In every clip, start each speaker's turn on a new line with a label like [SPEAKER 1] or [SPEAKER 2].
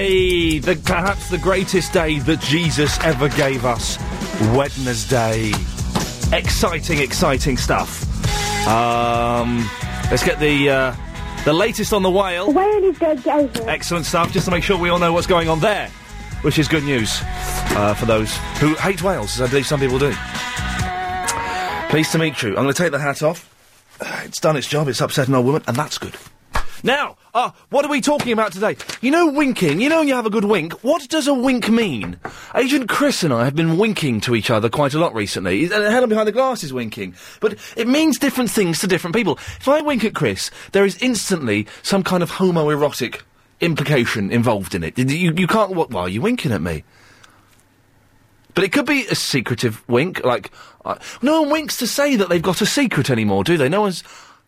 [SPEAKER 1] Hey, the, perhaps the greatest day that Jesus ever gave us Wednesday. Exciting, exciting stuff. Um, let's get the uh, the latest on the whale.
[SPEAKER 2] Whale is dead over.
[SPEAKER 1] Excellent stuff, just to make sure we all know what's going on there, which is good news uh, for those who hate whales, as I believe some people do. Pleased to meet you. I'm going to take the hat off. Uh, It's done its job. It's upset an old woman, and that's good. Now, ah, what are we talking about today? You know, winking. You know, when you have a good wink. What does a wink mean? Agent Chris and I have been winking to each other quite a lot recently. He's- And Helen behind the glass is winking, but it means different things to different people. If I wink at Chris, there is instantly some kind of homoerotic implication involved in it. You, you can't. What, why are you winking at me? But it could be a secretive wink, like uh, no one winks to say that they've got a secret anymore, do they? No one's.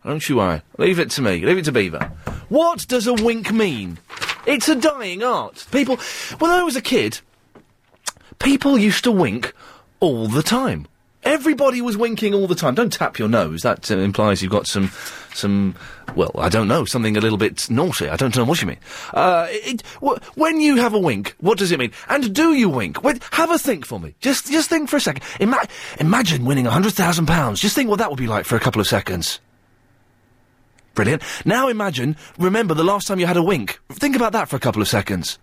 [SPEAKER 1] Don't you worry. Leave it to me. Leave it to Beaver. What does a wink mean? It's a dying art. People. When I was a kid, people used to wink all the time. Everybody was winking all the time. Don't tap your nose. That uh, implies you've got some, some. Well, I don't know, something a little bit naughty. I don't know what you mean. Uh, it, wh- when you have a wink, what does it mean? And do you wink? Wait, have a think for me. Just, just think for a second. Ima- imagine winning hundred thousand pounds. Just think what that would be like for a couple of seconds. Brilliant. Now imagine, remember the last time you had a wink. Think about that for a couple of seconds.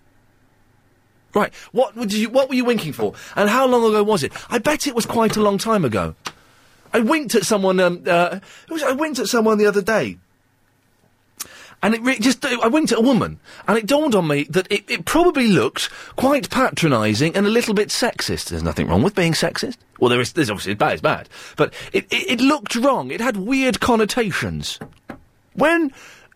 [SPEAKER 1] Right. What would you? What were you winking for? And how long ago was it? I bet it was quite a long time ago. I winked at someone. Um, uh, who was it? I winked at someone the other day, and it re- just. I winked at a woman, and it dawned on me that it, it probably looked quite patronising and a little bit sexist. There's nothing wrong with being sexist. Well, there is. There's obviously bad is bad, but it, it, it looked wrong. It had weird connotations. When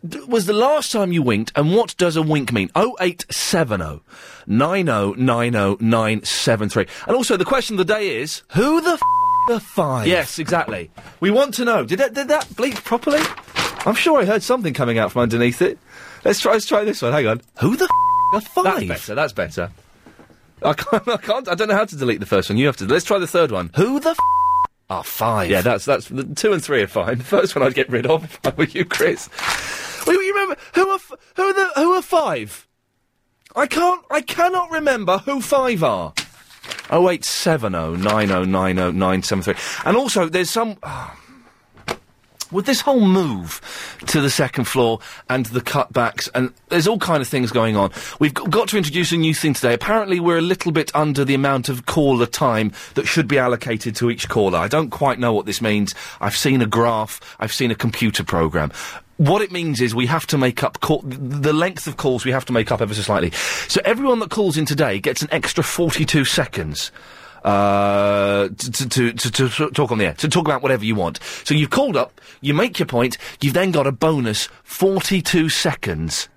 [SPEAKER 1] d- was the last time you winked, and what does a wink mean? 0870 oh, 9090973. And also, the question of the day is Who the f the five? Yes, exactly. We want to know. Did that, did that bleep properly? I'm sure I heard something coming out from underneath it. Let's try, let's try this one. Hang on. Who the f the five? That's better. That's better. I can't, I can't. I don't know how to delete the first one. You have to. Let's try the third one. Who the f- are Ah, five? Yeah, that's that's the two and three are fine. The first one I'd get rid of if I were you, Chris. Well, you remember who are f- who are the who are five? I can't. I cannot remember who five are. Oh eight seven oh nine oh nine oh nine seven three. And also, there's some. with this whole move to the second floor and the cutbacks and there's all kind of things going on we've g- got to introduce a new thing today apparently we're a little bit under the amount of caller time that should be allocated to each caller i don't quite know what this means i've seen a graph i've seen a computer program what it means is we have to make up call- the length of calls we have to make up ever so slightly so everyone that calls in today gets an extra 42 seconds uh, to, to, to, to, to talk on the air, to talk about whatever you want. So you've called up, you make your point, you've then got a bonus 42 seconds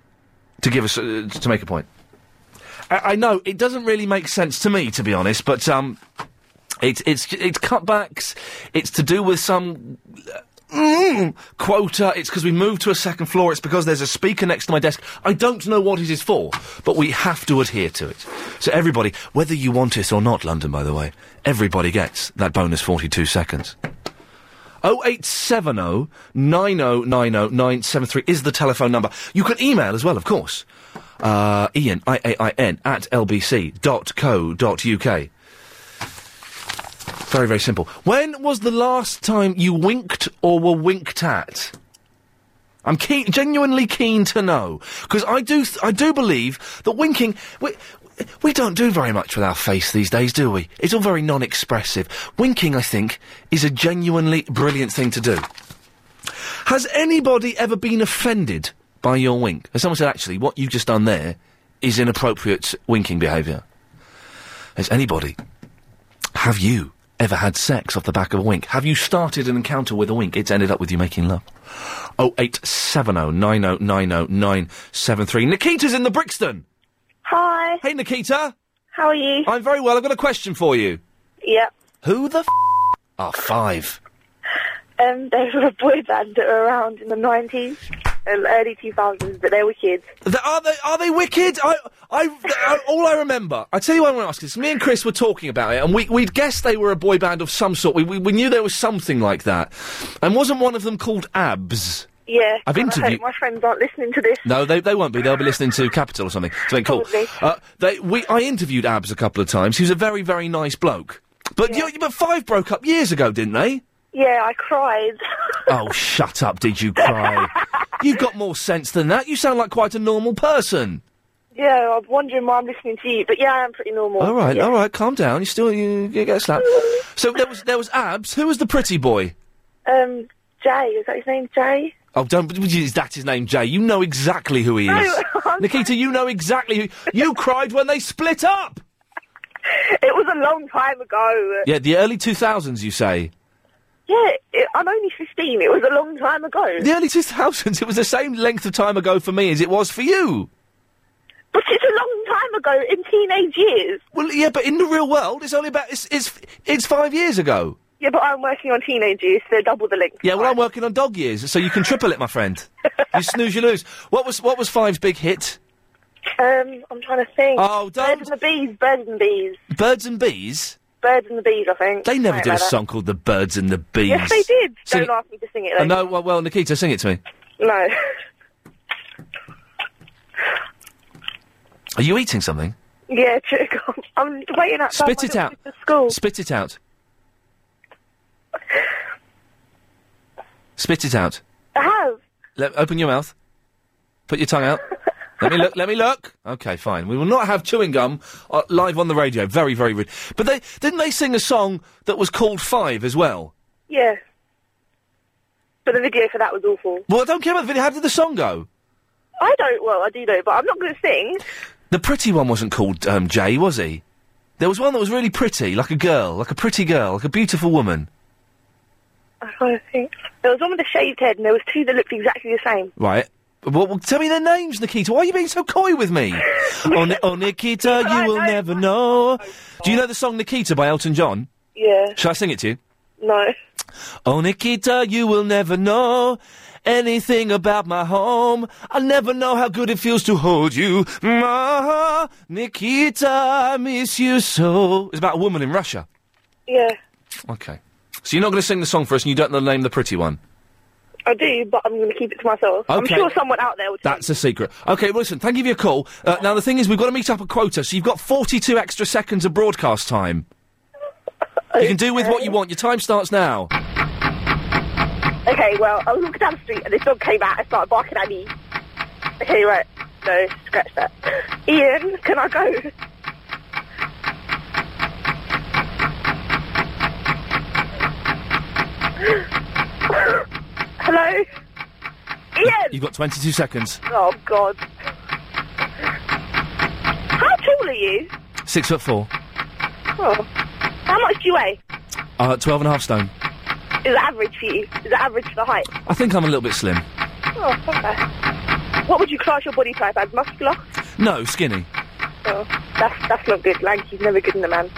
[SPEAKER 1] to give us, uh, to make a point. I, I know it doesn't really make sense to me, to be honest, but, um, it's, it's, it's cutbacks, it's to do with some Mm, quota. It's because we moved to a second floor. It's because there's a speaker next to my desk. I don't know what it is for, but we have to adhere to it. So everybody, whether you want it or not, London, by the way, everybody gets that bonus 42 seconds. 0870 9090 973 is the telephone number. You can email as well, of course. Uh, Ian, I-A-I-N, at lbc.co.uk. Very, very simple. When was the last time you winked or were winked at? I'm keen, genuinely keen to know because I do, th- I do believe that winking. We, we don't do very much with our face these days, do we? It's all very non-expressive. Winking, I think, is a genuinely brilliant thing to do. Has anybody ever been offended by your wink? Has someone said, actually, what you've just done there is inappropriate winking behaviour? Has anybody have you ever had sex off the back of a wink? Have you started an encounter with a wink? It's ended up with you making love. Oh, 0870 Nikita's in the Brixton.
[SPEAKER 2] Hi.
[SPEAKER 1] Hey, Nikita.
[SPEAKER 2] How are you?
[SPEAKER 1] I'm very well. I've got a question for you.
[SPEAKER 2] Yep.
[SPEAKER 1] Who the f- are five?
[SPEAKER 2] Um, they were a boy band that were around in the 90s and early 2000s, but they were kids.
[SPEAKER 1] The- are they are they wicked? I I, I all I remember. I tell you what I want to ask this. Me and Chris were talking about it, and we we'd guessed they were a boy band of some sort. We we, we knew there was something like that, and wasn't one of them called Abs?
[SPEAKER 3] Yeah.
[SPEAKER 1] I've
[SPEAKER 3] God, I
[SPEAKER 1] interviewed-
[SPEAKER 3] hope my friends aren't listening to this.
[SPEAKER 1] No, they, they won't be. They'll be listening to Capital or something. Something cool.
[SPEAKER 3] Probably.
[SPEAKER 1] Uh, they, we, I interviewed Abs a couple of times. He was a very, very nice bloke. But you, but Five broke up years ago, didn't they?
[SPEAKER 3] Yeah, I cried.
[SPEAKER 1] oh, shut up! Did you cry? You've got more sense than that. You sound like quite a normal person.
[SPEAKER 3] yeah, I'm wondering why I'm listening to you, but yeah, I'm pretty normal.
[SPEAKER 1] All right,
[SPEAKER 3] Yeah.
[SPEAKER 1] all right. Calm down. You still you, you get slapped. so there was there was Abs. Who was the pretty boy?
[SPEAKER 3] Um, Jay, is that his name? Jay?
[SPEAKER 1] Oh, don't. Is that his name, Jay? You know exactly who he is. Nikita, you know exactly who. You cried when they split up!
[SPEAKER 3] It was a long time ago.
[SPEAKER 1] Yeah, the early 2000s, you say.
[SPEAKER 3] Yeah, it, I'm only 15. It was a long time ago.
[SPEAKER 1] The early 2000s, it was the same length of time ago for me as it was for you.
[SPEAKER 3] But it's a long time ago in teenage years.
[SPEAKER 1] Well, yeah, but in the real world, it's only about. It's, it's, it's five years ago.
[SPEAKER 3] Yeah, but I'm working on teenage years, so double the length.
[SPEAKER 1] Yeah, well, I'm working on dog years, so you can triple it, my friend. You snooze, you lose. What was what was Five's big hit?
[SPEAKER 3] Um, I'm trying to think.
[SPEAKER 1] Oh, don't-
[SPEAKER 3] Birds and the Bees, Birds and the Bees.
[SPEAKER 1] Birds and Bees.
[SPEAKER 3] Birds and the Bees, I think.
[SPEAKER 1] They never
[SPEAKER 3] Something
[SPEAKER 1] did a
[SPEAKER 3] like that.
[SPEAKER 1] song called "The Birds and the Bees."
[SPEAKER 3] Yes, they did.
[SPEAKER 1] Sing
[SPEAKER 3] Don't
[SPEAKER 1] it.
[SPEAKER 3] ask me to sing it,
[SPEAKER 1] Oh,
[SPEAKER 3] though.
[SPEAKER 1] no, well, well, Nikita, sing it to me.
[SPEAKER 3] No.
[SPEAKER 1] Are you eating something?
[SPEAKER 3] yeah, check on. I'm waiting outside
[SPEAKER 1] Spit
[SPEAKER 3] my
[SPEAKER 1] it
[SPEAKER 3] little
[SPEAKER 1] out.
[SPEAKER 3] sister's school.
[SPEAKER 1] Spit it out. Spit it out.
[SPEAKER 3] I have.
[SPEAKER 1] Let, open your mouth. Put your tongue out. Let me look. Let me look. Okay, fine. We will not have chewing gum uh, live on the radio. Very, very rude. But they didn't they sing a song that was called Five as well.
[SPEAKER 3] Yeah. But the video for that was awful.
[SPEAKER 1] Well, I don't care about the video. How did the song go?
[SPEAKER 3] I don't, well, I do know, but I'm not going to sing.
[SPEAKER 1] The pretty one wasn't called um, Jay, was he? There was one that was really pretty, like a girl, like a pretty girl, like a beautiful woman.
[SPEAKER 3] I'm trying to think. There was one with a shaved head, and there was two that looked exactly the same.
[SPEAKER 1] Right. Well, well, tell me their names, Nikita. Why are you being so coy with me? oh, Ni- oh, Nikita, you will never know. Do you know the song Nikita by Elton John?
[SPEAKER 3] Yeah.
[SPEAKER 1] Shall I sing it to you?
[SPEAKER 3] No.
[SPEAKER 1] Oh, Nikita, you will never know anything about my home. I'll never know how good it feels to hold you. Ma, Nikita, I miss you so. It's about a woman in Russia.
[SPEAKER 3] Yeah.
[SPEAKER 1] Okay. So you're not going to sing the song for us and you don't know the name of the pretty one?
[SPEAKER 3] I do, but I'm going to keep it to myself. I'm
[SPEAKER 1] Okay.
[SPEAKER 3] sure someone out there will.
[SPEAKER 1] That's a secret. Okay, well, listen, thank you for your call. Uh, now, the thing is, we've got to meet up a quota, so you've got 42 extra seconds of broadcast time. You can do with what you want. Your time starts now.
[SPEAKER 3] Okay, well, I was walking down the street and this dog came out and started barking at me. Okay, right. No, scratch that. Ian, can I go? Hello? Ian!
[SPEAKER 1] You've got 22 seconds.
[SPEAKER 3] Oh, God. How tall are you?
[SPEAKER 1] Six foot four.
[SPEAKER 3] Oh. How much do you weigh?
[SPEAKER 1] Uh, 12 and a half stone.
[SPEAKER 3] Is it average for you? Is it average for the height?
[SPEAKER 1] I think I'm a little bit slim.
[SPEAKER 3] Oh, okay. What would you class your body type as? Muscular?
[SPEAKER 1] No, skinny.
[SPEAKER 3] Oh, that's that's not good. Lanky's never good in a man.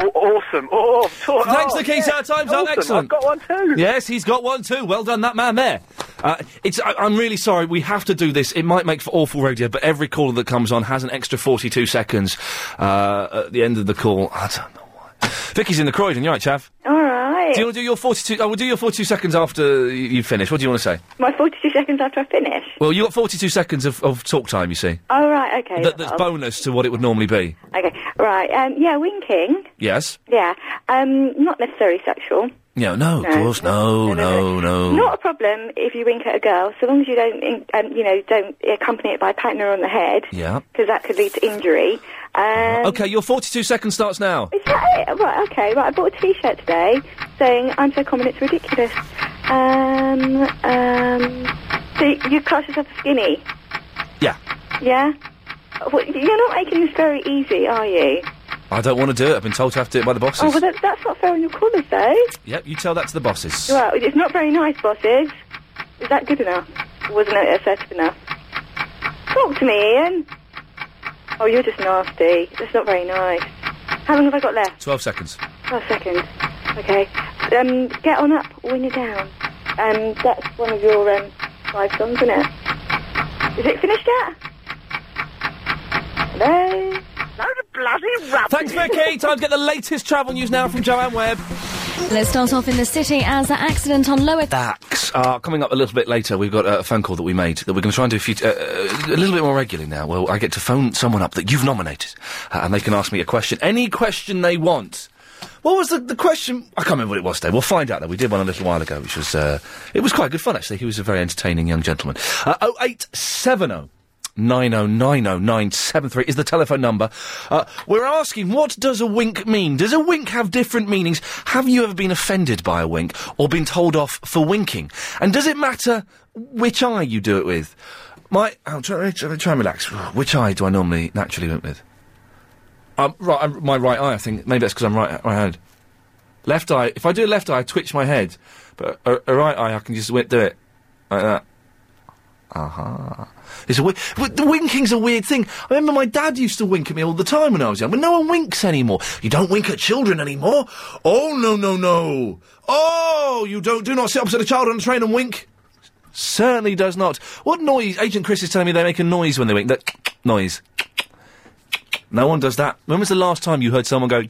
[SPEAKER 4] Awesome. Oh,
[SPEAKER 1] oh, Thanks, Nikita. yeah. Time's up. Awesome. I've Excellent. got
[SPEAKER 4] one too.
[SPEAKER 1] Yes, he's got one too. Well done, that man there. Uh, it's. I, I'm really sorry. We have to do this. It might make for awful radio, but every caller that comes on has an extra 42 seconds uh, at the end of the call. I don't know why. Vicky's in the Croydon. You all right, Chav?
[SPEAKER 5] All right.
[SPEAKER 1] Do you want to do your 42? I will do your 42 seconds after you, you finish. What do you want to say?
[SPEAKER 5] My 42 seconds after I finish.
[SPEAKER 1] Well, you got 42 seconds of, of talk time. You see,
[SPEAKER 5] All right. Okay.
[SPEAKER 1] that, that's
[SPEAKER 5] I'll-
[SPEAKER 1] bonus to what it would normally be.
[SPEAKER 5] Okay. Right. Um, yeah. Winking.
[SPEAKER 1] Yes.
[SPEAKER 5] Yeah. Um, not necessarily sexual.
[SPEAKER 1] No, no, of
[SPEAKER 5] No.
[SPEAKER 1] course, no, no, no.
[SPEAKER 5] Not a problem if you wink at a girl, so long as you don't, in- um, you know, don't accompany it by patting her on the head,
[SPEAKER 1] Yeah.
[SPEAKER 5] because that could lead to injury. Um,
[SPEAKER 1] Okay, your 42 seconds starts now.
[SPEAKER 5] Is that it? Right, okay, right. I bought a T-shirt today saying I'm so common it's ridiculous. Um, um, so y- you class yourself as skinny?
[SPEAKER 1] Yeah.
[SPEAKER 5] Yeah. Well, you're not making this very easy, are you?
[SPEAKER 1] I don't want to do it. I've been told to have to do it by the bosses.
[SPEAKER 5] Oh, well, that, that's not fair on your callers, though.
[SPEAKER 1] Yep, you tell that to the bosses.
[SPEAKER 5] Well, it's not very nice, bosses. Is that good enough? Wasn't it assertive enough? Talk to me, Ian. Oh, you're just nasty. That's not very nice. How long have I got left?
[SPEAKER 1] 12 seconds.
[SPEAKER 5] Twelve seconds. Okay. Um, get on up when you're down. Um, that's one of your um, five songs, isn't it? Is it finished yet? Hello?
[SPEAKER 3] bloody rubbish.
[SPEAKER 1] Thanks, Vicky. Time to get the latest travel news now from Joanne Webb.
[SPEAKER 6] Let's start off in the city as an accident on Lower.
[SPEAKER 1] Dax. Uh, coming up a little bit later, we've got uh, a phone call that we made that we're going to try and do a, few t- uh, uh, a little bit more regularly now. Well, I get to phone someone up that you've nominated, uh, and they can ask me a question, any question they want. What was the, the question? I can't remember what it was today. We'll find out. Though we did one a little while ago, which was uh, it was quite good fun actually. He was a very entertaining young gentleman. Oh eight seven oh. zero. 9090973 is the telephone number. Uh, we're asking, what does a wink mean? Does a wink have different meanings? Have you ever been offended by a wink or been told off for winking? And does it matter which eye you do it with? My, I'll try, try, try and relax. Which eye do I normally naturally wink with? Um, right, um, my right eye. I think maybe that's because I'm right, right-handed. Left eye. If I do a left eye, I twitch my head, but a, a right eye, I can just wi- do it like that. Aha. It's a wi- but the winking's a weird thing. I remember my dad used to wink at me all the time when I was young, but no one winks anymore. You don't wink at children anymore. Oh no no no. Oh, you don't do not sit opposite a child on a train and wink. Certainly does not. What noise? Agent Chris is telling me they make a noise when they wink. That noise. No one does that. When was the last time you heard someone go,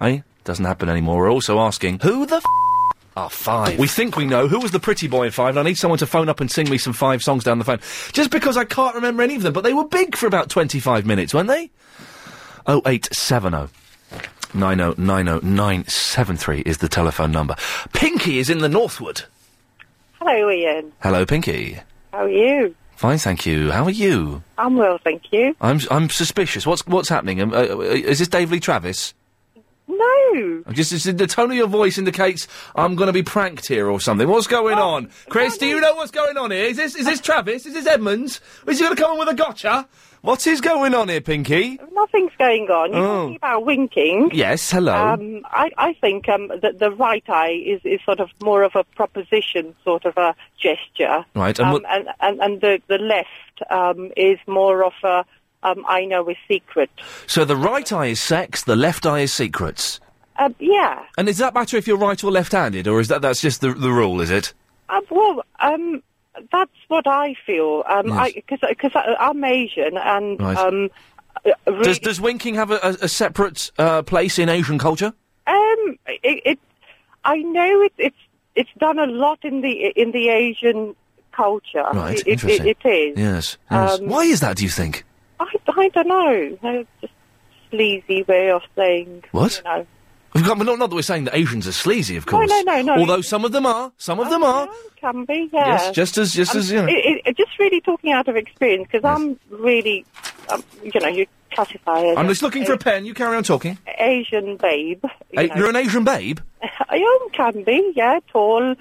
[SPEAKER 1] eh? Doesn't happen anymore. We're also asking, who the f- are five? We think we know. Who was the pretty boy in five? And I need someone to phone up and sing me some five songs down the phone. Just because I can't remember any of them, but they were big for about 25 minutes, weren't they? Oh, 0870. oh, 9090973 is the telephone number. Pinky is in the Northwood.
[SPEAKER 7] Hello, Ian.
[SPEAKER 1] Hello, Pinky.
[SPEAKER 7] How are you?
[SPEAKER 1] Fine, thank you. How are you?
[SPEAKER 7] I'm well, thank you.
[SPEAKER 1] I'm I'm suspicious. What's what's happening? Um, uh, uh, is this Dave Lee Travis?
[SPEAKER 7] No.
[SPEAKER 1] I'm just, just- the tone of your voice indicates I'm going to be pranked here or something. What's going
[SPEAKER 7] Oh,
[SPEAKER 1] on, Chris? Do you know what's going on here? Is this is this Travis? Is this Edmonds? Is he going to come on with a gotcha? What is going on here, Pinky?
[SPEAKER 7] Nothing's going on. You're
[SPEAKER 1] Oh.
[SPEAKER 7] talking about winking.
[SPEAKER 1] Yes, hello.
[SPEAKER 7] Um, I, I think um, the, the right eye is, is sort of more of a proposition, sort of a gesture.
[SPEAKER 1] Right, and
[SPEAKER 7] Um,
[SPEAKER 1] what-
[SPEAKER 7] and, and, and the, the left um, is more of a, um, I know a secret.
[SPEAKER 1] So the right eye is sex, the left eye is secrets.
[SPEAKER 7] Um, yeah.
[SPEAKER 1] And does that matter if you're right or left-handed, or is that that's just the the rule? Is it?
[SPEAKER 7] Um, well, um, that's what I feel. Um,
[SPEAKER 1] Yes.
[SPEAKER 7] Because because I'm Asian and
[SPEAKER 1] Right.
[SPEAKER 7] um, uh, really
[SPEAKER 1] Does does winking have a, a, a separate uh, place in Asian culture?
[SPEAKER 7] Um, it, it, I know it, it's it's done a lot in the in the Asian culture.
[SPEAKER 1] Right,
[SPEAKER 7] Uh, It- it,
[SPEAKER 1] interesting.
[SPEAKER 7] it, it is.
[SPEAKER 1] Yes. yes.
[SPEAKER 7] Um,
[SPEAKER 1] Why is that? Do you think?
[SPEAKER 7] I, I don't know. It's just a sleazy way of saying.
[SPEAKER 1] What?
[SPEAKER 7] You know.
[SPEAKER 1] We've got, not, not that we're saying that Asians are sleazy, of course.
[SPEAKER 7] no, no, no.
[SPEAKER 1] Although some of them are, some of them are.
[SPEAKER 7] "Oh, Can be, yeah.
[SPEAKER 1] Yes, just as- just
[SPEAKER 7] Um,
[SPEAKER 1] as, you know.
[SPEAKER 7] It, it, it- just really talking out of experience because I'm really, um, you know, you classify as
[SPEAKER 1] I'm
[SPEAKER 7] a-
[SPEAKER 1] just looking for a pen. You carry on talking.
[SPEAKER 7] Asian babe.
[SPEAKER 1] Hey,
[SPEAKER 7] know.
[SPEAKER 1] You're an Asian babe.
[SPEAKER 7] I am can be, yeah, tall,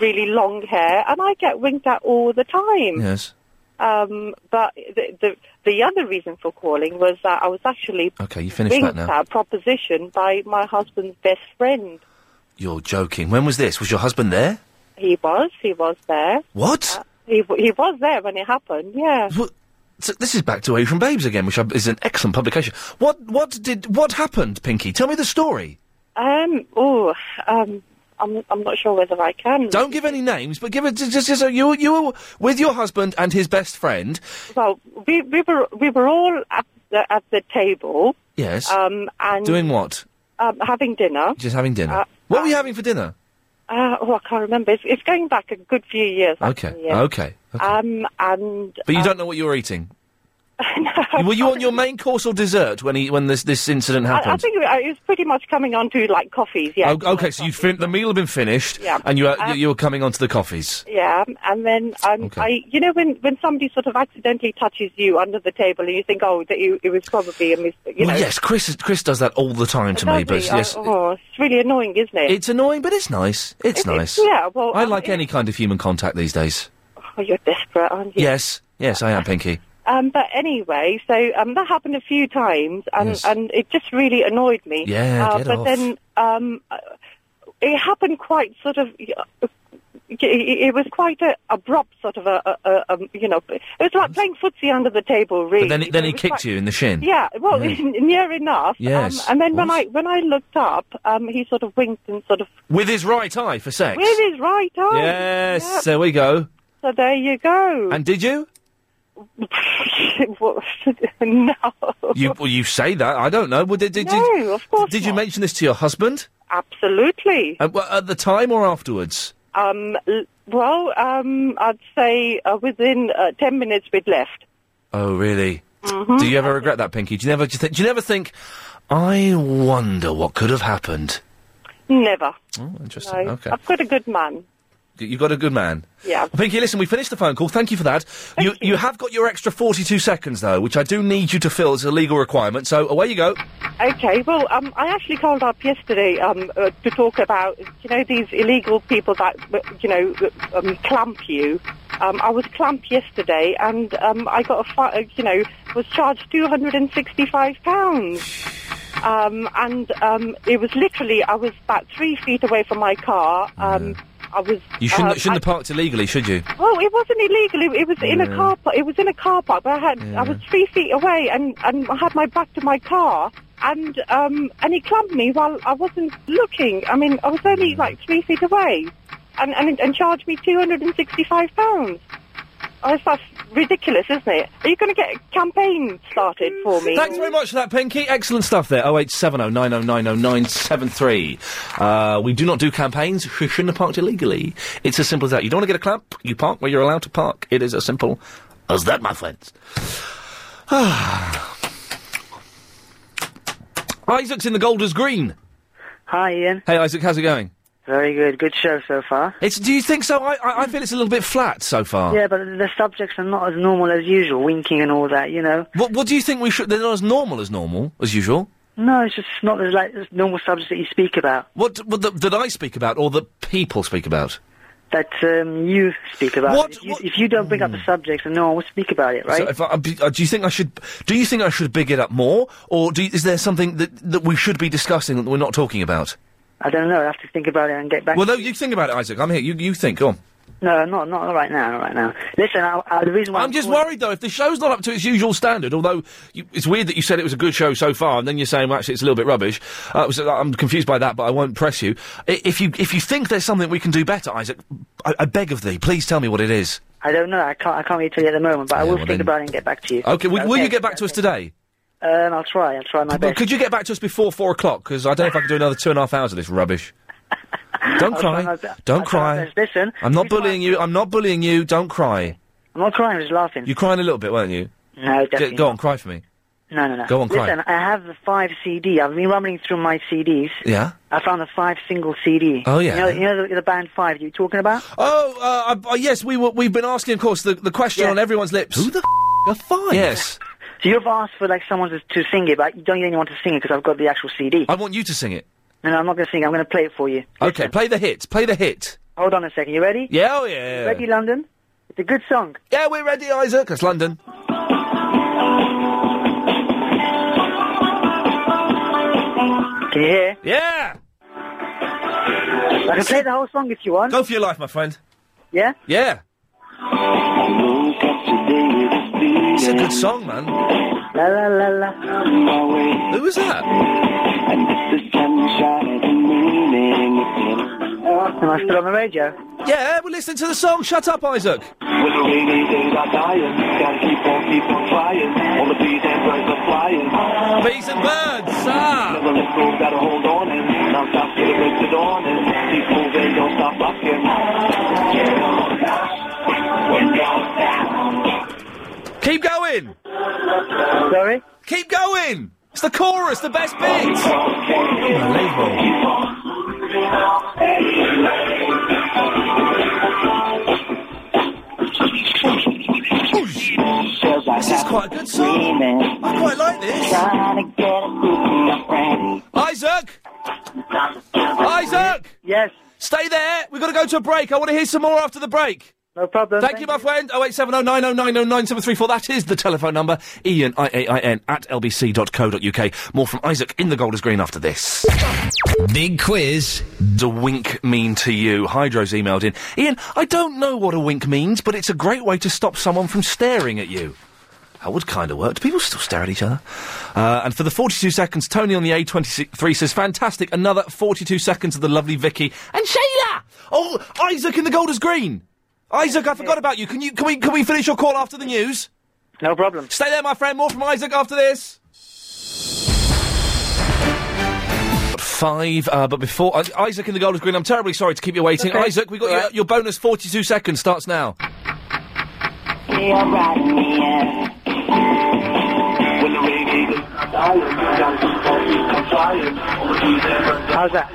[SPEAKER 7] really long hair, and I get winked at all the time.
[SPEAKER 1] Yes.
[SPEAKER 7] Um, but the, the the other reason for calling was that I was actually
[SPEAKER 1] Okay, you finish that
[SPEAKER 7] winked
[SPEAKER 1] now.
[SPEAKER 7] at proposition by my husband's best friend.
[SPEAKER 1] You're joking. When was this? Was your husband there?
[SPEAKER 7] He was, he was there. Uh,
[SPEAKER 1] What?
[SPEAKER 7] He w- he was there when it happened. Yeah.
[SPEAKER 1] What? So this is back to Asian Babes again, which I- is an excellent publication. What? What did? What happened, Pinky? Tell me the story.
[SPEAKER 7] Um. Oh. Um. I'm I'm not sure whether I can.
[SPEAKER 1] Don't give any names, but give it just. just, just you you were with your husband and his best friend.
[SPEAKER 7] Well, we we were we were all at the at the table.
[SPEAKER 1] Yes.
[SPEAKER 7] Um. And
[SPEAKER 1] Doing what?
[SPEAKER 7] um, having dinner.
[SPEAKER 1] Just having dinner.
[SPEAKER 7] Uh,
[SPEAKER 1] what were you having for dinner?
[SPEAKER 7] Uh, oh, I can't remember. It's, it's going back a good few years.
[SPEAKER 1] Okay.
[SPEAKER 7] actually, yeah.
[SPEAKER 1] Okay. okay.
[SPEAKER 7] Um, and
[SPEAKER 1] But you don't know what you were eating. Were you on your main course or dessert when he, when this this incident happened?
[SPEAKER 7] I, I think it it was pretty much coming on to like coffees, yeah.
[SPEAKER 1] O- Oh, okay, so you fin- the meal had been finished,
[SPEAKER 7] Yeah.
[SPEAKER 1] and you were,
[SPEAKER 7] Um,
[SPEAKER 1] you were coming onto the coffees.
[SPEAKER 7] Yeah, and then um,
[SPEAKER 1] Okay.
[SPEAKER 7] I, you know, when when somebody sort of accidentally touches you under the table, and you think, oh, that you, it was probably a mistake. You
[SPEAKER 1] well,
[SPEAKER 7] know,
[SPEAKER 1] yes, Chris Chris does that all the time to me, but
[SPEAKER 7] Exactly.
[SPEAKER 1] yes,
[SPEAKER 7] Oh, oh, it's really annoying, isn't it?
[SPEAKER 1] it's annoying, but it's nice. It's nice.
[SPEAKER 7] yeah, well,
[SPEAKER 1] I
[SPEAKER 7] um,
[SPEAKER 1] like any kind of human contact these days.
[SPEAKER 7] Oh, you're desperate, aren't you?
[SPEAKER 1] Yes, yes, I am, Pinky.
[SPEAKER 7] Um, but anyway, so um, that happened a few times, and,
[SPEAKER 1] Yes.
[SPEAKER 7] and it just really annoyed me.
[SPEAKER 1] Yeah,
[SPEAKER 7] uh,
[SPEAKER 1] get
[SPEAKER 7] but
[SPEAKER 1] off.
[SPEAKER 7] then um, uh, it happened quite sort of. It, it was quite a abrupt sort of a, a, a um, you know, it was like playing footsie under the table, really.
[SPEAKER 1] But then he- then he
[SPEAKER 7] It was
[SPEAKER 1] kicked
[SPEAKER 7] quite-
[SPEAKER 1] you in the shin.
[SPEAKER 7] Yeah, well,
[SPEAKER 1] Yeah.
[SPEAKER 7] near enough.
[SPEAKER 1] Yes.
[SPEAKER 7] Um, and then when
[SPEAKER 1] What?
[SPEAKER 7] I when I looked up, um, he sort of winked and sort of
[SPEAKER 1] With his right eye for sex.
[SPEAKER 7] with his right eye.
[SPEAKER 1] yes,
[SPEAKER 7] Yeah,
[SPEAKER 1] there we go.
[SPEAKER 7] so there you go.
[SPEAKER 1] And did you?
[SPEAKER 7] What- no.
[SPEAKER 1] You well, you say that I don't know. Well, did, did,
[SPEAKER 7] No,
[SPEAKER 1] did,
[SPEAKER 7] of course
[SPEAKER 1] Did you
[SPEAKER 7] not.
[SPEAKER 1] mention this to your husband Uh,
[SPEAKER 7] Absolutely.
[SPEAKER 1] at, well, at the time or afterwards?
[SPEAKER 7] Um, l- Well, um, I'd say uh, within uh, 10 minutes we'd left.
[SPEAKER 1] Oh, really?
[SPEAKER 7] Mhm.
[SPEAKER 1] Do you ever regret that, Pinky? Do you never? Do you, think do you never think? I wonder what could have happened.
[SPEAKER 7] Never.
[SPEAKER 1] Oh, interesting.
[SPEAKER 7] No.
[SPEAKER 1] Okay,
[SPEAKER 7] I've got a good man.
[SPEAKER 1] you've got a good man.
[SPEAKER 7] Yeah.
[SPEAKER 1] Pinky, listen, we finished the phone call. Thank you for that. you, you have got your extra 42 seconds, though, which I do need you to fill as a legal requirement. So away you go.
[SPEAKER 7] Okay, well, um, I actually called up yesterday um, uh, to talk about, you know, these illegal people that, uh, you know, uh, um, clamp you. Um, I was clamped yesterday, and um, I got a, fi- uh, you know, was charged two hundred and sixty-five pounds. Um, and um, it was literally, I was about three feet away from my car. Um, I was.
[SPEAKER 1] You shouldn't,
[SPEAKER 7] um,
[SPEAKER 1] shouldn't have parked illegally, should you?
[SPEAKER 7] well, it wasn't illegal. It, it was in
[SPEAKER 1] Yeah.
[SPEAKER 7] a car park. It was in a car park, but I had
[SPEAKER 1] Yeah.
[SPEAKER 7] I was three feet away, and and I had my back to my car, and um and he clubbed me while I wasn't looking. I mean, I was only
[SPEAKER 1] Mm.
[SPEAKER 7] like three feet away, and and and charged me two hundred and sixty five pounds. Oh, that's ridiculous, isn't it? Are you going to get a campaign started for me?
[SPEAKER 1] Thanks very much for that, Pinky. Excellent stuff there. Oh, 08709090973. Uh, we do not do campaigns. You shouldn't have parked illegally. It's as simple as that. You don't want to get a clamp. You park where you're allowed to park. It is as simple as that, my friends. Isaac's in the Golders Green.
[SPEAKER 8] Hi, Ian.
[SPEAKER 1] Hey, Isaac, how's it going?
[SPEAKER 8] Very good. Good show so far.
[SPEAKER 1] It's. Do you think so? I, I, I feel it's a little bit flat so far.
[SPEAKER 8] Yeah, but the subjects are not as normal as usual, winking and all that, you know.
[SPEAKER 1] What, what do you think we should? They're not as normal as normal as usual.
[SPEAKER 8] No, it's just not as like as normal subjects that you speak about,
[SPEAKER 1] What, what the, that I speak about, or that people speak about?
[SPEAKER 8] that um, you speak about.
[SPEAKER 1] What- Hmm.
[SPEAKER 8] If, you, if you don't bring up the subjects, then no one will speak about it,
[SPEAKER 1] So
[SPEAKER 8] right?
[SPEAKER 1] if I, uh, do you think I should? Do you think I should big it up more, or do you, is there something that that we should be discussing that we're not talking about?
[SPEAKER 8] I don't know. I have to think about it and get back.
[SPEAKER 1] Well, no, you think about it, Isaac. I'm here. You you think. Go on.
[SPEAKER 8] no, not not right now, not right now. Listen, I, I, the reason why
[SPEAKER 1] I'm just worried though if the show's not up to its usual standard. Although you, it's weird that you said it was a good show so far, and then you're saying well, actually it's a little bit rubbish. Uh, so I'm confused by that, but I won't press you. I- If you if you think there's something we can do better, Isaac, I, I beg of thee, please tell me what it is.
[SPEAKER 8] I don't know. I can't. I can't really tell you at the moment, but I will think
[SPEAKER 1] then-
[SPEAKER 8] about it and get back to you.
[SPEAKER 1] Okay, will, will you get back to us today?
[SPEAKER 8] Um, I'll try. I'll try my
[SPEAKER 1] Well,
[SPEAKER 8] best.
[SPEAKER 1] could you get back to us before four o'clock? Because I don't know if I can do another two and a half hours of this rubbish. Don't
[SPEAKER 8] I'll try
[SPEAKER 1] cry.
[SPEAKER 8] my be-
[SPEAKER 1] Don't
[SPEAKER 8] I'll try my
[SPEAKER 1] cry.
[SPEAKER 8] best. Listen,
[SPEAKER 1] I'm not bullying you. I'm not bullying you. Don't cry.
[SPEAKER 8] I'm not crying. I was laughing.
[SPEAKER 1] You're crying a little bit, weren't you?
[SPEAKER 8] No,
[SPEAKER 1] G-
[SPEAKER 8] definitely
[SPEAKER 1] Go on, cry for me.
[SPEAKER 8] No, no, no.
[SPEAKER 1] Go on, cry.
[SPEAKER 8] Listen, I have the five CD. I've been rumbling through my CDs.
[SPEAKER 1] Yeah.
[SPEAKER 8] I found the five single CD.
[SPEAKER 1] Oh, yeah.
[SPEAKER 8] You know, you know the, the band Five you were talking about?
[SPEAKER 1] Oh, uh, uh, yes, we were, we've been asking, of course, the, the question on everyone's lips. Who the f- are five? Yes.
[SPEAKER 8] So you've asked for like someone to, to sing it, but you don't need anyone to sing it because I've got the actual CD.
[SPEAKER 1] I want you to sing it.
[SPEAKER 8] No, no, I'm not going to sing. it. I'm going to play it for you.
[SPEAKER 1] Okay, play the hit. Play the hit.
[SPEAKER 8] Hold on a second. You ready?
[SPEAKER 1] Yeah, oh yeah.
[SPEAKER 8] Ready, London? It's a good song.
[SPEAKER 1] Yeah, we're ready, Isaac. That's London.
[SPEAKER 8] Can you hear?
[SPEAKER 1] Yeah.
[SPEAKER 8] I can play the whole song if you want.
[SPEAKER 1] Go for your life, my friend.
[SPEAKER 8] Yeah?
[SPEAKER 1] Yeah. It's a good song, man.
[SPEAKER 8] La la la la.
[SPEAKER 1] Who was that?
[SPEAKER 8] Am I still on the radio?
[SPEAKER 1] Yeah, we're listening to the song. Shut up, Isaac. Bees and birds. Ah. Keep going.
[SPEAKER 8] Sorry?
[SPEAKER 1] Keep going. It's the chorus, the best bit. Unbelievable. This is quite a good song. I quite like this. Isaac! Isaac!
[SPEAKER 8] Yes.
[SPEAKER 1] Stay there. We've got to go to a break. I want to hear some more after the break.
[SPEAKER 8] No problem.
[SPEAKER 1] Thank you, my friend. 0870909097434. That is the telephone number. Ian, I-A-I-N, at lbc.co.uk. More from Isaac in the Golders Green after this.
[SPEAKER 9] Big quiz.
[SPEAKER 1] The wink mean to you? Hydro's emailed in. Ian, I don't know what a wink means, but it's a great way to stop someone from staring at you. That would kind of work. Do people still stare at each other? Uh, and for the 42 seconds, Tony on the A23 says, fantastic, another 42 seconds of the lovely Vicky and Shayla! Oh, Isaac in the Golders Green! Isaac, I forgot about you. Can you can we can we finish your call after the news?
[SPEAKER 8] No problem.
[SPEAKER 1] Stay there, my friend. More from Isaac after this. Got five. Uh, but before I Isaac in the Golders Green, I'm terribly sorry to keep you waiting.
[SPEAKER 6] Okay.
[SPEAKER 1] Isaac, we got your, your bonus 42 seconds starts now.
[SPEAKER 8] How's that?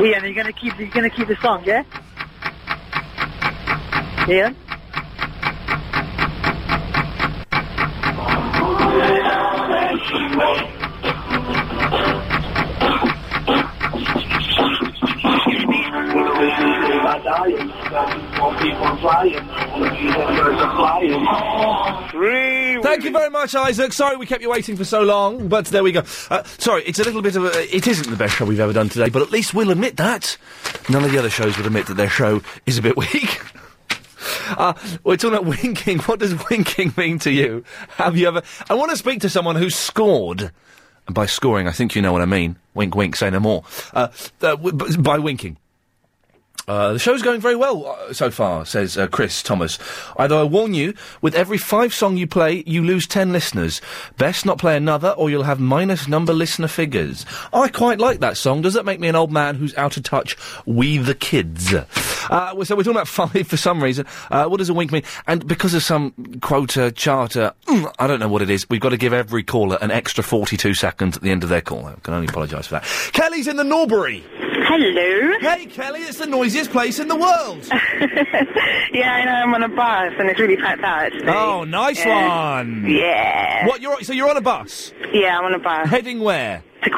[SPEAKER 8] Ian, are you gonna keep you gonna keep the song, yeah? Ian?
[SPEAKER 1] Thank you very much, Isaac. Sorry we kept you waiting for so long, but there we go. Uh, sorry, it's a little bit of a. It isn't the best show we've ever done today, but at least we'll admit that. None of the other shows would admit that their show is a bit weak. Uh, we're talking about winking. What does winking mean to you? Have you ever? I want to speak to someone who scored. And by scoring, I think you know what I mean. Wink, wink. Say no more. Uh, uh, w- b- by winking. Uh, the show's going very well uh, so far, says uh, Chris Thomas. Although I warn you, with every five song you play, you lose ten listeners. Best not play another, or you'll have minus number listener figures. I quite like that song. Does that make me an old man who's out of touch with the kids? Uh, well, so we're talking about five for some reason. Uh, what does a wink mean? And because of some quota charter, mm, I don't know what it is. We've got to give every caller an extra forty-two seconds at the end of their call. I can only apologise for that. Kelly's in the Norbury.
[SPEAKER 10] Hello.
[SPEAKER 1] Hey, Kelly, it's the noisiest place in the world.
[SPEAKER 10] yeah, I know. I'm on a bus and it's really packed out. actually.
[SPEAKER 1] Oh, nice
[SPEAKER 10] Yeah.
[SPEAKER 1] one.
[SPEAKER 10] Um, Yeah.
[SPEAKER 1] What you're so you're on a bus?
[SPEAKER 10] Yeah, I'm on a bus.
[SPEAKER 1] Heading where?
[SPEAKER 10] To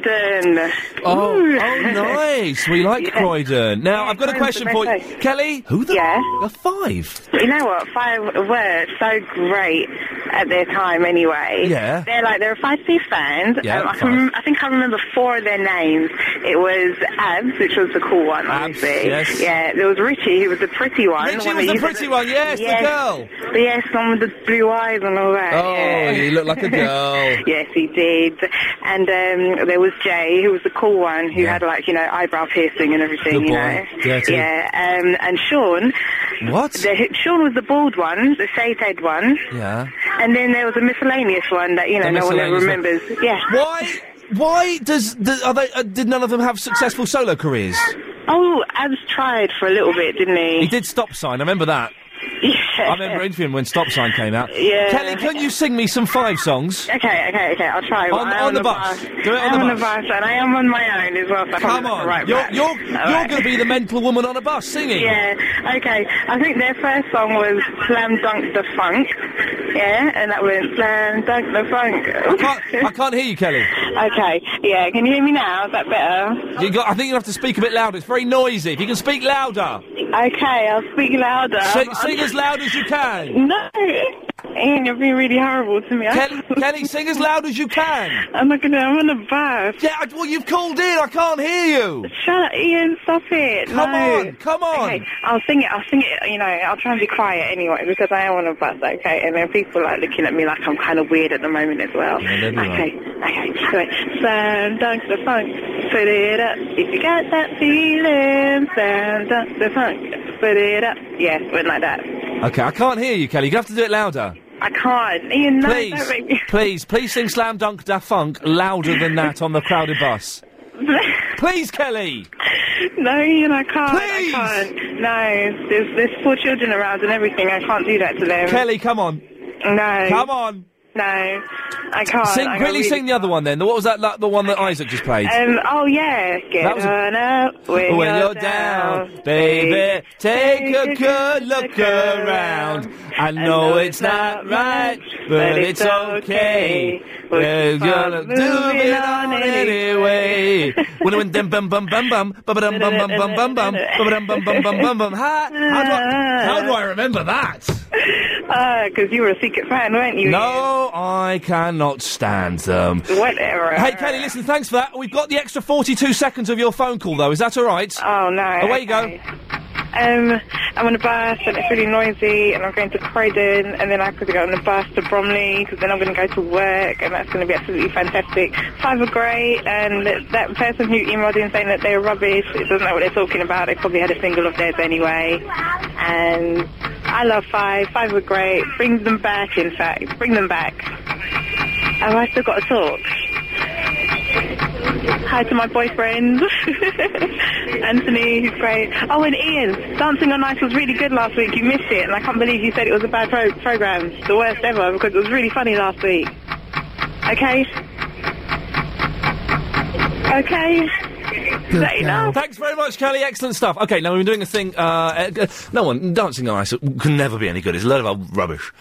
[SPEAKER 10] Croydon.
[SPEAKER 1] Oh,
[SPEAKER 10] Ooh.
[SPEAKER 1] oh, nice. We like Croydon. Now I've got a
[SPEAKER 10] Croydon's
[SPEAKER 1] question
[SPEAKER 10] the
[SPEAKER 1] for you,
[SPEAKER 10] best place.
[SPEAKER 1] Kelly. Who the? Yeah. The five.
[SPEAKER 10] eh? You know what? Five were so great at their time anyway.
[SPEAKER 1] Yeah.
[SPEAKER 10] They're like, they're five P fans.
[SPEAKER 1] Yeah,
[SPEAKER 10] Um, I,
[SPEAKER 1] five.
[SPEAKER 10] can rem- I think I remember four of their names. It was Abs, which was the cool one, obviously.
[SPEAKER 1] yes.
[SPEAKER 10] Yeah, there was Richie, who was the pretty one.
[SPEAKER 1] Richie was
[SPEAKER 10] one that
[SPEAKER 1] the
[SPEAKER 10] you said
[SPEAKER 1] pretty
[SPEAKER 10] that-
[SPEAKER 1] one, yes, the girl.
[SPEAKER 10] Yes, one with the blue eyes and all that.
[SPEAKER 1] Oh,
[SPEAKER 10] yeah.
[SPEAKER 1] he looked like a girl.
[SPEAKER 10] yes, he did. And um, there was Jay, who was the cool one, who
[SPEAKER 1] Yeah.
[SPEAKER 10] had like, you know, eyebrow piercing and everything,
[SPEAKER 1] Good
[SPEAKER 10] you
[SPEAKER 1] boy.
[SPEAKER 10] know.
[SPEAKER 1] Dirty.
[SPEAKER 10] Yeah, um, and Sean.
[SPEAKER 1] What?
[SPEAKER 10] The, Sean was the bald one, the shaved head one,
[SPEAKER 1] Yeah.
[SPEAKER 10] and then there was a miscellaneous one that you know
[SPEAKER 1] The
[SPEAKER 10] no one ever
[SPEAKER 1] miscellaneous
[SPEAKER 10] remembers. Yeah.
[SPEAKER 1] Why? Why does the, are they? Uh, did none of them have successful solo careers?
[SPEAKER 10] Oh, Abs tried for a little bit, didn't he?
[SPEAKER 1] He did Stop Sign. I remember that. I remember interviewing him when Stop Sign came out.
[SPEAKER 10] Yeah.
[SPEAKER 1] Kelly, can you sing me some five songs?
[SPEAKER 10] Okay, okay, okay. I'll try.
[SPEAKER 1] On-
[SPEAKER 10] I am
[SPEAKER 1] on the bus. Do it on
[SPEAKER 10] I am
[SPEAKER 1] the
[SPEAKER 10] on the
[SPEAKER 1] bus.
[SPEAKER 10] bus, and I am on my own as well. So I
[SPEAKER 1] Come
[SPEAKER 10] probably
[SPEAKER 1] on,
[SPEAKER 10] Right
[SPEAKER 1] you're
[SPEAKER 10] back.
[SPEAKER 1] you're, you're
[SPEAKER 10] All right.
[SPEAKER 1] going to be the mental woman on a bus singing.
[SPEAKER 10] Yeah, okay. I think their first song was Slam Dunk the Funk. Yeah, and that went Slam Dunk the Funk.
[SPEAKER 1] I can't, I can't hear you, Kelly.
[SPEAKER 10] okay, yeah, can you hear me now? Is that better?
[SPEAKER 1] You got, I think you'll have to speak a bit louder. It's very noisy. If you can speak louder,
[SPEAKER 10] Okay, I'll speak louder.
[SPEAKER 1] sing, sing as loud as you can.
[SPEAKER 10] No! Ian, you're being really horrible to me.
[SPEAKER 1] Kelly, Kelly, sing as loud as you can.
[SPEAKER 10] I'm not gonna, I'm on a bus.
[SPEAKER 1] Yeah, I, well, you've called in. I can't hear you.
[SPEAKER 10] Shut up, Ian, stop it.
[SPEAKER 1] Come
[SPEAKER 10] no.
[SPEAKER 1] on, come on.
[SPEAKER 10] Okay, I'll sing it, I'll sing it, you know, I'll try and be quiet anyway because I am on a bus, okay? And then people like looking at me like I'm kind of weird at the moment as well.
[SPEAKER 1] they'll be
[SPEAKER 10] okay, okay, so wait. Slam dunk the funk, put it up. If you got that feeling, slam dunk the funk, put it up. Yeah, went like that.
[SPEAKER 1] Okay, I can't hear you, Kelly. You have to do it louder.
[SPEAKER 10] I can't. Ian, no,
[SPEAKER 1] Please,
[SPEAKER 10] don't make me...
[SPEAKER 1] please, please sing Slam Dunk Da Funk louder than that on the crowded bus. Please, Kelly.
[SPEAKER 10] No, Ian, I can't.
[SPEAKER 1] Please!
[SPEAKER 10] I can't. No, there's there's four children around and everything. I can't do that to them.
[SPEAKER 1] Kelly, come on.
[SPEAKER 10] No.
[SPEAKER 1] Come on.
[SPEAKER 10] No, I can't.
[SPEAKER 1] Sing,
[SPEAKER 10] I
[SPEAKER 1] quickly
[SPEAKER 10] really
[SPEAKER 1] sing the other one then. What was that, like, the one that Isaac just played?
[SPEAKER 10] Um, oh yeah,
[SPEAKER 1] That
[SPEAKER 10] get
[SPEAKER 1] was a-
[SPEAKER 10] on up when,
[SPEAKER 1] When
[SPEAKER 10] you're,
[SPEAKER 1] you're down, baby, take a good look around. I know it's not right, but it's okay. We're gonna do it on anyway. When when dum bum bum bum bum bum bum bum bum bum bum bum bum bum bum bum bum bum. Ha! How do I- How do I remember that?
[SPEAKER 10] Because you were a secret fan, weren't you?
[SPEAKER 1] No, I cannot stand them.
[SPEAKER 10] Ian? Whatever.
[SPEAKER 1] Hey Kelly, listen, thanks for that. We've got the extra 42 seconds of your phone call though. Is that all right?
[SPEAKER 10] Oh no.
[SPEAKER 1] Away you go.
[SPEAKER 10] okay. Um, I'm on a bus and it's really noisy and I'm going to Croydon and then I've got to go on a bus to Bromley because then I'm going to go to work and that's going to be absolutely fantastic. Five are great and that- that person who emailed in saying that they were rubbish it doesn't know what they're talking about. They probably had a single of theirs anyway. And I love Five. Five were great. Bring them back, in fact. Bring them back. Have I still got to talk? Hi to my boyfriend, Anthony, he's great. Oh, and Ian, Dancing on Ice was really good last week. You missed it, and I can't believe you said it was a bad pro- program. The worst ever, because it was really funny last week. Okay? Okay? Is that enough?
[SPEAKER 1] Thanks very much, Kelly. Excellent stuff. Okay, now we've been doing a thing. Uh, uh, no one dancing on ice can never be any good. It's a load of old rubbish.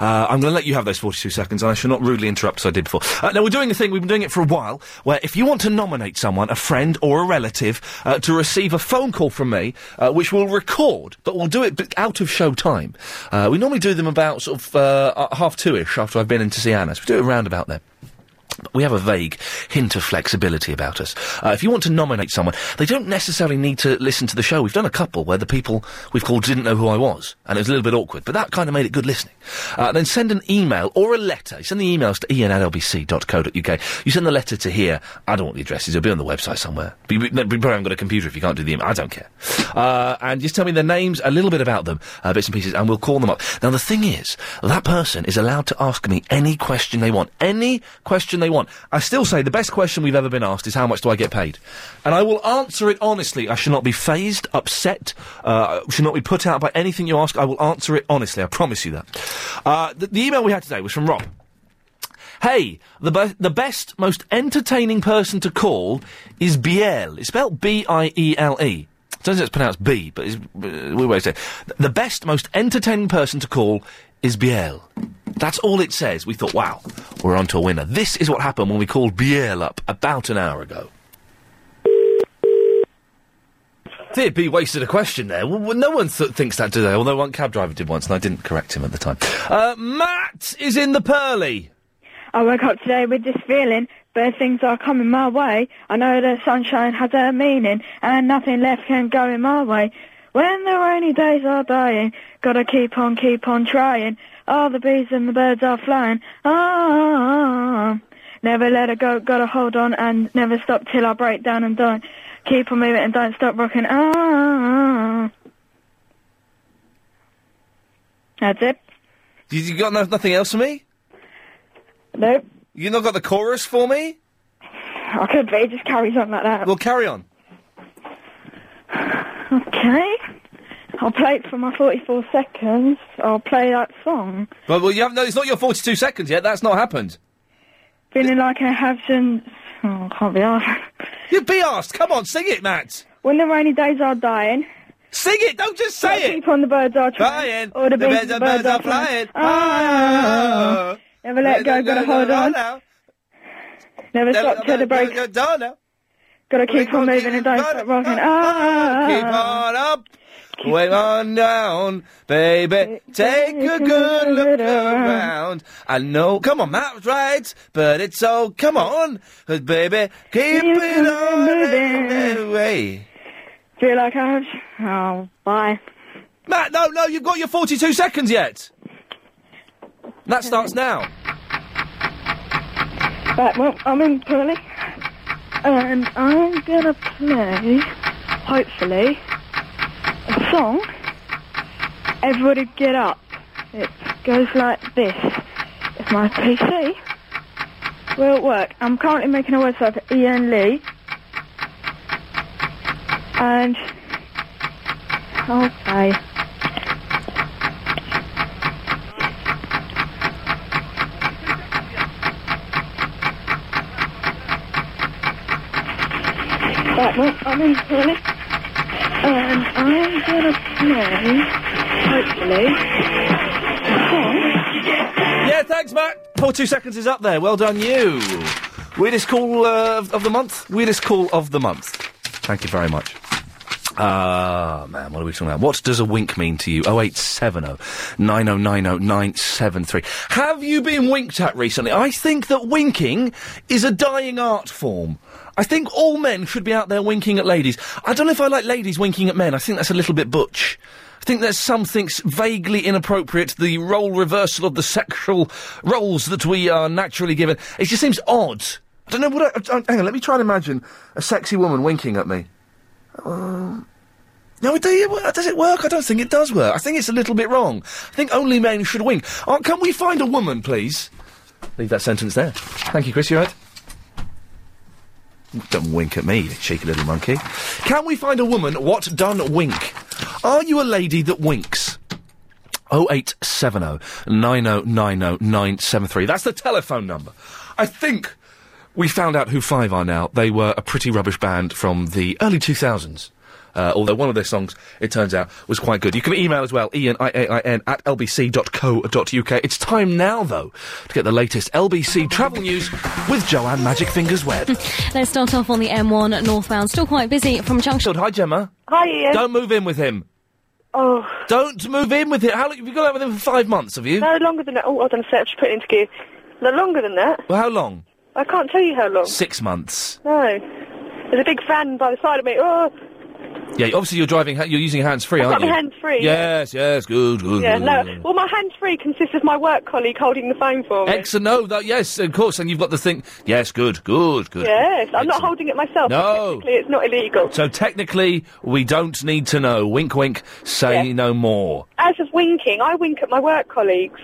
[SPEAKER 1] Uh, I'm going to let you have those 42 seconds, and I shall not rudely interrupt as I did before. Uh, now we're doing a thing. We've been doing it for a while, where if you want to nominate someone, a friend or a relative, uh, to receive a phone call from me, uh, which we'll record, but we'll do it b- out of show time. Uh, we normally do them about sort of uh, uh, half two-ish after I've been in to see Anna. So we do it around about then. We have a vague hint of flexibility about us. Uh, if you want to nominate someone, they don't necessarily need to listen to the show. We've done a couple where the people we've called didn't know who I was, and it was a little bit awkward, but that kind of made it good listening. Uh, then send an email or a letter. You send the emails to ian at lbc.co.uk. You send the letter to here. I don't want the addresses. It'll be on the website somewhere. But you you probably haven't got a computer if you can't do the email. I don't care. Uh, and just tell me their names, a little bit about them, uh, bits and pieces, and we'll call them up. Now, the thing is, that person is allowed to ask me any question they want. Any question they want. I still say the best question we've ever been asked is how much do I get paid? And I will answer it honestly. I should not be phased, upset, uh, should not be put out by anything you ask. I will answer it honestly. I promise you that. Uh, the, the email we had today was from Rob. Hey, the, be- the best, most entertaining person to call is Biel. It's spelled E B-I-E-L-E. Turns out it's pronounced B, but it's, uh, we always say the best, most entertaining person to call is Biel. That's all it says. We thought, wow, we're onto a winner. This is what happened when we called Biel up about an hour ago. Dear B wasted a question there. Well, well, no one th- thinks that, do they? Although one cab driver did once, and I didn't correct him at the time. Uh, Matt is in the pearly.
[SPEAKER 6] I woke up Oh today with this feeling, bad things are coming my way. I know the sunshine has a meaning, and nothing left can go in my way. When the rainy days are dying, gotta keep on, keep on trying. All the bees and the birds are flying. Ah, never let it go, gotta hold on and never stop till I break down and die. Keep on moving and don't stop rocking. Ah, that's it.
[SPEAKER 1] You, you got no- nothing else for me?
[SPEAKER 6] Nope.
[SPEAKER 1] You not got the chorus for me?
[SPEAKER 6] I could be. Just carries on like that.
[SPEAKER 1] Well, carry on.
[SPEAKER 6] Okay. I'll play it for my 44 seconds. I'll play that song.
[SPEAKER 1] Well, well, you haven't. No, it's not your forty-two seconds yet. That's not happened.
[SPEAKER 6] Feeling like I have since. Oh, I can't be arsed.
[SPEAKER 1] You be asked. Come on, sing it, Matt.
[SPEAKER 6] When the rainy days are dying.
[SPEAKER 1] Sing it. Don't just say it.
[SPEAKER 6] Keep on the birds are trying. Or the,
[SPEAKER 1] The
[SPEAKER 6] bees
[SPEAKER 1] birds
[SPEAKER 6] and
[SPEAKER 1] are-
[SPEAKER 6] the birds,
[SPEAKER 1] birds
[SPEAKER 6] are
[SPEAKER 1] are flying.
[SPEAKER 6] flying. Ah, never let go. Gotta hold on. Never stop till the break. Gotta keep on moving and don't stop rocking.
[SPEAKER 1] Keep
[SPEAKER 6] Ah.
[SPEAKER 1] on up. Way on down, baby. Take a good look around. I know. Come on, Matt's right, but it's all. Come on, 'cause baby. Keep it on away.
[SPEAKER 6] Feel like I have. Oh, bye.
[SPEAKER 1] Matt, no, no, you've got your 42 seconds yet. That starts now.
[SPEAKER 6] Right, well, I'm in Purley, and I'm gonna play, hopefully, a song. Everybody get up. It goes like this. It's my PC. Will it work? I'm currently making a website for Ian Lee, and okay. Right, well, I'm in Purley,
[SPEAKER 5] Um,
[SPEAKER 6] and I'm gonna play, hopefully, a song.
[SPEAKER 1] Yeah, thanks, Matt. 42 Oh, seconds is up there. Well done, you. Weirdest call uh, of- of the month. Weirdest call of the month. Thank you very much. Ah, man, what are we talking about? What does a wink mean to you? Oh, 0870 9090 973. Have you been winked at recently? I think that winking is a dying art form. I think all men should be out there winking at ladies. I don't know if I like ladies winking at men. I think that's a little bit butch. I think there's something s- vaguely inappropriate, the role reversal of the sexual roles that we are naturally given. It just seems odd. I don't know what I, I- Hang on, let me try and imagine a sexy woman winking at me. Um, no, it, do- it- does it work? I don't think it does work. I think it's a little bit wrong. I think only men should wink. Oh, can we find a woman, please? Leave that sentence there. Thank you, Chris. You all right? Don't wink at me, you cheeky little monkey. Can we find a woman? What done wink? Are you a lady that winks? 0870 9090 973. That's the telephone number. I think we found out who Five are now. They were a pretty rubbish band from the early 2000s. Uh, although one of their songs, it turns out, was quite good. You can email as well, ian, I-A-I-N, at lbc.co.uk. It's time now, though, to get the latest LBC travel news with Joanne Magic Fingers Webb.
[SPEAKER 11] Let's start off on the M1 northbound. Still quite busy from Junction.
[SPEAKER 1] Hi, Gemma.
[SPEAKER 11] Hi, Ian.
[SPEAKER 1] Don't move in with him.
[SPEAKER 3] Oh.
[SPEAKER 1] Don't move in with him. How long have you got out with him for five months? Have you?
[SPEAKER 3] No longer than that. Oh, hold on a sec. I've just put it into gear. No longer than that.
[SPEAKER 1] Well, how long?
[SPEAKER 3] I can't tell you how long.
[SPEAKER 1] Six months.
[SPEAKER 3] No. There's a big fan by the side of me. Oh,
[SPEAKER 1] Yeah, obviously you're driving. ha- You're using hands free,
[SPEAKER 3] I've
[SPEAKER 1] aren't
[SPEAKER 3] got my
[SPEAKER 1] you?
[SPEAKER 3] hands free, yeah.
[SPEAKER 1] Yes, yes, good, good.
[SPEAKER 3] yeah,
[SPEAKER 1] good,
[SPEAKER 3] no.
[SPEAKER 1] good.
[SPEAKER 3] Well, my hands free consists of my work colleague holding the phone for me.
[SPEAKER 1] Excellent. No, that, yes, of course. And you've got the thing. Yes, good, good, good.
[SPEAKER 3] Yes, I'm not holding it myself. but
[SPEAKER 1] No.
[SPEAKER 3] Technically, it's not illegal.
[SPEAKER 1] So technically, we don't need to know. Wink, wink. Say no more.
[SPEAKER 3] As of winking, I wink at my work colleagues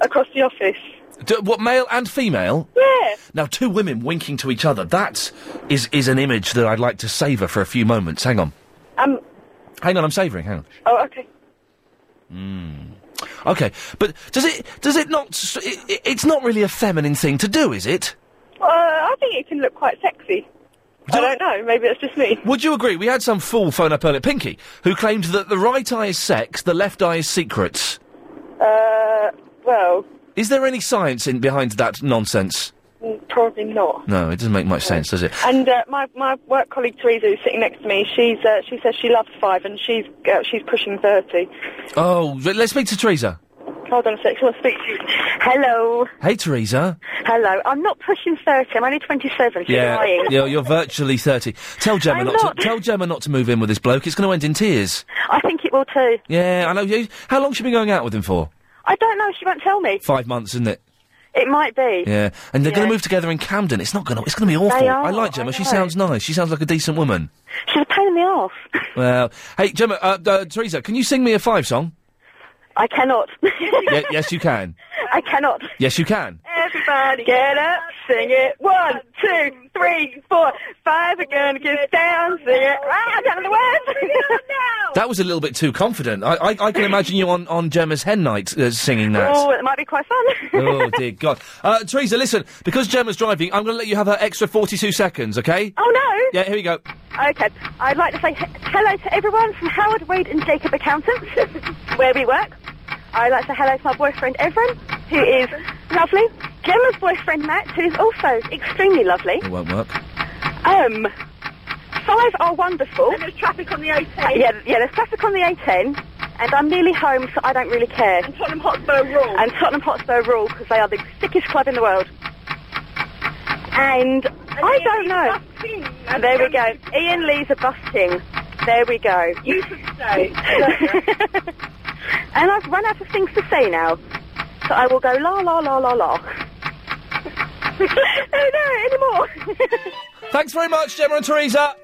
[SPEAKER 3] across the office.
[SPEAKER 1] D- what male and female?
[SPEAKER 3] Yeah.
[SPEAKER 1] Now, two women winking to each other. That is is an image that I'd like to savour for a few moments. Hang on.
[SPEAKER 3] Um.
[SPEAKER 1] Hang on. I'm savouring. Hang on.
[SPEAKER 3] Oh, okay.
[SPEAKER 1] Mm. Okay, but does it does it not? s- It, it- it's not really a feminine thing to do, is it?
[SPEAKER 3] Uh, I think it can look quite sexy. I don't know. Maybe that's just me.
[SPEAKER 1] Would you agree? We had some fool phone up earlier, Pinky, who claimed that the right eye is sex, the left eye is secrets.
[SPEAKER 3] Uh, well,
[SPEAKER 1] Is there any science in behind that nonsense?
[SPEAKER 3] mm, probably not.
[SPEAKER 1] No, it doesn't make much sense, does it?
[SPEAKER 3] And uh, my my work colleague Teresa, who's sitting next to me, she's uh, she says she loves five, and she's uh, she's pushing thirty.
[SPEAKER 1] Oh, but let's speak to Teresa.
[SPEAKER 3] Hold on a sec, she wants to speak to you. Hello,
[SPEAKER 1] Hey, Teresa.
[SPEAKER 3] hello. I'm not pushing thirty. I'm only twenty-seven.
[SPEAKER 1] Yeah, you're, you're virtually thirty. Tell Gemma
[SPEAKER 3] I'm
[SPEAKER 1] not,
[SPEAKER 3] not.
[SPEAKER 1] to tell Gemma not to move in with this bloke. It's going to end in tears.
[SPEAKER 3] I think it will too.
[SPEAKER 1] Yeah, I know. you- How long she been going out with him for?
[SPEAKER 3] I don't know. She won't tell me.
[SPEAKER 1] Five months, isn't it?
[SPEAKER 3] It might be.
[SPEAKER 1] Yeah, and they're going
[SPEAKER 3] Yeah.
[SPEAKER 1] to move together in Camden. It's not going to. It's going to be awful.
[SPEAKER 3] They
[SPEAKER 1] I
[SPEAKER 3] are,
[SPEAKER 1] like Gemma.
[SPEAKER 3] I
[SPEAKER 1] she
[SPEAKER 3] know.
[SPEAKER 1] sounds nice. She sounds like a decent woman.
[SPEAKER 3] She's a pain in the arse.
[SPEAKER 1] Well, hey Gemma, uh, uh, Teresa, can you sing me a five song?
[SPEAKER 3] I cannot.
[SPEAKER 1] Ye- yes, you can.
[SPEAKER 3] I cannot.
[SPEAKER 1] Yes, you can.
[SPEAKER 3] Everybody get up, sing it. One, two, three, four, five. We're gonna get down, sing it. Ah, I don't know the words.
[SPEAKER 1] That was a little bit too confident. I, I, I can imagine you on on Gemma's hen night uh, singing that.
[SPEAKER 3] Oh, it might be quite fun.
[SPEAKER 1] oh dear God, uh, Teresa, listen. Because Gemma's driving, I'm going to let you have her extra 42 seconds. Okay?
[SPEAKER 5] Oh,
[SPEAKER 1] Yeah, here we go.
[SPEAKER 5] no! Okay, I'd like to say he- hello to everyone from Howard Wade and Jacob Accountants, where we work. I'd like to say hello to my boyfriend Evren, who is lovely. Gemma's boyfriend Matt, who is also extremely lovely.
[SPEAKER 1] It won't work.
[SPEAKER 5] Um, five are wonderful. And there's traffic on the A10. Yeah, yeah, there's traffic on the A10, and I'm nearly home, so I don't really care. And Tottenham Hotspur rule. And Tottenham Hotspur rule because they are the sickest club in the world. And, I don't know. And there we go. Ian Lee's a busting. There we go. You should stay. and I've run out of things to say now, so I will go la la la la la. oh no, anymore.
[SPEAKER 1] Thanks very much, Gemma and Teresa.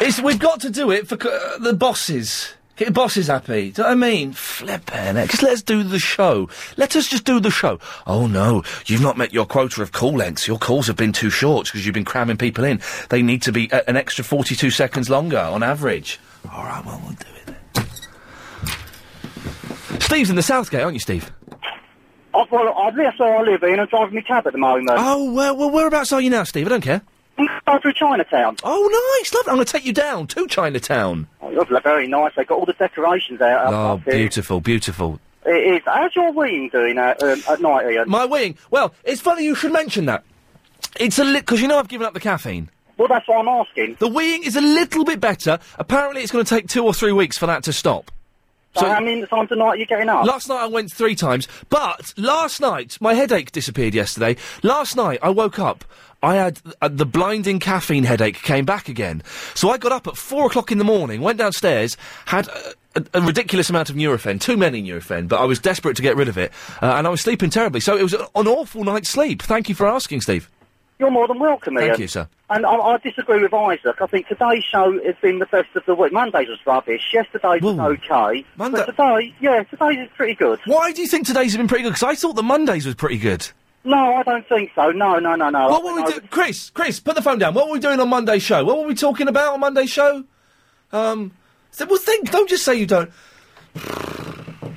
[SPEAKER 1] It's, we've got to do it for c- uh, the bosses. Get the bosses happy. Do you know what I mean? Flippin' heck. Just let us do the show. Let us just do the show. Oh no, you've not met your quota of call lengths. Your calls have been too short because you've been cramming people in. They need to be uh, an extra 42 seconds longer on average. All right, well, we'll do it then. Steve's in the Southgate, aren't you, Steve?
[SPEAKER 9] Oh, well, I've left where I live in. I'm driving my cab at the moment.
[SPEAKER 1] Oh, well, well, whereabouts are you now, Steve? I don't care.
[SPEAKER 9] I'm going through Chinatown.
[SPEAKER 1] Oh, nice. Lovely. I'm going to take you down to Chinatown.
[SPEAKER 9] Oh, lovely, very nice. They've got all the decorations out.
[SPEAKER 1] Oh,
[SPEAKER 9] Up here.
[SPEAKER 1] beautiful, beautiful.
[SPEAKER 9] It is. How's your wing doing at, um, at night, Ian?
[SPEAKER 1] My wing. Well, it's funny you should mention that. It's a lit because you know I've given up the caffeine.
[SPEAKER 12] Well, that's what I'm asking.
[SPEAKER 1] The weeing is a little bit better. Apparently, it's going to take two or three weeks for that to stop.
[SPEAKER 12] So, how many times a night are you getting up?
[SPEAKER 1] Last night I went three times, but last night my headache disappeared yesterday. Last night I woke up. I had uh, the blinding caffeine headache came back again. So I got up at four o'clock in the morning, went downstairs, had a, a, a ridiculous amount of Nurofen, too many Nurofen, but I was desperate to get rid of it, uh, and I was sleeping terribly. So it was a, an awful night's sleep. Thank you for asking, Steve.
[SPEAKER 12] You're more than welcome, Ian.
[SPEAKER 1] Thank you, sir.
[SPEAKER 12] And I, I disagree with Isaac. I think today's show has been the best of the week. Monday's was rubbish. Yesterday's was okay. Monday. But today, yeah, today's is pretty good.
[SPEAKER 1] Why do you think today's have been pretty good? Because I thought the Mondays was pretty good.
[SPEAKER 12] No, I don't think so. No, no, no, no.
[SPEAKER 1] What were we doing? Chris, Chris, put the phone down. What were we doing on Monday's show? What were we talking about on Monday's show? Um, th- well, think. Don't just say you don't.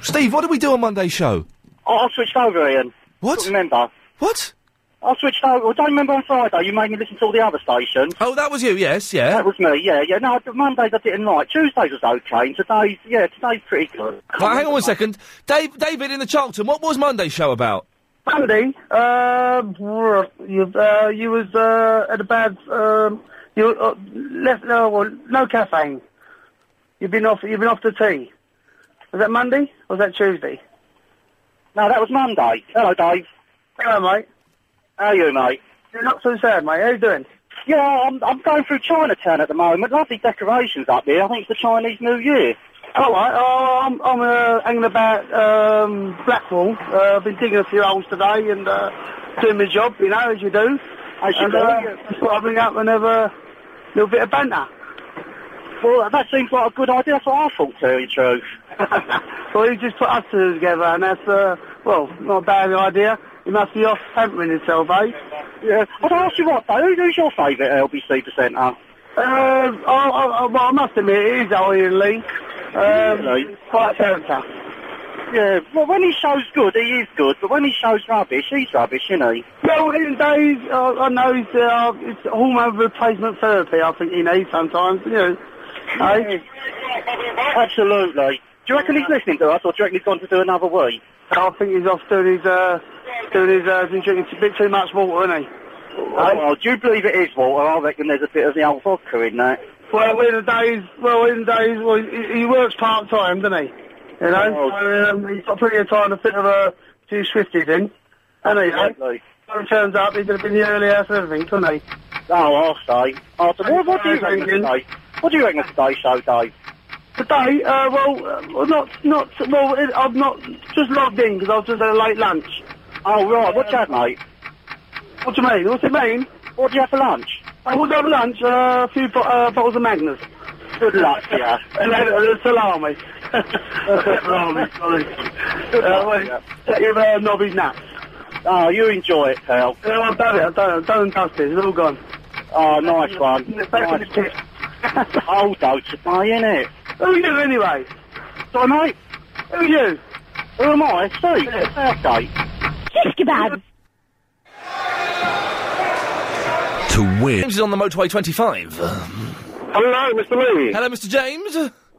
[SPEAKER 1] Steve, what did we do on Monday's show?
[SPEAKER 12] I, I switched over, Ian.
[SPEAKER 1] What?
[SPEAKER 12] Don't remember.
[SPEAKER 1] What?
[SPEAKER 12] I switched over. Well, don't remember on Friday you made me listen to all the other stations.
[SPEAKER 1] Oh, that was you, yes, yeah.
[SPEAKER 12] That was me, yeah, yeah. No, th- Mondays I didn't like. Tuesdays was okay. And today's, yeah, today's pretty good.
[SPEAKER 1] Right, hang on one second. Dave, David in the Charlton, what was Monday's show about?
[SPEAKER 13] Monday, uh, you, uh, you was uh, at a bad, um, you uh, left no, well, no caffeine. You've been off. You've been off the tea. Was that Monday or was that Tuesday?
[SPEAKER 12] No, that was Monday. Hello, Dave.
[SPEAKER 13] Hello, mate.
[SPEAKER 12] How are you, mate?
[SPEAKER 13] You're not so sad, mate. How you doing?
[SPEAKER 12] Yeah, I'm, I'm going through Chinatown at the moment. Lovely decorations up there. I think it's the Chinese New Year.
[SPEAKER 13] All right. Oh, I'm, I'm uh, hanging about um, Blackwall. Uh, I've been digging a few holes today and uh, doing my job, you know, as you do.
[SPEAKER 12] As you
[SPEAKER 13] and,
[SPEAKER 12] do,
[SPEAKER 13] Uh,
[SPEAKER 12] yeah.
[SPEAKER 13] just thought I'd ring up and have a little bit of banter.
[SPEAKER 12] Well, that seems like a good idea. That's what I thought, to tell you the truth.
[SPEAKER 13] Well, you just put us two together, and that's uh, well, not a bad idea. You must be off pampering yourself, eh?
[SPEAKER 12] Yeah. I'd ask you what, though. Who's your favourite LBC presenter?
[SPEAKER 13] Uh, I, I, well, I must admit, it is Ian Lee. Um,
[SPEAKER 12] Really?
[SPEAKER 13] Quite a character.
[SPEAKER 12] Yeah, well, when he shows good, he is good, but when he shows rubbish, he's rubbish, isn't he?
[SPEAKER 13] Well, in days, uh, I know it's, uh, it's hormone replacement therapy. I think you need sometimes, you know. eh?
[SPEAKER 12] Absolutely. Do you reckon he's listening to us, or do you reckon he's gone to do another week?
[SPEAKER 13] I think he's off doing his, uh, doing his, uh, been drinking a bit too much water, isn't he?
[SPEAKER 12] Oh, well, do you believe it is, Walter? I reckon there's a bit of the old vodka in that.
[SPEAKER 13] Well, in the days, well, in the days, well, he, he works part time, doesn't he? You
[SPEAKER 12] Oh.
[SPEAKER 13] know, so, um, he's got plenty of time to fit of a few swifties in, and he, you know,
[SPEAKER 12] Absolutely.
[SPEAKER 13] when he turns up, he's going to be in the early hours and everything, couldn't he?
[SPEAKER 12] Oh, I'll say. I'll say. What, what do you
[SPEAKER 13] Sorry,
[SPEAKER 12] reckon
[SPEAKER 13] Ian.
[SPEAKER 12] today? What do you reckon of today's show, Dave?
[SPEAKER 13] Today, uh, well, uh, well, not, not, well, it, I've not just logged in because I've just had a late lunch.
[SPEAKER 12] Oh, right, what you had, mate?
[SPEAKER 13] What do you mean? What do you mean?
[SPEAKER 12] What do you have for lunch?
[SPEAKER 13] I was having lunch, uh, a few bo- uh, bottles of Magnus.
[SPEAKER 12] Good luck to you.
[SPEAKER 13] And then uh, salami. salami, sorry. Uh, wait, take your uh, knobby nuts.
[SPEAKER 12] Oh, you enjoy it, pal.
[SPEAKER 13] No, I've done it, I've done it, I've done and dusted, it's all gone.
[SPEAKER 12] Oh, nice one.
[SPEAKER 13] Back in the
[SPEAKER 12] Nice.
[SPEAKER 13] pit.
[SPEAKER 14] Oh,
[SPEAKER 12] Old dog today, innit?
[SPEAKER 13] Who are you anyway?
[SPEAKER 12] Sorry, mate.
[SPEAKER 13] Who are you?
[SPEAKER 12] Who am I? Steve. It's birthday.
[SPEAKER 13] Shish kebab.
[SPEAKER 1] To win. James is on the motorway 25. Hello, Mr. Lee. Hello, Mr. James.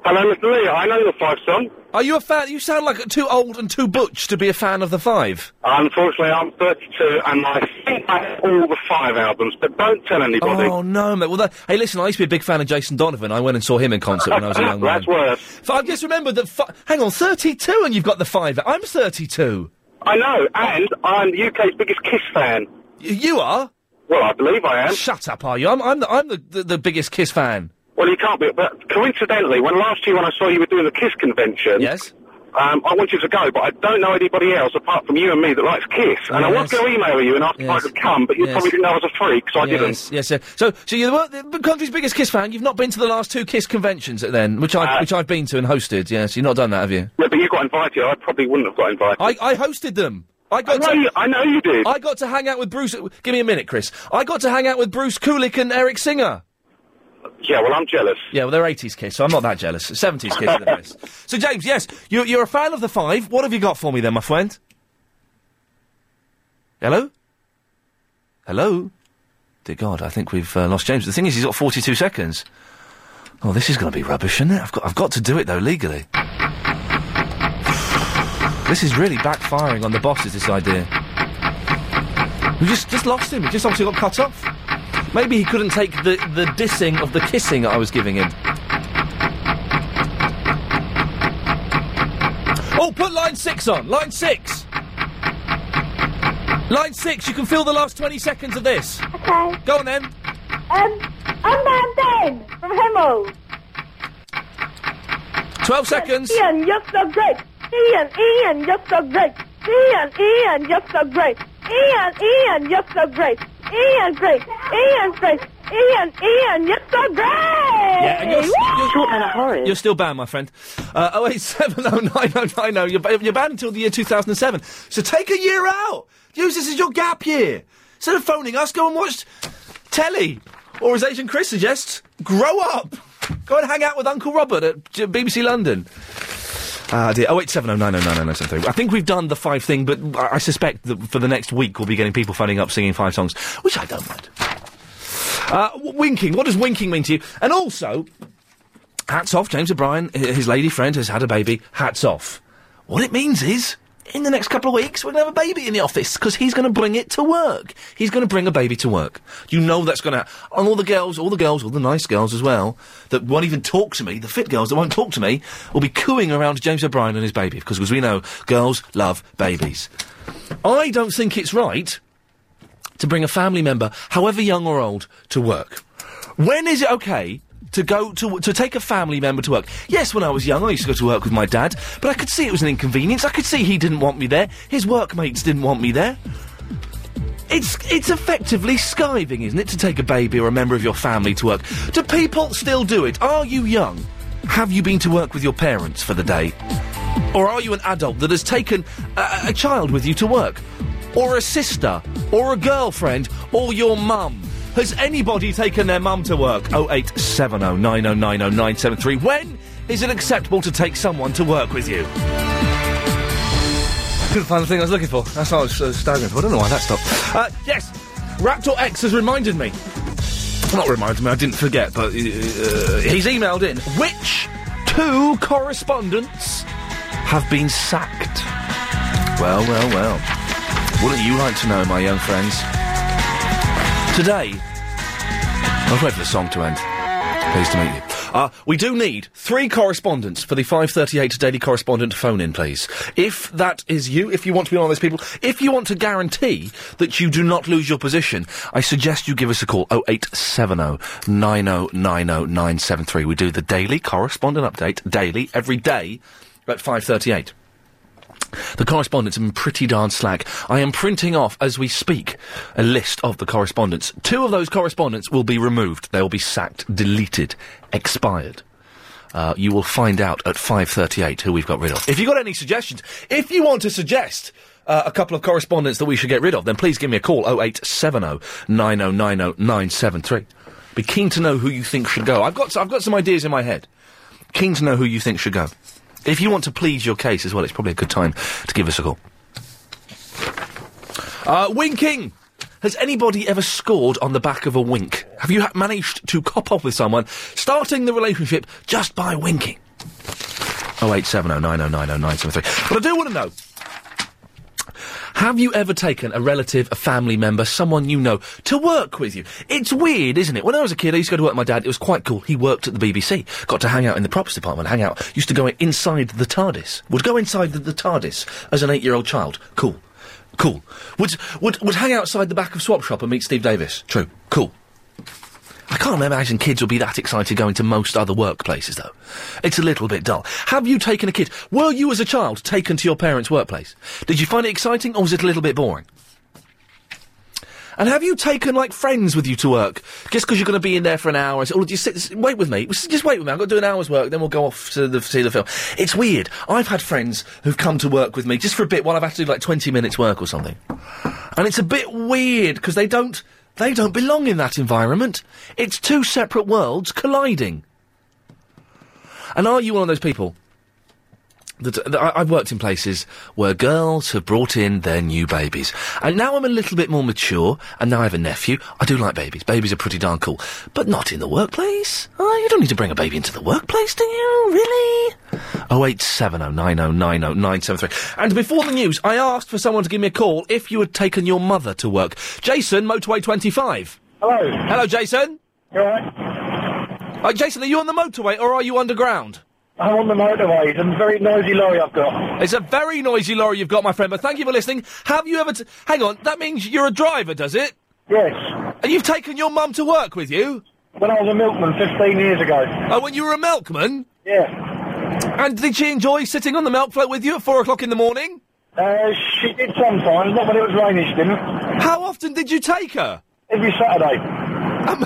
[SPEAKER 1] Hello, Mr. Lee. I know you're five son. Are you a fan? You sound like too old and too butch to be a fan of the five.
[SPEAKER 14] Unfortunately, I'm 32 and I think I have all the five albums, but don't tell anybody.
[SPEAKER 1] Oh no, mate. Well, that, hey, listen. I used to be a big fan of Jason Donovan. I went and saw him in concert when I was a young man.
[SPEAKER 14] That's worse.
[SPEAKER 1] F- I've just remembered that. Fi- hang on, thirty-two, and you've got the five. I'm thirty-two.
[SPEAKER 14] I know, and I'm the UK's biggest Kiss fan.
[SPEAKER 1] you are.
[SPEAKER 14] Well, I believe I am.
[SPEAKER 1] Shut up, are you? I'm, I'm the I'm the, the, the biggest Kiss fan.
[SPEAKER 14] Well, you can't be, but coincidentally, when last year when I saw you were doing the Kiss convention, yes, um, I wanted to go, but I don't know anybody else apart from you and me that likes Kiss, and I
[SPEAKER 1] Yes.
[SPEAKER 14] was going to email you and ask if I
[SPEAKER 1] Yes.
[SPEAKER 14] could come, but you
[SPEAKER 1] Yes.
[SPEAKER 14] probably didn't know I was a freak, so I
[SPEAKER 1] yes, yes, yes. So, so you're the, wor- the country's biggest Kiss fan. You've not been to the last two Kiss conventions, then, which
[SPEAKER 14] Uh,
[SPEAKER 1] I have which I've been to and hosted. Yes, you've not done that, have you?
[SPEAKER 14] didn't. Yeah, but you got invited. I probably wouldn't have got invited.
[SPEAKER 1] I, I hosted them. I got.
[SPEAKER 14] I know
[SPEAKER 1] to,
[SPEAKER 14] you- I know you did.
[SPEAKER 1] I got to hang out with Bruce. Give me a minute, Chris. I got to hang out with Bruce Kulick and Eric Singer.
[SPEAKER 14] yeah, well, I'm jealous.
[SPEAKER 1] Yeah, well, they're 80s Kiss, so I'm not that jealous. 70s Kiss are the best. So, James, yes, you're, you're a fan of the five. What have you got for me then, my friend? Hello? Hello? Dear God, I think we've uh, lost James. The thing is, he's got 42 seconds. Oh, this is going to be rubbish, isn't it? I've got, I've got to do it, though, legally. This is really backfiring on the bosses, this idea. We just, just lost him. We just obviously got cut off. Maybe he couldn't take the, the dissing of the kissing I was giving him. Oh, put line six on. Line six. Line six. You can feel the last twenty seconds of this.
[SPEAKER 15] Okay.
[SPEAKER 1] Go on then.
[SPEAKER 15] Um, I'm Van Ben from Hemel.
[SPEAKER 1] Twelve seconds.
[SPEAKER 15] Ian, you're so great. Ian, Ian, you're so great. Ian, Ian, you're so great. Ian, Ian, you're so great. Ian, great. Ian, great. Ian, Ian, you're so great.
[SPEAKER 1] Yeah, and you're, you're, you're, still banned, my friend. Uh, 087090990. You're, ba- you're banned until the year 2007. So take a year out. Use this as your gap year. Instead of phoning us, go and watch telly. Or as Asian Chris suggests, grow up. Go and hang out with Uncle Robert at J- BBC London. Ah, dear. 08709090973. I think we've done the five thing, but I I suspect that for the next week we'll be getting people phoning up singing five songs, which I don't mind. Uh, w- winking. What does winking mean to you? And also, hats off. James O'Brien, h- his lady friend, has had a baby. Hats off. What it means is, in the next couple of weeks, we're going to have a baby in the office because he's going to bring it to work. He's going to bring a baby to work. You know that's going to. And all the girls, all the girls, all the nice girls as well, that won't even talk to me, the fit girls that won't talk to me, will be cooing around James O'Brien and his baby because, as we know, girls love babies. I don't think it's right to bring a family member, however young or old, to work? When is it okay to go to to take a family member to work? Yes, when I was young, I used to go to work with my dad, but I could see it was an inconvenience. I could see he didn't want me there. His workmates didn't want me there. It's it's effectively skiving, isn't it, to take a baby or a member of your family to work? Do people still do it? Are you young? Have you been to work with your parents for the day? Or are you an adult that has taken a, a child with you to work? Or a sister? Or a girlfriend? Or your mum? Has anybody taken their mum to work? Oh, 08709090973. When is it acceptable to take someone to work with you? Couldn't find the thing I was looking for. That's what I was uh, staggering for. I don't know why that stopped. Uh, yes, Raptor X has reminded me. Not reminded me, I didn't forget, but uh, he's emailed in. Which two correspondents have been sacked? Well, well, well. Wouldn't you like to know, my young friends? Today, I was waiting for the song to end. Pleased to meet you. Uh, we do need three correspondents for the 538 Daily Correspondent phone in, please. If that is you, if you want to be one of those people, if you want to guarantee that you do not lose your position, I suggest you give us a call 0870 9090973. We do the Daily Correspondent Update daily, every day at 538. The correspondents have been pretty darn slack. I am printing off, as we speak, a list of the correspondents. Two of those correspondents will be removed. They will be sacked, deleted, expired. Uh, you will find out at 5.38 who we've got rid of. If you've got any suggestions, if you want to suggest uh, a couple of correspondents that we should get rid of, then please give me a call, 0870 9090973. Be keen to know who you think should go. I've got, I've got some ideas in my head. Keen to know who you think should go. If you want to plead your case as well, it's probably a good time to give us a call. Uh, winking! Has anybody ever scored on the back of a wink? Have you ha- managed to cop off with someone, starting the relationship just by winking? Oh, 087090900973. But I do want to know. Have you ever taken a relative, a family member, someone you know, to work with you? It's weird, isn't it? When I was a kid, I used to go to work with my dad. It was quite cool. He worked at the BBC. Got to hang out in the props department, hang out. Used to go inside the TARDIS. Would go inside the, the TARDIS as an eight year old child. Cool. Cool. Would, would, would hang outside the back of Swap Shop and meet Steve Davis. True. Cool. I can't imagine kids will be that excited going to most other workplaces, though. It's a little bit dull. Have you taken a kid? Were you, as a child, taken to your parents' workplace? Did you find it exciting, or was it a little bit boring? And have you taken, like, friends with you to work? Just because you're going to be in there for an hour and say, oh, just sit, wait with me. Just wait with me. I've got to do an hour's work, then we'll go off to the, see the film. It's weird. I've had friends who've come to work with me just for a bit while I've had to do, like, 20 minutes work or something. And it's a bit weird, because they don't, they don't belong in that environment. It's two separate worlds colliding. And are you one of those people that, that I, I've worked in places where girls have brought in their new babies. And now I'm a little bit more mature, and now I have a nephew. I do like babies. Babies are pretty darn cool. But not in the workplace. Oh, you don't need to bring a baby into the workplace, do you? Really? 087090900973. And before the news, I asked for someone to give me a call if you had taken your mother to work. Jason, Motorway 25. Hello. Hello, Jason. You alright? Uh, Jason, are you on the motorway or are you underground?
[SPEAKER 16] I'm on the motorway. It's a very noisy lorry I've got.
[SPEAKER 1] It's a very noisy lorry you've got, my friend, but thank you for listening. Have you ever. T- Hang on, that means you're a driver, does it?
[SPEAKER 16] Yes.
[SPEAKER 1] And you've taken your mum to work with you?
[SPEAKER 16] When I was a milkman 15 years ago.
[SPEAKER 1] Oh, when you were a milkman?
[SPEAKER 16] Yeah.
[SPEAKER 1] And did she enjoy sitting on the milk float with you at four o'clock in the morning?
[SPEAKER 16] Uh, she did sometimes, not when it was raining, she didn't.
[SPEAKER 1] How often did you take her?
[SPEAKER 16] Every Saturday.
[SPEAKER 1] Um,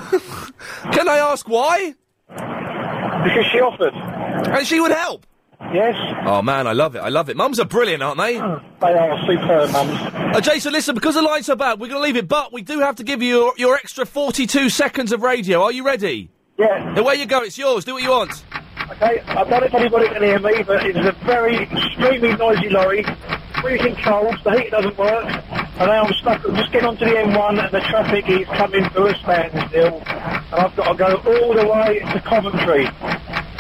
[SPEAKER 1] Can I ask why?
[SPEAKER 16] Because she offered.
[SPEAKER 1] And she would help?
[SPEAKER 16] Yes.
[SPEAKER 1] Oh man, I love it. I love it. Mums are brilliant, aren't they?
[SPEAKER 16] They are superb, mums.
[SPEAKER 1] Uh, Jason, listen, because the line's so bad, we're going to leave it, but we do have to give you your, your extra 42 seconds of radio. Are you ready?
[SPEAKER 16] Yeah.
[SPEAKER 1] Away you go, it's yours. Do what you want.
[SPEAKER 16] Okay, I don't know if anybody can hear me, but it is a very extremely noisy lorry. Freezing cold, the heat doesn't work, and now I'm stuck. I'm just getting onto the M1, and the traffic is coming to a standstill, and I've got to go all the way to Coventry,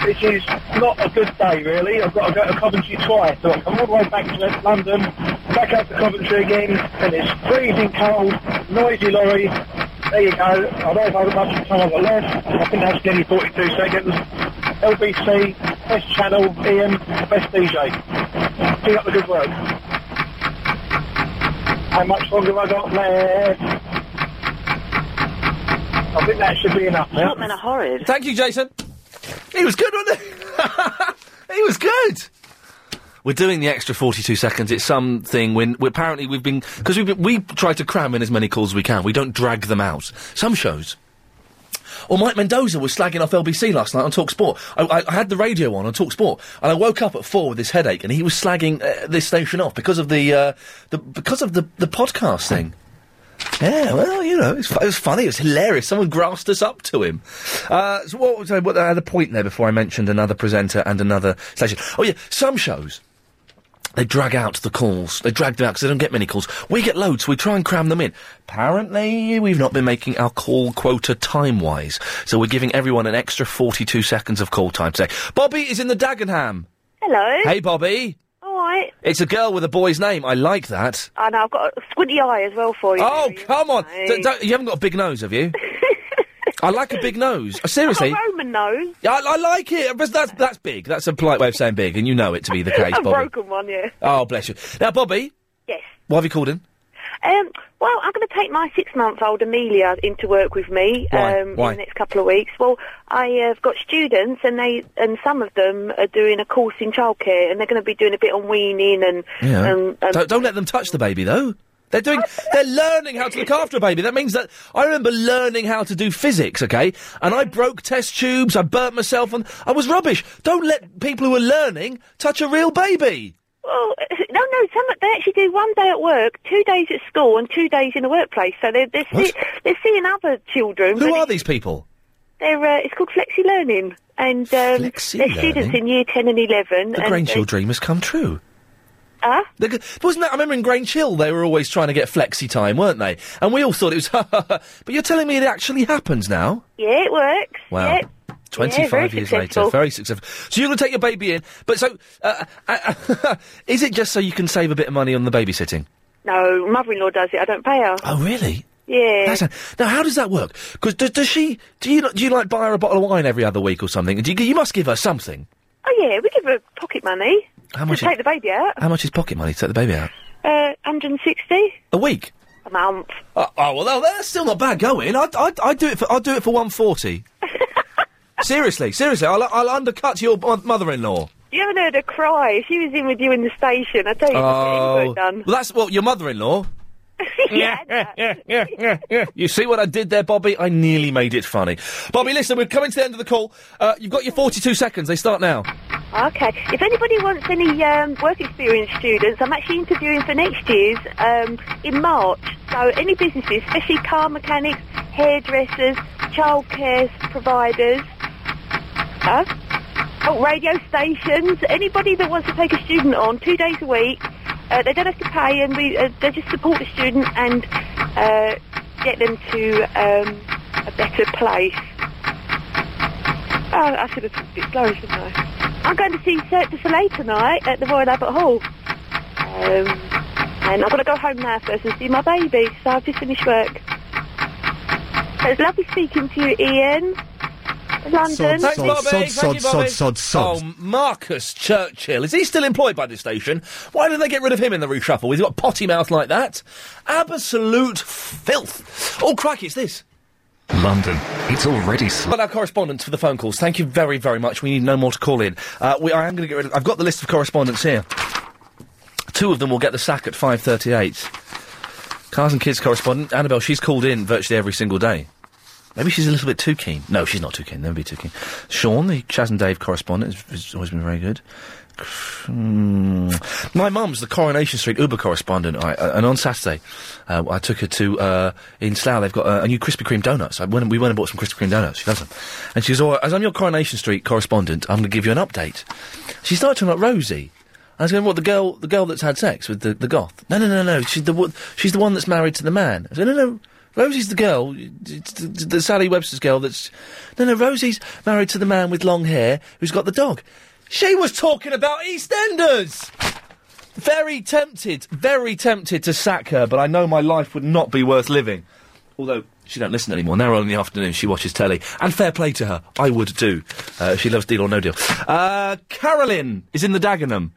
[SPEAKER 16] which is not a good day really. I've got to go to Coventry twice, so I come all the way back to London, back up to Coventry again, and it's freezing cold, noisy lorry. There you go. I don't know how much time I've got left. I think that's nearly 42 seconds. LBC, best channel, Ian, best DJ. Keep up the good work. How much longer have I got left? I think that should be enough now.
[SPEAKER 1] men are horrid. Thank you, Jason. He was good, wasn't he? he was good. We're doing the extra 42 seconds. It's something when we apparently we've been because we we try to cram in as many calls as we can. We don't drag them out. Some shows. Or Mike Mendoza was slagging off LBC last night on Talk Sport. I, I, I had the radio on on Talk Sport, and I woke up at four with this headache, and he was slagging uh, this station off because of the uh, the because of the the podcast thing. Yeah, well, you know, it was, fu- it was funny. It was hilarious. Someone grassed us up to him. Uh, so what was I, what, I had a point there before I mentioned another presenter and another station. Oh yeah, some shows. They drag out the calls. They drag them out because they don't get many calls. We get loads. We try and cram them in. Apparently, we've not been making our call quota time-wise, so we're giving everyone an extra 42 seconds of call time today. Bobby is in the Dagenham.
[SPEAKER 3] Hello.
[SPEAKER 1] Hey, Bobby.
[SPEAKER 3] All right.
[SPEAKER 1] It's a girl with a boy's name. I like that.
[SPEAKER 3] And I've got a squinty eye as well for you.
[SPEAKER 1] Oh, come on. D- don't- you haven't got a big nose, have you? I like a big nose. Uh, Seriously.
[SPEAKER 3] A Roman nose.
[SPEAKER 1] Yeah, I, I like it. But that's, that's big. That's a polite way of saying big, and you know it to be the case,
[SPEAKER 3] a
[SPEAKER 1] Bobby.
[SPEAKER 3] broken one, yeah.
[SPEAKER 1] Oh, bless you. Now, Bobby,
[SPEAKER 3] Yes.
[SPEAKER 1] why have you called in?
[SPEAKER 3] Um, well, I'm going to take my six-month-old Amelia into work with me
[SPEAKER 1] Why?
[SPEAKER 3] Um,
[SPEAKER 1] Why?
[SPEAKER 3] in the next couple of weeks. Well, I uh, have got students, and they and some of them are doing a course in childcare, and they're going to be doing a bit on weaning and
[SPEAKER 1] Yeah.
[SPEAKER 3] and, and
[SPEAKER 1] don't, don't let them touch the baby, though. They're doing. They're learning how to look after a baby. That means that I remember learning how to do physics. Okay, and I broke test tubes. I burnt myself, and I was rubbish. Don't let people who are learning touch a real baby.
[SPEAKER 3] Well, no, no. Some they actually do one day at work, two days at school, and two days in the workplace. So they're they're, see, they're seeing other children.
[SPEAKER 1] Who
[SPEAKER 3] but
[SPEAKER 1] are these people?
[SPEAKER 3] They're uh, it's called flexi learning, and um, they're students
[SPEAKER 1] Flexi-learning?
[SPEAKER 3] in year ten and eleven.
[SPEAKER 1] The
[SPEAKER 3] and,
[SPEAKER 1] Grange Hill
[SPEAKER 3] uh,
[SPEAKER 1] dream has come true.
[SPEAKER 3] Huh?
[SPEAKER 1] The g- wasn't that? I remember in Grange Hill they were always trying to get flexi time, weren't they? And we all thought it was. but you're telling me it actually happens now.
[SPEAKER 3] yeah, it works.
[SPEAKER 1] Wow.
[SPEAKER 3] Yeah. Yeah,
[SPEAKER 1] 25
[SPEAKER 3] very
[SPEAKER 1] years
[SPEAKER 3] successful.
[SPEAKER 1] later, very successful. So you're going to take your baby in, but so, uh, uh, is it just so you can save a bit of money on the babysitting?
[SPEAKER 3] No, mother-in-law does it. I don't pay her.
[SPEAKER 1] Oh, really?
[SPEAKER 3] Yeah.
[SPEAKER 1] That's a- now, how does that work? Because does, does she, do you, do you like buy her a bottle of wine every other week or something? Do you, you must give her something.
[SPEAKER 3] oh yeah, we give her pocket money
[SPEAKER 1] How much
[SPEAKER 3] to
[SPEAKER 1] is-
[SPEAKER 3] take the baby out.
[SPEAKER 1] How much is pocket money to take the baby out?
[SPEAKER 3] Uh, hundred and sixty
[SPEAKER 1] A week?
[SPEAKER 3] a month.
[SPEAKER 1] Oh, oh well, that- that's still not bad going. I'd, I'd, I'd do it for, I'd do it for 140. seriously, seriously, I'll, I'll undercut your mo- mother-in-law.
[SPEAKER 3] You haven't heard her cry. She was in with you in the station. I tell you,
[SPEAKER 1] Oh,
[SPEAKER 3] nothing good done.
[SPEAKER 1] well, that's what your mother-in-law.
[SPEAKER 3] yeah,
[SPEAKER 1] yeah, yeah, yeah, yeah. You see what I did there, Bobby? I nearly made it funny. Bobby, listen, we're coming to the end of the call. Uh, you've got your 42 seconds. They start now.
[SPEAKER 3] Okay. If anybody wants any um, work experience students, I'm actually interviewing for next year's um, in March. So any businesses, especially car mechanics, hairdressers, childcare providers, huh? oh, radio stations, anybody that wants to take a student on two days a week, uh, they don't have to pay, and we uh, they just support the student and uh, get them to um, a better place. Oh, I should have talked a bit slower, shouldn't I? I'm going to see Cirque du Soleil tonight at the Royal Albert Hall. Um, and I've got to go home now first and see my baby, so I've just finished work. It's lovely speaking to you, Ian.
[SPEAKER 1] Sod,
[SPEAKER 3] London.
[SPEAKER 1] Thanks, sod, Bobby. sod, Thank sod, you, Bobby. sod, Oh, Marcus Churchill. Is he still employed by this station? Why didn't they get rid of him in the reshuffle? He's got potty mouth like that. Absolute filth. Oh, crikey, it's this.
[SPEAKER 17] London. It's already sl-
[SPEAKER 1] But our correspondence for the phone calls. Thank you very, very much. We need no more to call in. Uh, we, I am going to get rid of... I've got the list of correspondence here. Two of them will get the sack at 5.38. Cars and Kids correspondent, Annabelle, she's called in virtually every single day. Maybe she's a little bit too keen. No, she's not too keen. Never be too keen. Sean, the Chaz and Dave correspondent, has, has always been very good. Hmm. My mum's the Coronation Street Uber correspondent, I, uh, and on Saturday, uh, I took her to uh, in Slough. They've got uh, a new Krispy Kreme donuts. I went, we went and bought some Krispy Kreme donuts. She loves them, and she goes, "Oh, as I'm your Coronation Street correspondent, I'm going to give you an update." She started talking about Rosie. I was going, "What the girl? The girl that's had sex with the, the goth?" No, no, no, no. She's the wo- she's the one that's married to the man. I said, "No, no." Rosie's the girl, it's the- the Sally Webster's girl. That's no, no. Rosie's married to the man with long hair who's got the dog. She was talking about EastEnders. Very tempted, very tempted to sack her, but I know my life would not be worth living. Although she don't listen anymore. Now on in the afternoon, she watches telly. And fair play to her, I would too. Uh, she loves Deal or No Deal. Uh, Carolyn is in the Dagenham.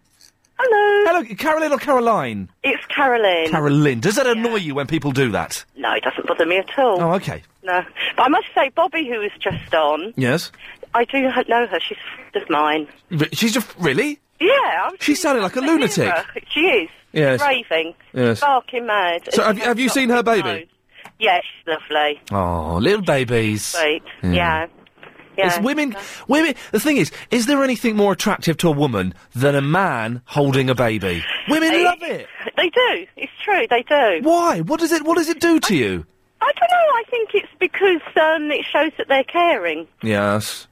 [SPEAKER 1] Hello. Hello, Carolyn or Caroline?
[SPEAKER 18] It's Caroline.
[SPEAKER 1] Carolyn. Does that annoy you when people do that?
[SPEAKER 18] no, it doesn't bother me at all.
[SPEAKER 1] Oh, okay.
[SPEAKER 18] No. But I must say, Bobby, who was just on,
[SPEAKER 1] Yes.
[SPEAKER 18] I do h- know her. She's a friend of mine.
[SPEAKER 1] R- She's just really.
[SPEAKER 18] Yeah, I'm
[SPEAKER 1] She sounded like a lunatic.
[SPEAKER 18] her. She is.
[SPEAKER 1] Yes.
[SPEAKER 18] Raving.
[SPEAKER 1] Yes.
[SPEAKER 18] Barking mad.
[SPEAKER 1] So have, you- have you seen her baby?
[SPEAKER 18] Yes, lovely.
[SPEAKER 1] Oh, little babies.
[SPEAKER 18] Sweet.
[SPEAKER 1] Yeah.
[SPEAKER 18] Yeah. yeah.
[SPEAKER 1] It's women, women. The thing is, is there anything more attractive to a woman than a man holding a baby? Women
[SPEAKER 18] They-
[SPEAKER 1] love it.
[SPEAKER 18] They do. It's true. They do.
[SPEAKER 1] Why? What does it? What does it do to you?
[SPEAKER 18] I don't know. I think it's because um, it shows that they're caring.
[SPEAKER 1] Yes.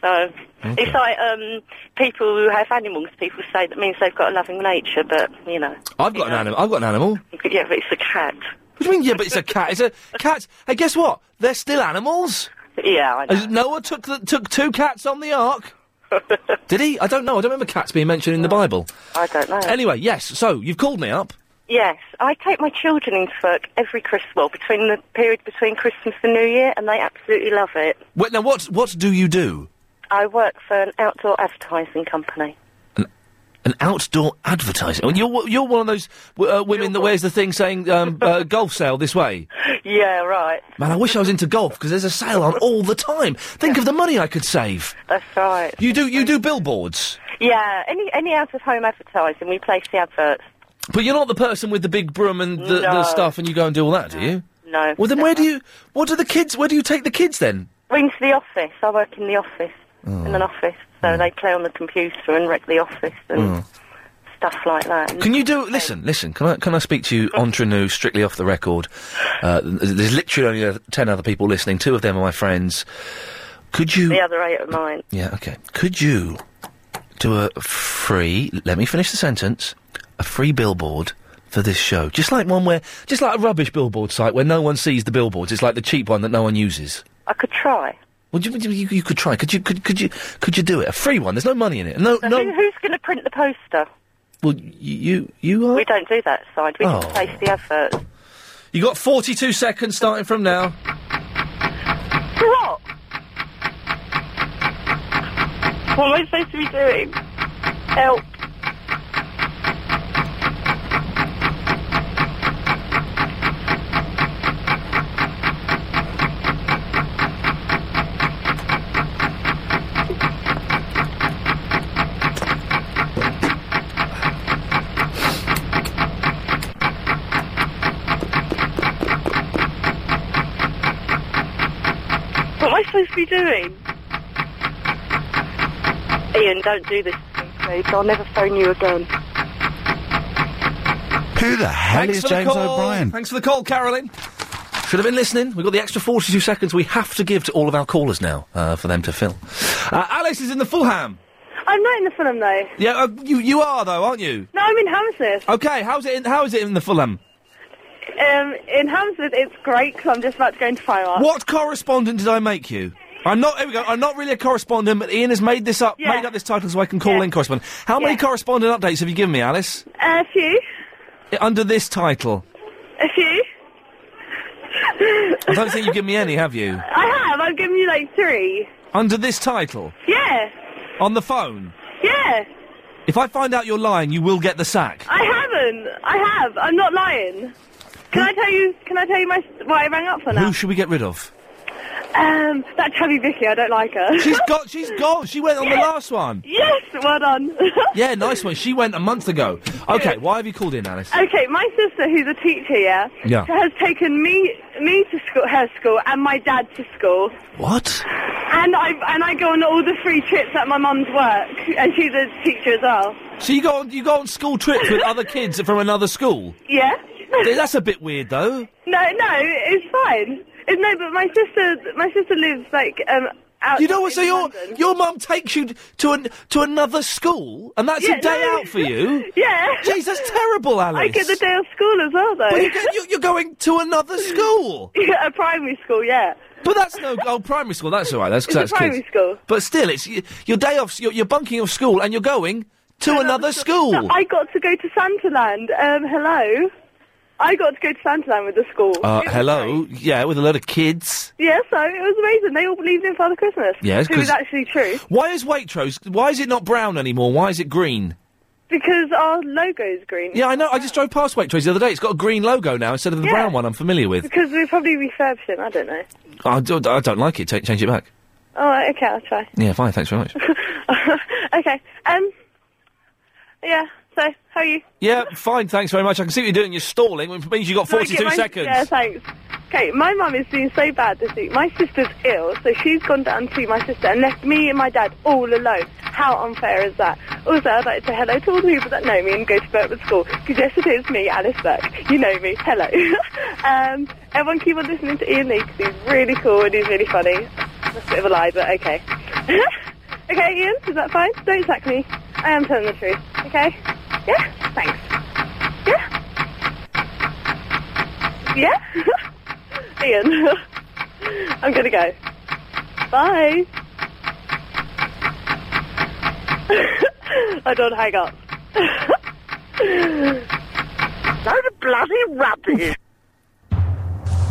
[SPEAKER 18] So
[SPEAKER 1] Okay.
[SPEAKER 18] it's like um, people who have animals. People say that means they've got a loving nature, but you know,
[SPEAKER 1] I've got an animal. I've got an animal. What
[SPEAKER 18] yeah, but it's a cat.
[SPEAKER 1] do you mean? Yeah, but it's a cat. It's a cat. Hey, guess what? They're still animals.
[SPEAKER 18] Yeah, I know.
[SPEAKER 1] As Noah took the, took two cats on the ark. Did he? I don't know. I don't remember cats being mentioned in the Bible.
[SPEAKER 18] I don't know.
[SPEAKER 1] Anyway, yes. So you've called me up.
[SPEAKER 18] Yes, I take my children into work every Christmas, well, between the period between Christmas and New Year, and they absolutely love it.
[SPEAKER 1] Wait, now what? What do you do?
[SPEAKER 18] I work for an outdoor advertising company.
[SPEAKER 1] An outdoor advertising. And you're you're one of those uh, women that wears the thing saying um, uh, golf sale this way.
[SPEAKER 18] Yeah, right.
[SPEAKER 1] Man, I wish I was into golf because there's a sale on all the time. Think of the money I could save.
[SPEAKER 18] That's right.
[SPEAKER 1] You do you do billboards,
[SPEAKER 18] Yeah, any any out of home advertising, we place the adverts.
[SPEAKER 1] but you're not the person with the big broom and the,
[SPEAKER 18] No.
[SPEAKER 1] the stuff, and you go and do all that, do you?
[SPEAKER 18] No.
[SPEAKER 1] Well, then where do you? What do the kids? Where do you take the kids then?
[SPEAKER 18] Ring to the office. I work in the office, in an office, so they play on the computer and wreck the office and
[SPEAKER 1] Mm.
[SPEAKER 18] stuff like that.
[SPEAKER 1] Can you do? Listen, listen. Can I can I speak to you entre nous, strictly off the record? Uh, th- there's literally only uh, ten other people listening. Two of them are my friends. Could you?
[SPEAKER 18] The other eight of mine.
[SPEAKER 1] Yeah, okay. Could you do a free, let me finish the sentence, a free billboard for this show? Just like one where, just like a rubbish billboard site where no one sees the billboards. It's like the cheap one that no one uses.
[SPEAKER 18] I could try.
[SPEAKER 1] Would you, you, you could try. Could you, could, could you, could you do it? A free one. There's no money in it. No,
[SPEAKER 18] So who,
[SPEAKER 1] no.
[SPEAKER 18] who's going to print the poster?
[SPEAKER 1] Well, y- you, you
[SPEAKER 18] We
[SPEAKER 1] are.
[SPEAKER 18] don't do that side. We
[SPEAKER 1] Oh.
[SPEAKER 18] just place the adverts.
[SPEAKER 1] You got 42 seconds starting from now.
[SPEAKER 18] For what? What am I supposed to be doing? Help. What am I supposed to be doing? Ian, don't do this to me, please. I'll never phone you again.
[SPEAKER 1] Who the hell
[SPEAKER 17] is James O'Brien?
[SPEAKER 1] Thanks for the call, Carolyn. Should have been listening. We've got the extra 42 seconds we have to give to all of our callers now uh, for them to fill. Uh, Alice is in the Fulham.
[SPEAKER 15] I'm not in the Fulham though.
[SPEAKER 1] Yeah, uh, you you are though, aren't you?
[SPEAKER 15] No, I'm in Hammersmith.
[SPEAKER 1] Okay, how's it? In, how is it in the Fulham?
[SPEAKER 15] Um, in Hammersmith, it's great because I'm just about to go into fireworks.
[SPEAKER 1] What correspondent did I make you? I'm not. Here we go. I'm not really a correspondent, but Ian has made this up,
[SPEAKER 15] Yeah.
[SPEAKER 1] made up this title so I can call in correspondent. How many correspondent updates have you given me, Alice?
[SPEAKER 15] A few.
[SPEAKER 1] Under this title.
[SPEAKER 15] A few.
[SPEAKER 1] I don't think you've given me any, have you?
[SPEAKER 19] I have. I've given you like three.
[SPEAKER 1] Under this title,
[SPEAKER 19] Yeah.
[SPEAKER 1] on the phone.
[SPEAKER 19] Yeah.
[SPEAKER 1] If I find out you're lying, you will get the sack.
[SPEAKER 19] I haven't. I have. I'm not lying. Can I tell you? Can I tell you my what I rang up for now?
[SPEAKER 1] Who should we get rid of?
[SPEAKER 19] Um, that chubby Vicky. I don't like her.
[SPEAKER 1] She's got. She's gone. She went on the last one.
[SPEAKER 19] Yes. Well done.
[SPEAKER 1] Yeah, nice one. She went a month ago. Okay, why have you called in, Alice?
[SPEAKER 19] Okay, my sister, who's a teacher, yeah,
[SPEAKER 1] Yeah.
[SPEAKER 19] has taken me me to school, her school, and my dad to school,
[SPEAKER 1] What?
[SPEAKER 19] and I and I go on all the free trips at my mum's work, and she's a teacher as well.
[SPEAKER 1] So you go on, you go on school trips with other kids from another school?
[SPEAKER 19] Yeah.
[SPEAKER 1] Th- That's a bit weird, though.
[SPEAKER 19] No, no, it's fine. It, no, but my sister, my sister lives like um out.
[SPEAKER 1] You know what? So
[SPEAKER 19] in
[SPEAKER 1] your
[SPEAKER 19] London.
[SPEAKER 1] your mum takes you to an, to another school, and that's
[SPEAKER 19] Yeah,
[SPEAKER 1] a day
[SPEAKER 19] no.
[SPEAKER 1] out for you.
[SPEAKER 19] Yeah.
[SPEAKER 1] Jeez, that's terrible, Alice.
[SPEAKER 19] I get the day off school as well, though.
[SPEAKER 1] But you get- you're going to another school.
[SPEAKER 19] yeah, a primary school, yeah.
[SPEAKER 1] But that's no oh primary school. That's all right. That's
[SPEAKER 19] It's a
[SPEAKER 1] that's kids.
[SPEAKER 19] primary school.
[SPEAKER 1] But still, it's y- your day off. You're, you're bunking off school, and you're going to another school. Uh,
[SPEAKER 19] So I got to go to Santaland. Um, hello. I got to go to Santaland with the school.
[SPEAKER 1] Uh, hello. Yeah, with a load of kids.
[SPEAKER 19] Yeah, so it was amazing. They all believed in Father Christmas.
[SPEAKER 1] Yes,
[SPEAKER 19] It was
[SPEAKER 1] 'cause-
[SPEAKER 19] actually true.
[SPEAKER 1] Why is Waitrose? Why is it not brown anymore? Why is it green?
[SPEAKER 19] Because our logo is green.
[SPEAKER 1] Yeah, I know. I just drove past Waitrose the other day. It's got a green logo now instead of the
[SPEAKER 19] Yeah.
[SPEAKER 1] brown one I'm familiar with.
[SPEAKER 19] Because we're probably refurbishing, I don't know.
[SPEAKER 1] I don't, I don't like it. Take, change it back.
[SPEAKER 19] Oh, okay, I'll try.
[SPEAKER 1] Yeah, fine. Thanks very much.
[SPEAKER 19] okay, um, yeah, so, how are you?
[SPEAKER 1] yeah, fine. Thanks very much. I can see what you're doing. You're stalling, which means you've got
[SPEAKER 19] Can I
[SPEAKER 1] 42
[SPEAKER 19] get my-
[SPEAKER 1] seconds.
[SPEAKER 19] Yeah, thanks. Okay, my mum is doing so bad this week. My sister's ill, so she's gone down to my sister and left me and my dad all alone. How unfair is that? Also, I'd like to say hello to all the people that know me and go to Burtwood School, because yes, it is me, Alice Burke. You know me. Hello. um, everyone keep on listening to Ian Lee, 'cause he's really cool and he's really funny. That's a bit of a lie, but okay. okay, Ian, is that fine? Don't sack me. I am telling the truth, okay? Yeah? Thanks. Yeah? Ian, I'm gonna go. Bye. I don't hang up.
[SPEAKER 15] Load of bloody rubbish.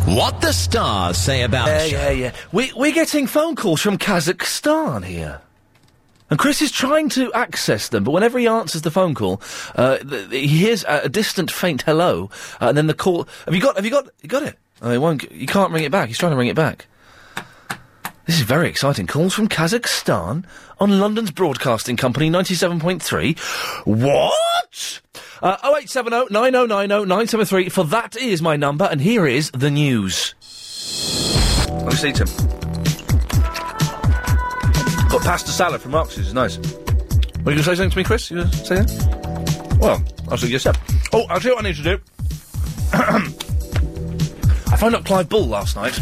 [SPEAKER 9] What the stars say about
[SPEAKER 1] Yeah,
[SPEAKER 9] the show.
[SPEAKER 1] yeah, yeah. We, we're getting phone calls from Kazakhstan here. And Chris is trying to access them, but whenever he answers the phone call, uh, th- th- he hears a, a distant faint hello, uh, and then the call. Have you got? Have you got? You got it? Oh, he won't. g- You can't ring it back. He's trying to ring it back. This is very exciting. Calls from Kazakhstan on London's Broadcasting Company 97.3. What? Uh, 0870 9090 973, for that is my number, and here is the news. I'll just eat 'em. Got pasta salad from Marx's, it's nice. Were you going to say something to me, Chris? You going to say that? Well, I'll suggest that. Oh, I'll tell you what I need to do. I found out Clive Bull last night.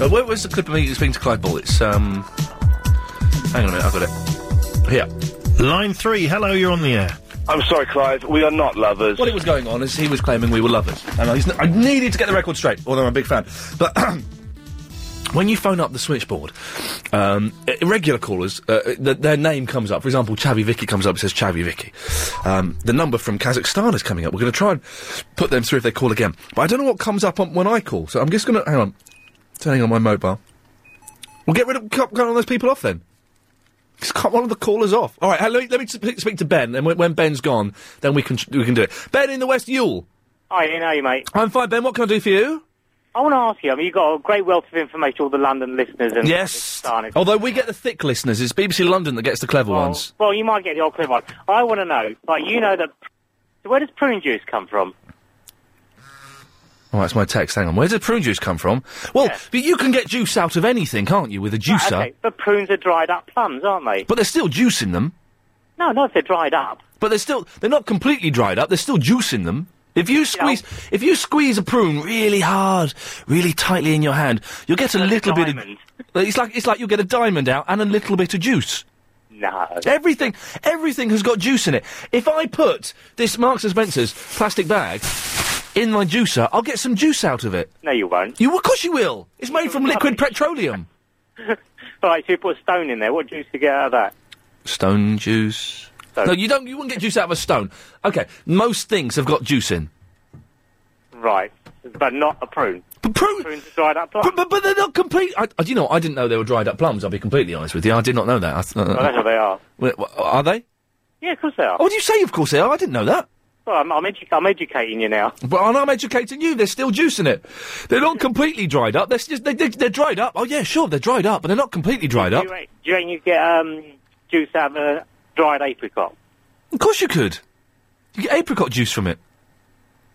[SPEAKER 1] Uh, where, where's the clip of me speaking to Clive Bull? It's, um... Hang on a minute, I've got it. Here.
[SPEAKER 20] Line three. Hello, you're on the air.
[SPEAKER 1] I'm sorry, Clive, we are not lovers. What it was going on is he was claiming we were lovers. And I, he's n- I needed to get the record straight, although I'm a big fan. But when you phone up the switchboard, um, i- regular callers, uh, th- their name comes up. For example, Chavy Vicky comes up, it says Chavy Vicky. Um, the number from Kazakhstan is coming up. We're going to try and put them through if they call again. But I don't know what comes up on, when I call, so I'm just going to... Hang on. Turning on my mobile. We'll get rid of... Cut, cut all those people off, then. Just cut one of the callers off. All right, hello, let me sp- speak to Ben, and when, when Ben's gone, then we can we can do it. Ben in the West Yule.
[SPEAKER 21] Hi, Ian, how are you, mate?
[SPEAKER 1] I'm fine, Ben. What can I do for you?
[SPEAKER 21] I want to ask you, I mean, you've got a great wealth of information, all the London listeners and...
[SPEAKER 1] Yes.
[SPEAKER 21] Darn it.
[SPEAKER 1] Although we get the thick listeners, it's BBC London that gets the
[SPEAKER 21] Oh.
[SPEAKER 1] clever ones.
[SPEAKER 21] Well, you might get the old clip on. I want to know, like, you know that... So where does prune juice come from?
[SPEAKER 1] All right, it's my text. Hang on. Where does prune juice come from? Well, but you can get juice out of anything, can't you, with a juicer?
[SPEAKER 21] Okay, but prunes are dried up plums, aren't they?
[SPEAKER 1] But there's still juice in them.
[SPEAKER 21] No, not if they're dried up.
[SPEAKER 1] But they're still they're not completely dried up. There's still juice in them. If you squeeze if you squeeze a prune really hard, really tightly in your hand, you'll get a little
[SPEAKER 21] diamond.
[SPEAKER 1] bit of. It's like it's like you'll get a diamond out and a little bit of juice.
[SPEAKER 21] No.
[SPEAKER 1] Everything everything has got juice in it. If I put this Marks and Spencer's plastic bag in my juicer, I'll get some juice out of it.
[SPEAKER 21] No, you won't.
[SPEAKER 1] You of course you will. It's made from liquid petroleum.
[SPEAKER 21] All right, so you put a stone in there. What juice do you get out of that?
[SPEAKER 1] Stone juice.
[SPEAKER 21] Stone.
[SPEAKER 1] No, you don't. You wouldn't get juice out of a stone. Okay, most things have got juice in.
[SPEAKER 21] Right. But not a prune.
[SPEAKER 1] prunes are dried up plums. But, but, but they're not complete. I, I- do you know, I didn't know they were dried up plums. I'll be completely honest with you. I did not know that. I, th-
[SPEAKER 21] Well, that's what they are.
[SPEAKER 1] Well, well, are they?
[SPEAKER 21] Yeah, of course they are.
[SPEAKER 1] Oh, what do you say? Of course they are. I didn't know that.
[SPEAKER 21] Well, I'm, I'm, edu- I'm educating you now.
[SPEAKER 1] But and I'm educating you. They're still juicing it. They're not completely dried up. They're just they, they, they're dried up. Oh yeah, sure, they're dried up, but they're not completely dried
[SPEAKER 21] Do
[SPEAKER 1] up.
[SPEAKER 21] you, re- do you reckon you get um, juice out of a dried apricot?
[SPEAKER 1] Of course you could. You get apricot juice from it.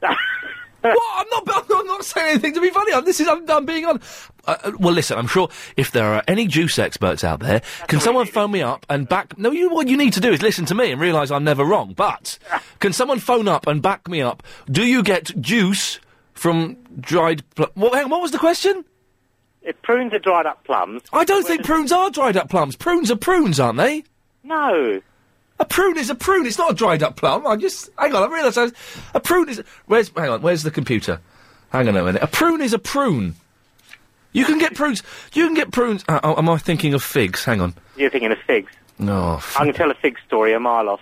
[SPEAKER 1] what? I'm not. I'm not- I'm not saying anything to be funny. I'm, this is. I'm, I'm being on. Uh, uh, well, listen. I'm sure if there are any juice experts out there, can someone phone me up and back? No, you. What you need to do is listen to me and realise I'm never wrong. But can someone phone up and back me up? Do you get juice from dried? Pl- what? Hang on, what was the question?
[SPEAKER 21] If prunes are dried up plums.
[SPEAKER 1] I don't think prunes are dried up plums. Prunes are prunes, aren't they?
[SPEAKER 21] No.
[SPEAKER 1] A prune is a prune. It's not a dried up plum. I just hang on. I realised I was- a prune is. Where's hang on? Where's the computer? Hang on a minute. A prune is a prune. You can get prunes. You can get prunes. Uh, oh, am I thinking of figs? Hang on.
[SPEAKER 21] You're thinking of figs.
[SPEAKER 1] No. f-
[SPEAKER 21] I can tell a fig story a mile off.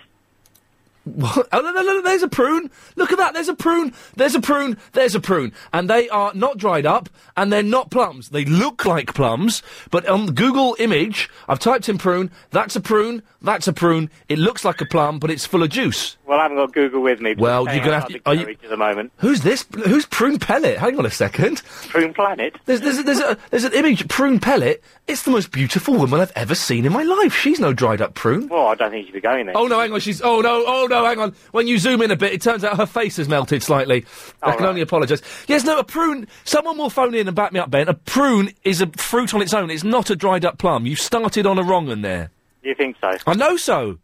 [SPEAKER 1] What? Oh, no, no, no, no, there's a prune. Look at that. There's a prune. There's a prune. There's a prune. And they are not dried up and they're not plums. They look like plums, but on the Google image, I've typed in prune. That's a prune. That's a prune. It looks like a plum, but it's full of juice.
[SPEAKER 21] Well, I haven't got Google with me. but
[SPEAKER 1] Well,
[SPEAKER 21] I'm
[SPEAKER 1] you're gonna
[SPEAKER 21] staying
[SPEAKER 1] have to- are you-
[SPEAKER 21] outside the garage At the moment.
[SPEAKER 1] Who's this? Who's Prune Pellet? Hang on a second.
[SPEAKER 21] Prune Planet.
[SPEAKER 1] There's there's a, there's, a, there's an image of Prune Pellet. It's the most beautiful woman I've ever seen in my life. She's no dried up prune.
[SPEAKER 21] Well, I don't think you should be going there.
[SPEAKER 1] Oh no, hang on. She's oh no, oh no, hang on. When you zoom in a bit, it turns out her face has melted slightly. I can only apologise. Yes, no, a prune. Someone will phone in and back me up, Ben. A prune is a fruit on its own. It's not a dried up plum. You started on a wrong one there.
[SPEAKER 21] You think so? Oh,
[SPEAKER 1] I know so.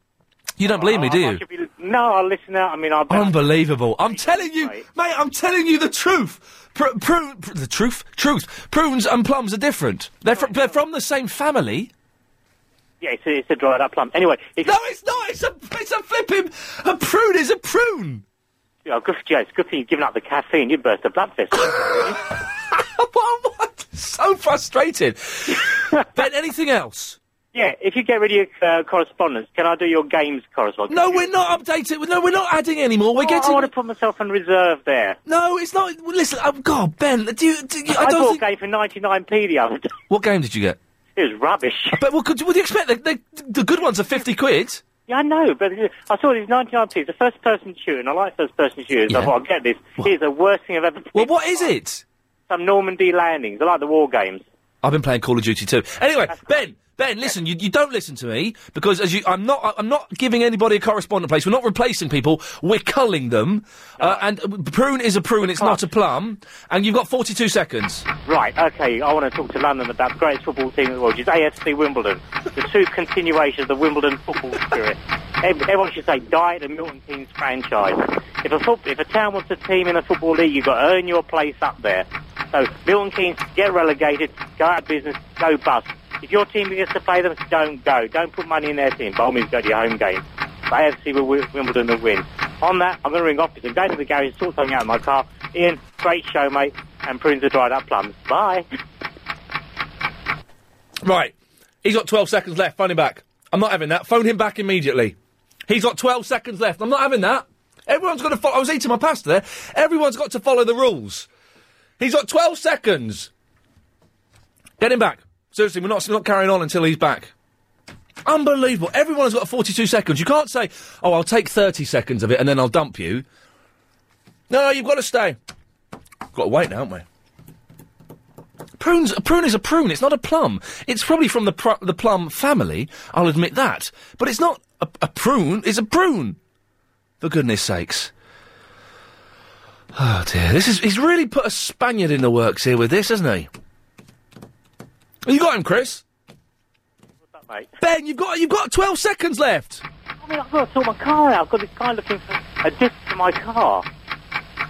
[SPEAKER 1] You don't believe me, do
[SPEAKER 21] I- I
[SPEAKER 1] you?
[SPEAKER 21] should be- no, I'll listen out. I mean, I'll.
[SPEAKER 1] Unbelievable. I'm telling you, mate, I'm telling you the truth. Pr- prune, pr- the truth, truth. Prunes and plums are different. They're, fr- they're from the same family.
[SPEAKER 21] Yeah, it's a, it's a dried up plum. Anyway, it's,
[SPEAKER 1] No, it's not. It's a, it's a flipping. A prune is a prune.
[SPEAKER 21] oh, good, yeah, it's good thing you've given up the caffeine. You burst a blood vessel.
[SPEAKER 1] So frustrated. ben, anything else?
[SPEAKER 21] yeah, if you get rid of your uh, correspondence, can I do your games correspondence?
[SPEAKER 1] No, we're not updating. No, we're not adding anymore. We're
[SPEAKER 21] Oh,
[SPEAKER 1] getting.
[SPEAKER 21] I want to put myself on reserve there.
[SPEAKER 1] No, it's not. well, Listen, oh, God, Ben, do you? Do you I,
[SPEAKER 21] I
[SPEAKER 1] don't
[SPEAKER 21] bought
[SPEAKER 1] think.
[SPEAKER 21] a game for 99p the other day.
[SPEAKER 1] What game did you get?
[SPEAKER 21] It was rubbish.
[SPEAKER 1] But what could, what do you expect? They, they, the good ones are fifty quid.
[SPEAKER 21] Yeah, I know, but uh, I saw these 99p. The first person shooting. I like first person shooters. I
[SPEAKER 1] Yeah.
[SPEAKER 21] thought, I'll get this. Here's the worst thing I've ever
[SPEAKER 1] Well, what is it?
[SPEAKER 21] Some Normandy landings. I like the war games.
[SPEAKER 1] I've been playing Call of Duty too. Anyway, Ben, Ben, listen, you, you don't listen to me because as you, I'm not, I'm not giving anybody a correspondent place. We're not replacing people. We're culling them. Uh, and uh, prune is a prune. It's not a plum. And you've got 42 seconds.
[SPEAKER 21] Right, okay, I want to talk to London about the greatest football team in the world, which is AFC Wimbledon. The two continuations of the Wimbledon football spirit. Ev- Everyone should say, die at the Milton Keynes franchise. If a, foot- if a town wants a team in a football league, you've got to earn your place up there. So, Milton Keynes, get relegated, go out of business, go bust. If your team begins to play them, don't go. Don't put money in their team. By all means, go to your home game. But AFC will wi- Wimbledon will win. On that, I'm going to ring office and go to the garage, sort something out in my car. Ian, great show, mate. And prunes are dried up plums. Bye.
[SPEAKER 1] Right. He's got 12 seconds left. Phone him back. I'm not having that. Phone him back immediately. He's got 12 seconds left. I'm not having that. Everyone's got to follow. I was eating my pasta there. Everyone's got to follow the rules. He's got 12 seconds. Get him back. Seriously, we're not, not carrying on until he's back. Unbelievable. Everyone has got 42 seconds. You can't say, oh, I'll take 30 seconds of it and then I'll dump you. No, no, you've got to stay. Got to wait now, haven't we? Prunes, a prune is a prune. It's not a plum. It's probably from the pr- the plum family. I'll admit that. But it's not a, a prune. It's a prune. For goodness sakes. Oh dear, this is he's really put a Spaniard in the works here with this, hasn't he? You got him, Chris.
[SPEAKER 21] What's that, mate?
[SPEAKER 1] Ben, you've got you've got twelve seconds left.
[SPEAKER 21] I mean, I've got to sort my car out. I've got this guy looking for a disc for my car.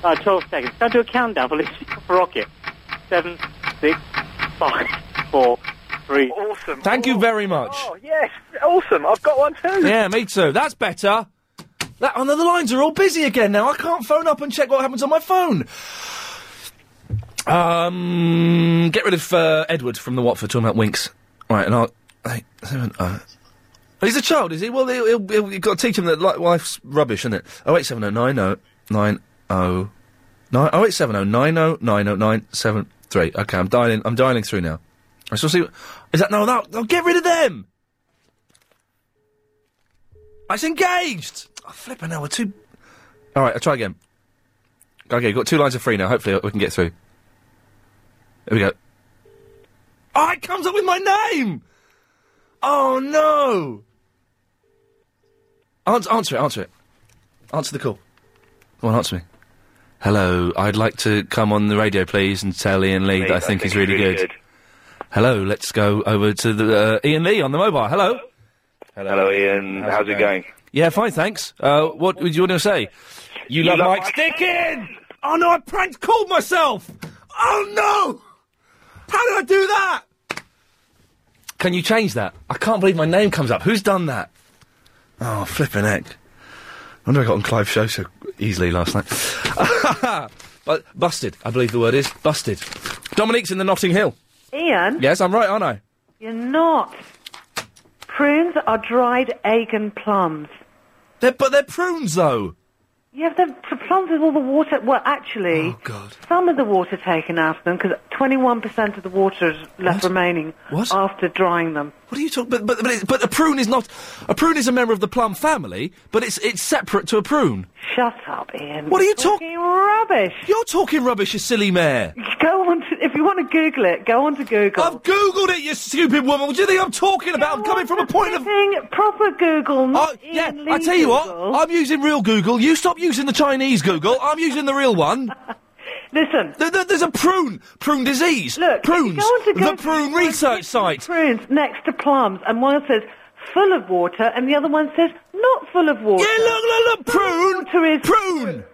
[SPEAKER 21] Uh, 12 seconds. Don't do a countdown for this for Rocket. Seven, six, five, four, three.
[SPEAKER 1] Awesome. Thank you very much.
[SPEAKER 5] Oh, Yes, awesome. I've got one too.
[SPEAKER 1] Yeah, me too. That's better. That, oh, no, the lines are all busy again now. I can't phone up and check what happens on my phone. Um, get rid of uh, Edward from the Watford talking about winks. Right, and I'll. Hey, seven, uh, he's a child, is he? Well, he'll, he'll, he'll, you've got to teach him that li- life's rubbish, isn't it? Oh eight seven oh nine oh nine oh nine oh eight seven oh nine oh nine oh nine seven Three. Okay, I'm dialing. I'm dialing through now. I shall see. Is that no? No. no get rid of them. It's engaged. Oh, flipping now. We're too. All right. I'll try again. Okay, you've got two lines of free now. Hopefully, we can get through. There we go. Oh, it comes up with my name. Oh no. Answer, answer it. Answer it. Answer the call. Come on, answer me. Hello, I'd like to come on the radio, please, and tell Ian Lee that I think he's really, good. Hello, let's go over to the uh, Ian Lee on the mobile. Hello.
[SPEAKER 2] Hello, Ian. How's, it going?
[SPEAKER 1] Yeah, fine, thanks. Uh, what would you want to say? You, love,
[SPEAKER 2] love
[SPEAKER 1] Mike's Dickin! Oh no, I pranked called myself! Oh no! How did I do that? Can you change that? I can't believe my name comes up. Who's done that? Oh, flipping heck. I wonder I got on Clive's show so easily last night. but busted, I believe the word is. Busted. Dominique's in the Notting Hill.
[SPEAKER 22] Ian,
[SPEAKER 1] Yes, I'm right, aren't I?
[SPEAKER 22] you're not. Prunes are dried egg and plums.
[SPEAKER 1] They're, but they're prunes, though.
[SPEAKER 22] Yeah, the pr- plums with all the water. Well, actually,
[SPEAKER 1] Oh,
[SPEAKER 22] some of the water taken out of them because 21% of the water is left remaining after drying them.
[SPEAKER 1] What are you talking? But but but, it, but a prune is not a prune is a member of the plum family, but it's it's separate to a prune.
[SPEAKER 22] Shut up, Ian.
[SPEAKER 1] What are you
[SPEAKER 22] talking rubbish?
[SPEAKER 1] You're talking rubbish, you silly mare.
[SPEAKER 22] Go on to, if you want to Google it, go on to Google.
[SPEAKER 1] I've Googled it, you stupid woman. What do you think I'm talking about? I'm coming from a point of
[SPEAKER 22] proper Google, not
[SPEAKER 1] oh, yeah. I tell you what, I'm using real Google. You stop using the Chinese Google. I'm using the real one.
[SPEAKER 22] Listen.
[SPEAKER 1] there's a prune, prune disease.
[SPEAKER 22] Look, if you
[SPEAKER 1] prunes.
[SPEAKER 22] go on to
[SPEAKER 1] the
[SPEAKER 22] Google-
[SPEAKER 1] prune research site.
[SPEAKER 22] Prunes next to plums, and one says full of water, and the other one says not full of water. Yeah,
[SPEAKER 1] look, look, look, prune.
[SPEAKER 22] Water is
[SPEAKER 1] prune.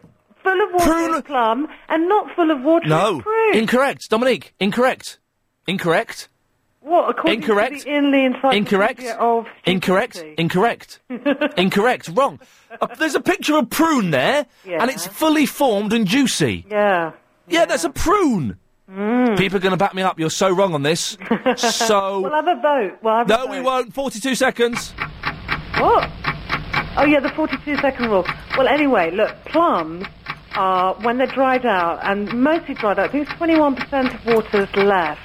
[SPEAKER 22] Full of water is plum, and not full of water
[SPEAKER 1] No,
[SPEAKER 22] is prune.
[SPEAKER 1] incorrect, Dominique. Incorrect. Incorrect.
[SPEAKER 22] What? According
[SPEAKER 1] Incorrect.
[SPEAKER 22] To the Inley Encyclopedia
[SPEAKER 1] Incorrect.
[SPEAKER 22] Of
[SPEAKER 1] Incorrect. Incorrect. Incorrect. Wrong. A- there's a picture of prune there, and it's fully formed and juicy.
[SPEAKER 22] Yeah. Mm.
[SPEAKER 1] Yeah, that's a prune. People are going to back me up. You're so wrong on this. so.
[SPEAKER 22] We'll have a vote. We'll have
[SPEAKER 1] no,
[SPEAKER 22] a
[SPEAKER 1] we
[SPEAKER 22] vote.
[SPEAKER 1] won't. 42 seconds.
[SPEAKER 22] What? Oh yeah, the 42 second rule. Well, anyway, look, plums are when they're dried out and mostly dried out. I think it's 21% of water's left,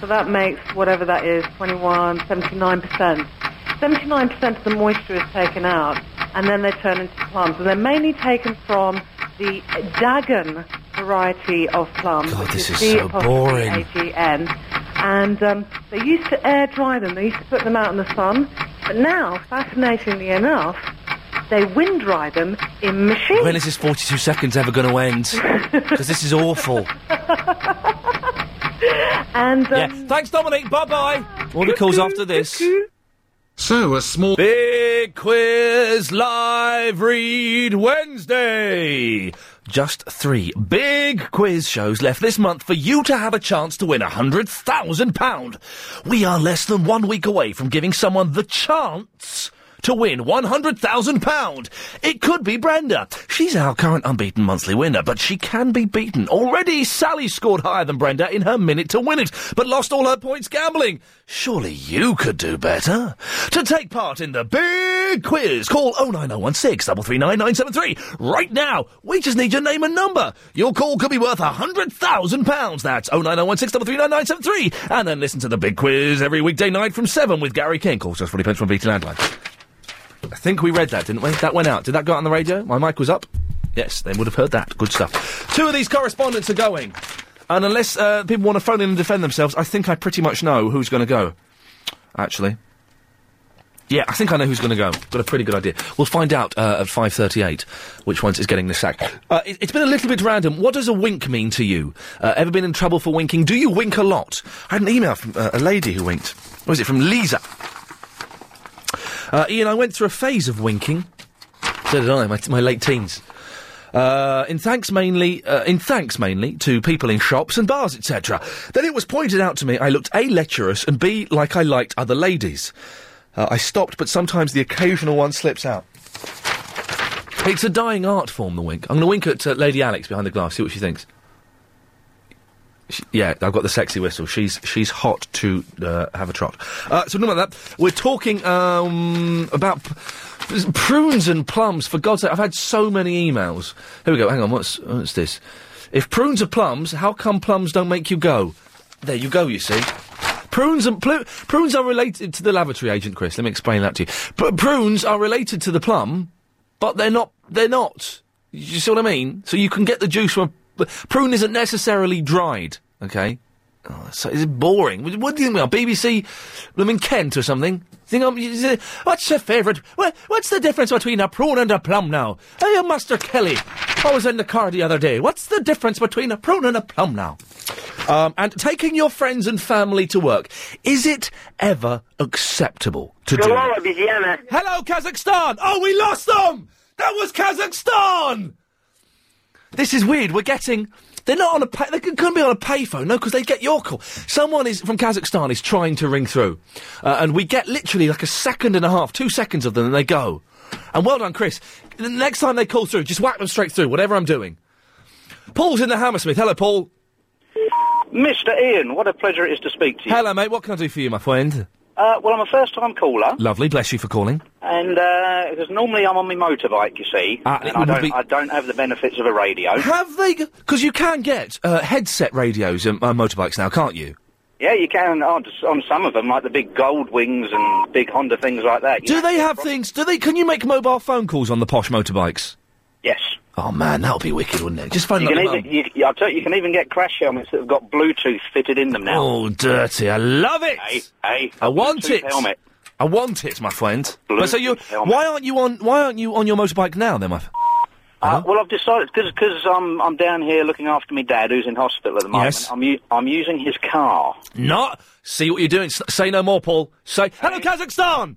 [SPEAKER 22] so that makes whatever that is 21, 79%. 79% of the moisture is taken out, and then they turn into plums, and they're mainly taken from the Dagon variety of plums. God,
[SPEAKER 1] this is so boring.
[SPEAKER 22] AGN. And um, they used to air dry them. They used to put them out in the sun. But now, fascinatingly enough, they wind dry them in machines.
[SPEAKER 1] When is this 42 seconds ever going to end? Because this is awful.
[SPEAKER 22] and um,
[SPEAKER 1] yeah. Thanks, Dominique. Bye bye. All the calls after this.
[SPEAKER 17] So a small.
[SPEAKER 1] Big quiz live read Wednesday. Just three big quiz shows left this month for you to have a chance to win a hundred thousand pound. We are less than one week away from giving someone the chance to win one hundred thousand pound. It could be Brenda. She's our current unbeaten monthly winner, but she can be beaten. Already, Sally scored higher than Brenda in her minute to win it, but lost all her points gambling. Surely you could do better. To take part in the big quiz, call 09016 33973 right now. We just need your name and number. Your call could be worth £100,000. That's 09016 33973. And then listen to the big quiz every weekday night from 7 with Gary King. Calls us 40 pence from BT Landline. I think we read that, didn't we? That went out. Did that go out on the radio? My mic was up? Yes, they would have heard that. Good stuff. Two of these correspondents are going. And unless uh, people want to phone in and defend themselves, I think I pretty much know who's going to go. Actually. Yeah, I think I know who's going to go. Got a pretty good idea. We'll find out uh, at 5.38 which ones is getting the sack. Uh, it, it's been a little bit random. What does a wink mean to you? Uh, ever been in trouble for winking? Do you wink a lot? I had an email from uh, a lady who winked. What was it? From Lisa. Uh, Ian, I went through a phase of winking. So did I, my, my late teens. Uh, in thanks mainly, uh, in thanks mainly to people in shops and bars, etc. Then it was pointed out to me I looked a lecherous and b like I liked other ladies. Uh, I stopped, but sometimes the occasional one slips out. It's a dying art form. The wink. I'm going to wink at uh, Lady Alex behind the glass. See what she thinks. She- yeah, I've got the sexy whistle. She's she's hot to uh, have a trot. Uh, so none of that. We're talking um, about p- prunes and plums. For God's sake, I've had so many emails. Here we go. Hang on. What's what's this? If prunes are plums, how come plums don't make you go? There you go, you see. Prunes and plu- prunes are related to the lavatory agent, Chris. Let me explain that to you. Pr- prunes are related to the plum, but they're not. They're not. You see what I mean? So you can get the juice from. A, prune isn't necessarily dried. Okay. Oh, so it's boring. What- What do you think we are? BBC, I mean Kent or something. Think I'm, you say, what's your favourite? What, what's the difference between a prune and a plum now? Hey, Master Kelly, I was in the car the other day. What's the difference between a prune and a plum now? Um, and taking your friends and family to work, is it ever acceptable to do? that? Hello, Kazakhstan! Oh, we lost them! That was Kazakhstan! This is weird. We're getting. They're not on a. Pay, they c- couldn't be on a payphone, no, because they get your call. Someone is from Kazakhstan is trying to ring through, uh, and we get literally like a second and a half, two seconds of them, and they go. And well done, Chris. The next time they call through, just whack them straight through. Whatever I'm doing. Paul's in the Hammersmith. Hello, Paul.
[SPEAKER 9] Mr. Ian, what a pleasure it is to speak to you.
[SPEAKER 1] Hello, mate. What can I do for you, my friend?
[SPEAKER 9] Uh, well, I'm a first time caller,
[SPEAKER 1] Lovely. Bless you for calling.
[SPEAKER 9] and uh, because normally I'm on my motorbike, you see,
[SPEAKER 1] Ah,
[SPEAKER 9] and
[SPEAKER 1] it
[SPEAKER 9] I
[SPEAKER 1] would
[SPEAKER 9] don't,
[SPEAKER 1] be-
[SPEAKER 9] I don't have the benefits of a radio.
[SPEAKER 1] Have they? Because you can get uh, headset radios and uh, motorbikes now, can't you?
[SPEAKER 9] yeah, you can on, on some of them, like the big Gold Wings and big Honda things like that. you
[SPEAKER 1] Do
[SPEAKER 9] know.
[SPEAKER 1] they have things? Do they? Can you make mobile phone calls on the posh motorbikes?
[SPEAKER 9] Yes.
[SPEAKER 1] Oh man, that would be wicked, wouldn't it? Just phone
[SPEAKER 9] you
[SPEAKER 1] up
[SPEAKER 9] can
[SPEAKER 1] your
[SPEAKER 9] even, you, I'll tell you, you can even get crash helmets that have got Bluetooth fitted in them now.
[SPEAKER 1] Oh, dirty! I love it.
[SPEAKER 9] Hey, hey,
[SPEAKER 1] I want
[SPEAKER 9] Bluetooth
[SPEAKER 1] it.
[SPEAKER 9] Helmet.
[SPEAKER 1] I want it, my friend.
[SPEAKER 9] Blue
[SPEAKER 1] But so you, why aren't you on? Why aren't you on your motorbike now, then, my? F- Uh-huh.
[SPEAKER 9] Uh, well, I've decided because I'm I'm down here looking after my dad who's in hospital at the moment.
[SPEAKER 1] Yes.
[SPEAKER 9] I'm u- I'm using his car.
[SPEAKER 1] Not see what you're doing. S- say no more, Paul. Say hello, Kazakhstan.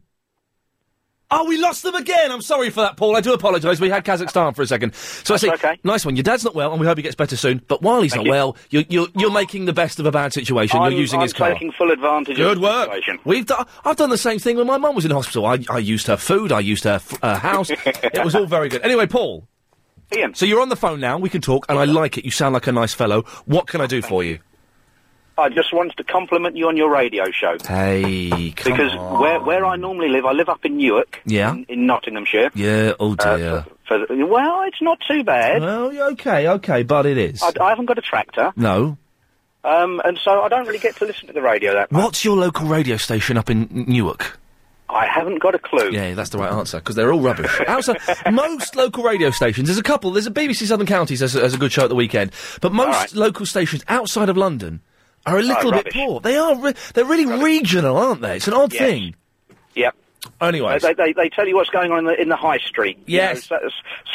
[SPEAKER 1] Oh, we lost them again. I'm sorry for that, Paul. I do apologise. We had Kazakhstan for a second. So I say, nice one. Your dad's not well, and we hope he gets better soon. But while he's not
[SPEAKER 9] Thank you.
[SPEAKER 1] well, you're, you're you're making the best of a bad situation.
[SPEAKER 9] I'm,
[SPEAKER 1] Oh, you're using
[SPEAKER 9] I'm
[SPEAKER 1] his car.
[SPEAKER 9] taking full advantage.
[SPEAKER 1] Good
[SPEAKER 9] of
[SPEAKER 1] work.
[SPEAKER 9] The situation.
[SPEAKER 1] We've done. I've done the same thing when my mum was in hospital. I, I used her food. I used her f- uh, house. it was all very good. Anyway, Paul.
[SPEAKER 9] Ian.
[SPEAKER 1] So you're on the phone now. We can talk, and I like it. You sound like a nice fellow. What can I do for you?
[SPEAKER 9] I just wanted to compliment you on your radio show
[SPEAKER 1] Hey, come
[SPEAKER 9] because
[SPEAKER 1] on.
[SPEAKER 9] where where I normally live, I live up in Newark
[SPEAKER 1] yeah,
[SPEAKER 9] in Nottinghamshire.
[SPEAKER 1] yeah. Oh
[SPEAKER 9] Uh,
[SPEAKER 1] dear.
[SPEAKER 9] For the, well, it's not too bad.
[SPEAKER 1] well, yeah, okay, okay, but it is.
[SPEAKER 9] I, I haven't got a tractor,
[SPEAKER 1] no.
[SPEAKER 9] um, and so I don't really get to listen to the radio that.
[SPEAKER 1] What's your local radio station up in Newark?
[SPEAKER 9] I haven't got a clue.
[SPEAKER 1] Yeah, that's the right answer because they're all rubbish. Also, most local radio stations, there's a couple. There's a BBC Southern Counties has a, has a good show at the weekend, but most local stations outside of London are a little bit
[SPEAKER 9] Oh, rubbish.
[SPEAKER 1] poor. They are. Re- they're really regional, aren't they? It's an odd
[SPEAKER 9] Yes.
[SPEAKER 1] thing.
[SPEAKER 9] Yep.
[SPEAKER 1] Anyway,
[SPEAKER 9] They, they, they tell you what's going on in the, in the high street.
[SPEAKER 1] Yes.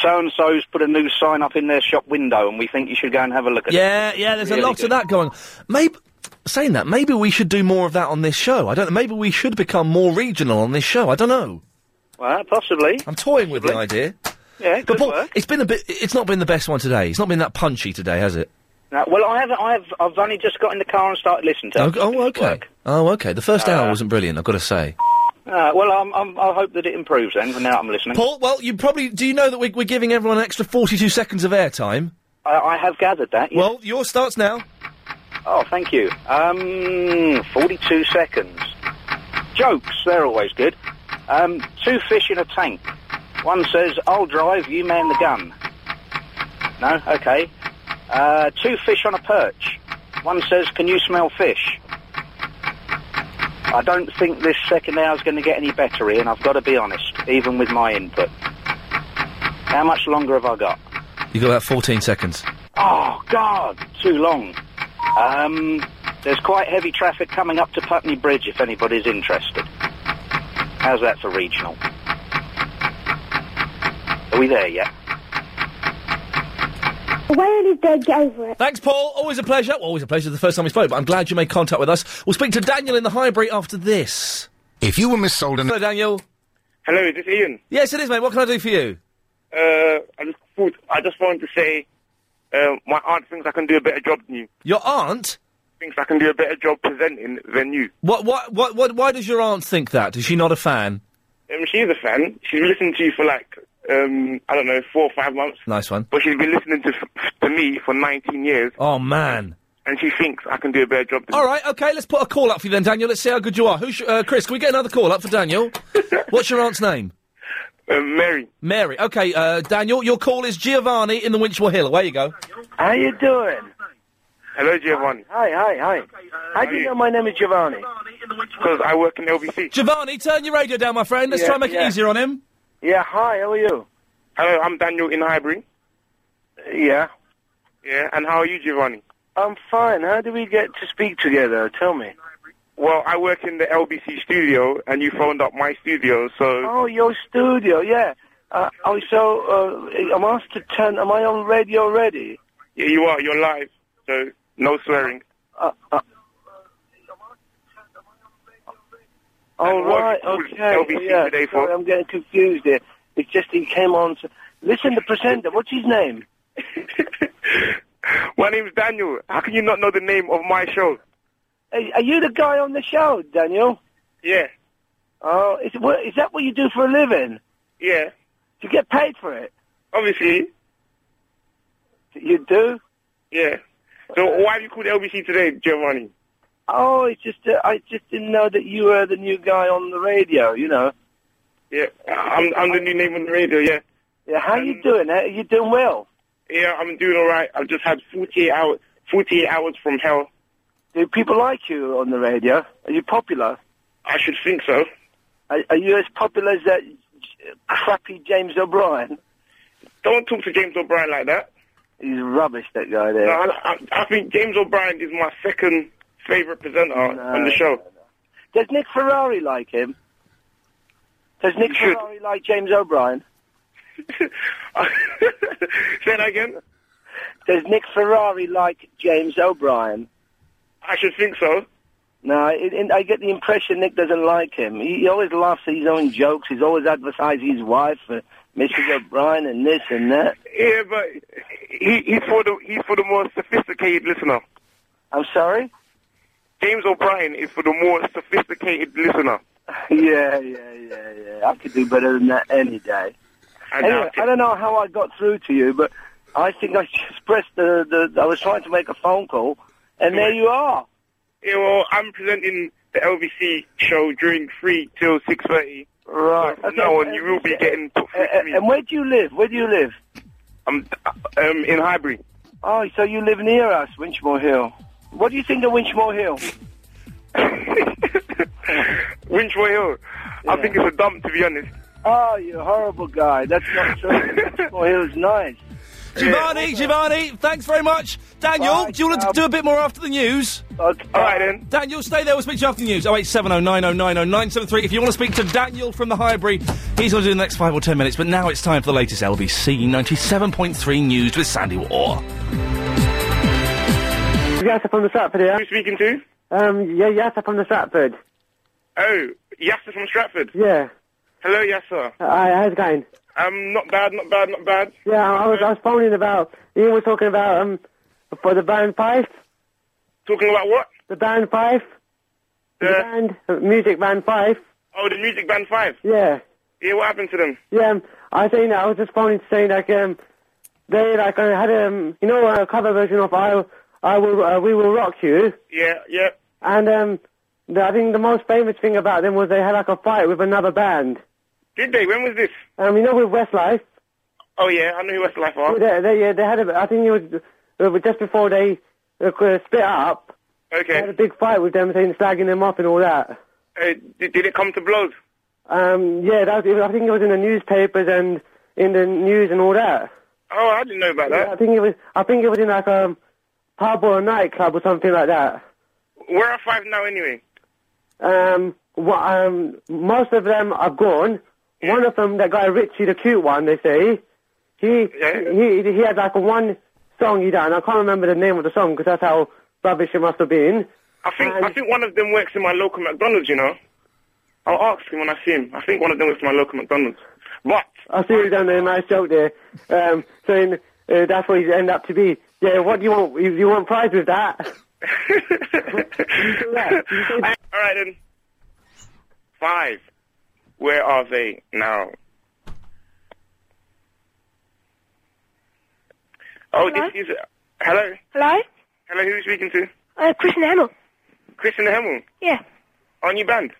[SPEAKER 9] So and so's put a new sign up in their shop window, and we think you should go and have a look at
[SPEAKER 1] yeah,
[SPEAKER 9] it.
[SPEAKER 1] yeah. There's
[SPEAKER 9] Really
[SPEAKER 1] a lot
[SPEAKER 9] good.
[SPEAKER 1] of that going. on. Maybe saying that, maybe we should do more of that on this show. I don't. know. Maybe we should become more regional on this show. I don't know.
[SPEAKER 9] Well, possibly.
[SPEAKER 1] I'm toying with the idea.
[SPEAKER 9] Yeah,
[SPEAKER 1] But Paul, it's been a bit. It's not been the best one today. It's not been that punchy today, has it?
[SPEAKER 9] Now, well, I have, I have, I've only just got in the car and started listening to.
[SPEAKER 1] Oh,
[SPEAKER 9] it.
[SPEAKER 1] oh, okay. Oh, okay. The first hour wasn't brilliant. I've got to say.
[SPEAKER 9] Uh, well, I'm, I'm, I hope that it improves then. Now I'm listening.
[SPEAKER 1] Paul, well, you probably do. You know that we're, we're giving everyone an extra forty-two seconds of airtime.
[SPEAKER 9] I, I have gathered that. yes.
[SPEAKER 1] Well, yours starts now.
[SPEAKER 9] Oh, thank you. Um, 42 seconds. Jokes, they're always good. Um, two fish in a tank. One says, I'll drive, you man the gun. No? Okay. Uh, two fish on a perch. One says, can you smell fish? I don't think this second hour's going to get any better, Ian. I've got to be honest, even with my input. How much longer have I got?
[SPEAKER 1] You got about fourteen seconds.
[SPEAKER 9] Oh God, too long. Um, there's quite heavy traffic coming up to Putney Bridge. If anybody's interested, how's that for regional? Are we there yet?
[SPEAKER 1] Where did they get over it? Thanks, Paul. Always a pleasure. Well, always a pleasure. The first time we spoke, but I'm glad you made contact with us. We'll speak to Daniel in the Highbury after this. If you were missold, hello, Daniel.
[SPEAKER 8] Hello, is this Ian?
[SPEAKER 1] Yes, it is, mate. What can I do for you?
[SPEAKER 8] Uh, I just thought, I just wanted to say, uh, my aunt thinks I can do a better job than you.
[SPEAKER 1] Your aunt
[SPEAKER 8] Thinks I can do a better job presenting than you.
[SPEAKER 1] What? What? What? What? Why does your aunt think that? Is she not a fan?
[SPEAKER 8] Um, she's a fan. She's been listening to you for like, um, I don't know, four or five months.
[SPEAKER 1] Nice one.
[SPEAKER 8] But she's been listening to f- to me for 19 years,
[SPEAKER 1] Oh man.
[SPEAKER 8] and she thinks I can do a better job than
[SPEAKER 1] All right. Okay. Let's put a call up for you then, Daniel. Let's see how good you are. Who's? Uh, Chris, can we get another call up for Daniel? What's your aunt's name?
[SPEAKER 8] Uh, Mary.
[SPEAKER 1] Mary. Okay, uh, Daniel, your call is Giovanni in the Winchwell Hill. Away you go.
[SPEAKER 16] How you doing?
[SPEAKER 8] Hello, Giovanni.
[SPEAKER 16] Hi, hi, uh, hi. How do you know my name is Giovanni?
[SPEAKER 8] Because I work in LBC.
[SPEAKER 1] Giovanni, turn your radio down, my friend. Let's
[SPEAKER 16] Yeah,
[SPEAKER 1] try and make
[SPEAKER 16] yeah.
[SPEAKER 1] it easier on him.
[SPEAKER 16] Yeah, hi, how are you?
[SPEAKER 8] Hello, I'm Daniel in Highbury.
[SPEAKER 16] Yeah.
[SPEAKER 8] Yeah, and how are you, Giovanni?
[SPEAKER 16] I'm fine. How do we get to speak together? Tell me.
[SPEAKER 8] Well, I work in the LBC studio, and you phoned up my studio, so
[SPEAKER 16] Oh, your studio, yeah. Uh, oh, so uh, I'm asked to turn. Am I on radio already?
[SPEAKER 8] yeah, you are. You're live, so no swearing.
[SPEAKER 16] Uh, uh. All
[SPEAKER 8] And what
[SPEAKER 16] right,
[SPEAKER 8] was
[SPEAKER 16] okay.
[SPEAKER 8] LBC
[SPEAKER 16] yeah,
[SPEAKER 8] today for?
[SPEAKER 16] sorry, I'm getting confused here. It's just he came on. To... Listen, the presenter. What's his name?
[SPEAKER 8] My name's Daniel. How can you not know the name of my show?
[SPEAKER 16] Are, are you the guy on the show, Daniel?
[SPEAKER 8] Yeah,
[SPEAKER 16] Oh, is, what, is that what you do for a living?
[SPEAKER 8] yeah.
[SPEAKER 16] Do you get paid for it?
[SPEAKER 8] Obviously,
[SPEAKER 16] You do?
[SPEAKER 8] yeah. So why have you called LBC today, Giovanni?
[SPEAKER 16] Oh, it's just uh, I just didn't know that you were the new guy on the radio. You know.
[SPEAKER 8] Yeah, I'm I'm the new name on the radio. Yeah,
[SPEAKER 16] Yeah. How you doing? How, you doing well?
[SPEAKER 8] yeah. I'm doing all right. I've just had 48 hours, 48 hours from hell.
[SPEAKER 16] Do people like you on the radio? Are you popular?
[SPEAKER 8] I should think so.
[SPEAKER 16] Are, are you as popular as that j- crappy James O'Brien?
[SPEAKER 8] Don't talk to James O'Brien like that.
[SPEAKER 16] He's rubbish, that guy there.
[SPEAKER 8] No, I, I, I think James O'Brien is my second favorite presenter on the show.
[SPEAKER 16] Does Nick Ferrari like him? Does Nick Ferrari like James O'Brien?
[SPEAKER 8] Say that again.
[SPEAKER 16] Does Nick Ferrari like James O'Brien?
[SPEAKER 8] I should think so.
[SPEAKER 16] No, it, it, I get the impression Nick doesn't like him. He, he always laughs at his own jokes. He's always advertising his wife for Mrs. O'Brien and this and that.
[SPEAKER 8] Yeah, but he, he's for the he's for the more sophisticated listener.
[SPEAKER 16] I'm sorry.
[SPEAKER 8] James O'Brien is for the more sophisticated listener.
[SPEAKER 16] yeah, yeah, yeah, yeah. I could do better than that any day.
[SPEAKER 8] I
[SPEAKER 16] anyway,
[SPEAKER 8] doubt it.
[SPEAKER 16] I don't know how I got through to you, but I think I just pressed the, the. I was trying to make a phone call, and there you are.
[SPEAKER 8] Yeah, well, I'm presenting the LBC show during three till six thirty.
[SPEAKER 16] Right.
[SPEAKER 8] So no one, you will be getting put through to me.
[SPEAKER 16] And where do you live? Where do you live?
[SPEAKER 8] I'm um, in Highbury.
[SPEAKER 16] Oh, so you live near us, Winchmore Hill. What do you think of Winchmore Hill?
[SPEAKER 8] Winchmore Hill. I think it's a dump, to be honest.
[SPEAKER 16] Oh, you're a horrible guy. That's not true. Winchmore Hill's nice.
[SPEAKER 1] Giovanni, Giovanni, thanks very much. Daniel, do you want to do a bit more after the news?
[SPEAKER 16] Okay.
[SPEAKER 1] Um, All right, then. Daniel, stay there. We'll speak to you after the news. 08709090973. If you want to speak to Daniel from the Highbury, he's going to do the next five or ten minutes. But now it's time for the latest LBC 97.3 news with Sandy War.
[SPEAKER 23] Yasser from the Stratford, yeah?
[SPEAKER 8] Who speaking to?
[SPEAKER 23] Um, yeah, Yasser from the Stratford.
[SPEAKER 8] Oh, Yasser from Stratford.
[SPEAKER 23] Yeah.
[SPEAKER 8] Hello, Yasser.
[SPEAKER 23] Hi, how's it going?
[SPEAKER 8] Um, not bad, not bad, not bad.
[SPEAKER 23] Yeah, I I was, I was phoning about, you were talking about, um, for the band Fife.
[SPEAKER 8] Talking about what?
[SPEAKER 23] The band Fife. The, band, uh, music band Fife.
[SPEAKER 8] Oh, the music band five.
[SPEAKER 23] Yeah.
[SPEAKER 8] Yeah, what happened to them?
[SPEAKER 23] Yeah, um, I was saying, I was just phoning to say, like, um, they, like, uh, had, um, you know, a cover version of I, I Will, uh, We Will Rock You.
[SPEAKER 8] Yeah, yeah.
[SPEAKER 23] And, um, the, I think the most famous thing about them was they had, like, a fight with another band.
[SPEAKER 8] Did they? When was this?
[SPEAKER 23] Um, you know, with Westlife.
[SPEAKER 8] Oh yeah, I know who Westlife are.
[SPEAKER 23] They, they, yeah, they had a, I think it was, it was just before they uh, qu- split up. They had
[SPEAKER 8] Okay.
[SPEAKER 23] a big fight with them, saying slagging them off and all that.
[SPEAKER 8] Uh, did, did it come to blows?
[SPEAKER 23] Um, yeah, that was, it was, I think it was in the newspapers and in the news and all that.
[SPEAKER 8] Oh, I didn't know about
[SPEAKER 23] Yeah, I
[SPEAKER 8] that.
[SPEAKER 23] think it was, I think it was in like a pub or a nightclub or something like that.
[SPEAKER 8] Where are five now anyway?
[SPEAKER 23] Um, wha- um, most of them are gone. One of them, that guy Richie, the cute one, they say, he he he had like one song he done. I can't remember the name of the song because that's how rubbish it must have been.
[SPEAKER 8] I think I think one of them works in my local McDonald's. You know, I'll ask him when I see him. I think one of them works in my local McDonald's. But
[SPEAKER 23] I see you done a nice joke there. Um, saying uh, that's what he's end up to be. Yeah, what do you want? You, you want prize with that?
[SPEAKER 8] I- all right then. Five. Where are they now? Oh, this is hello.
[SPEAKER 24] Hello?
[SPEAKER 8] Hello, who are you speaking to?
[SPEAKER 24] Uh, Chris and Hamill.
[SPEAKER 8] Chris and Hemel.
[SPEAKER 24] Yeah.
[SPEAKER 8] Aren't you banned?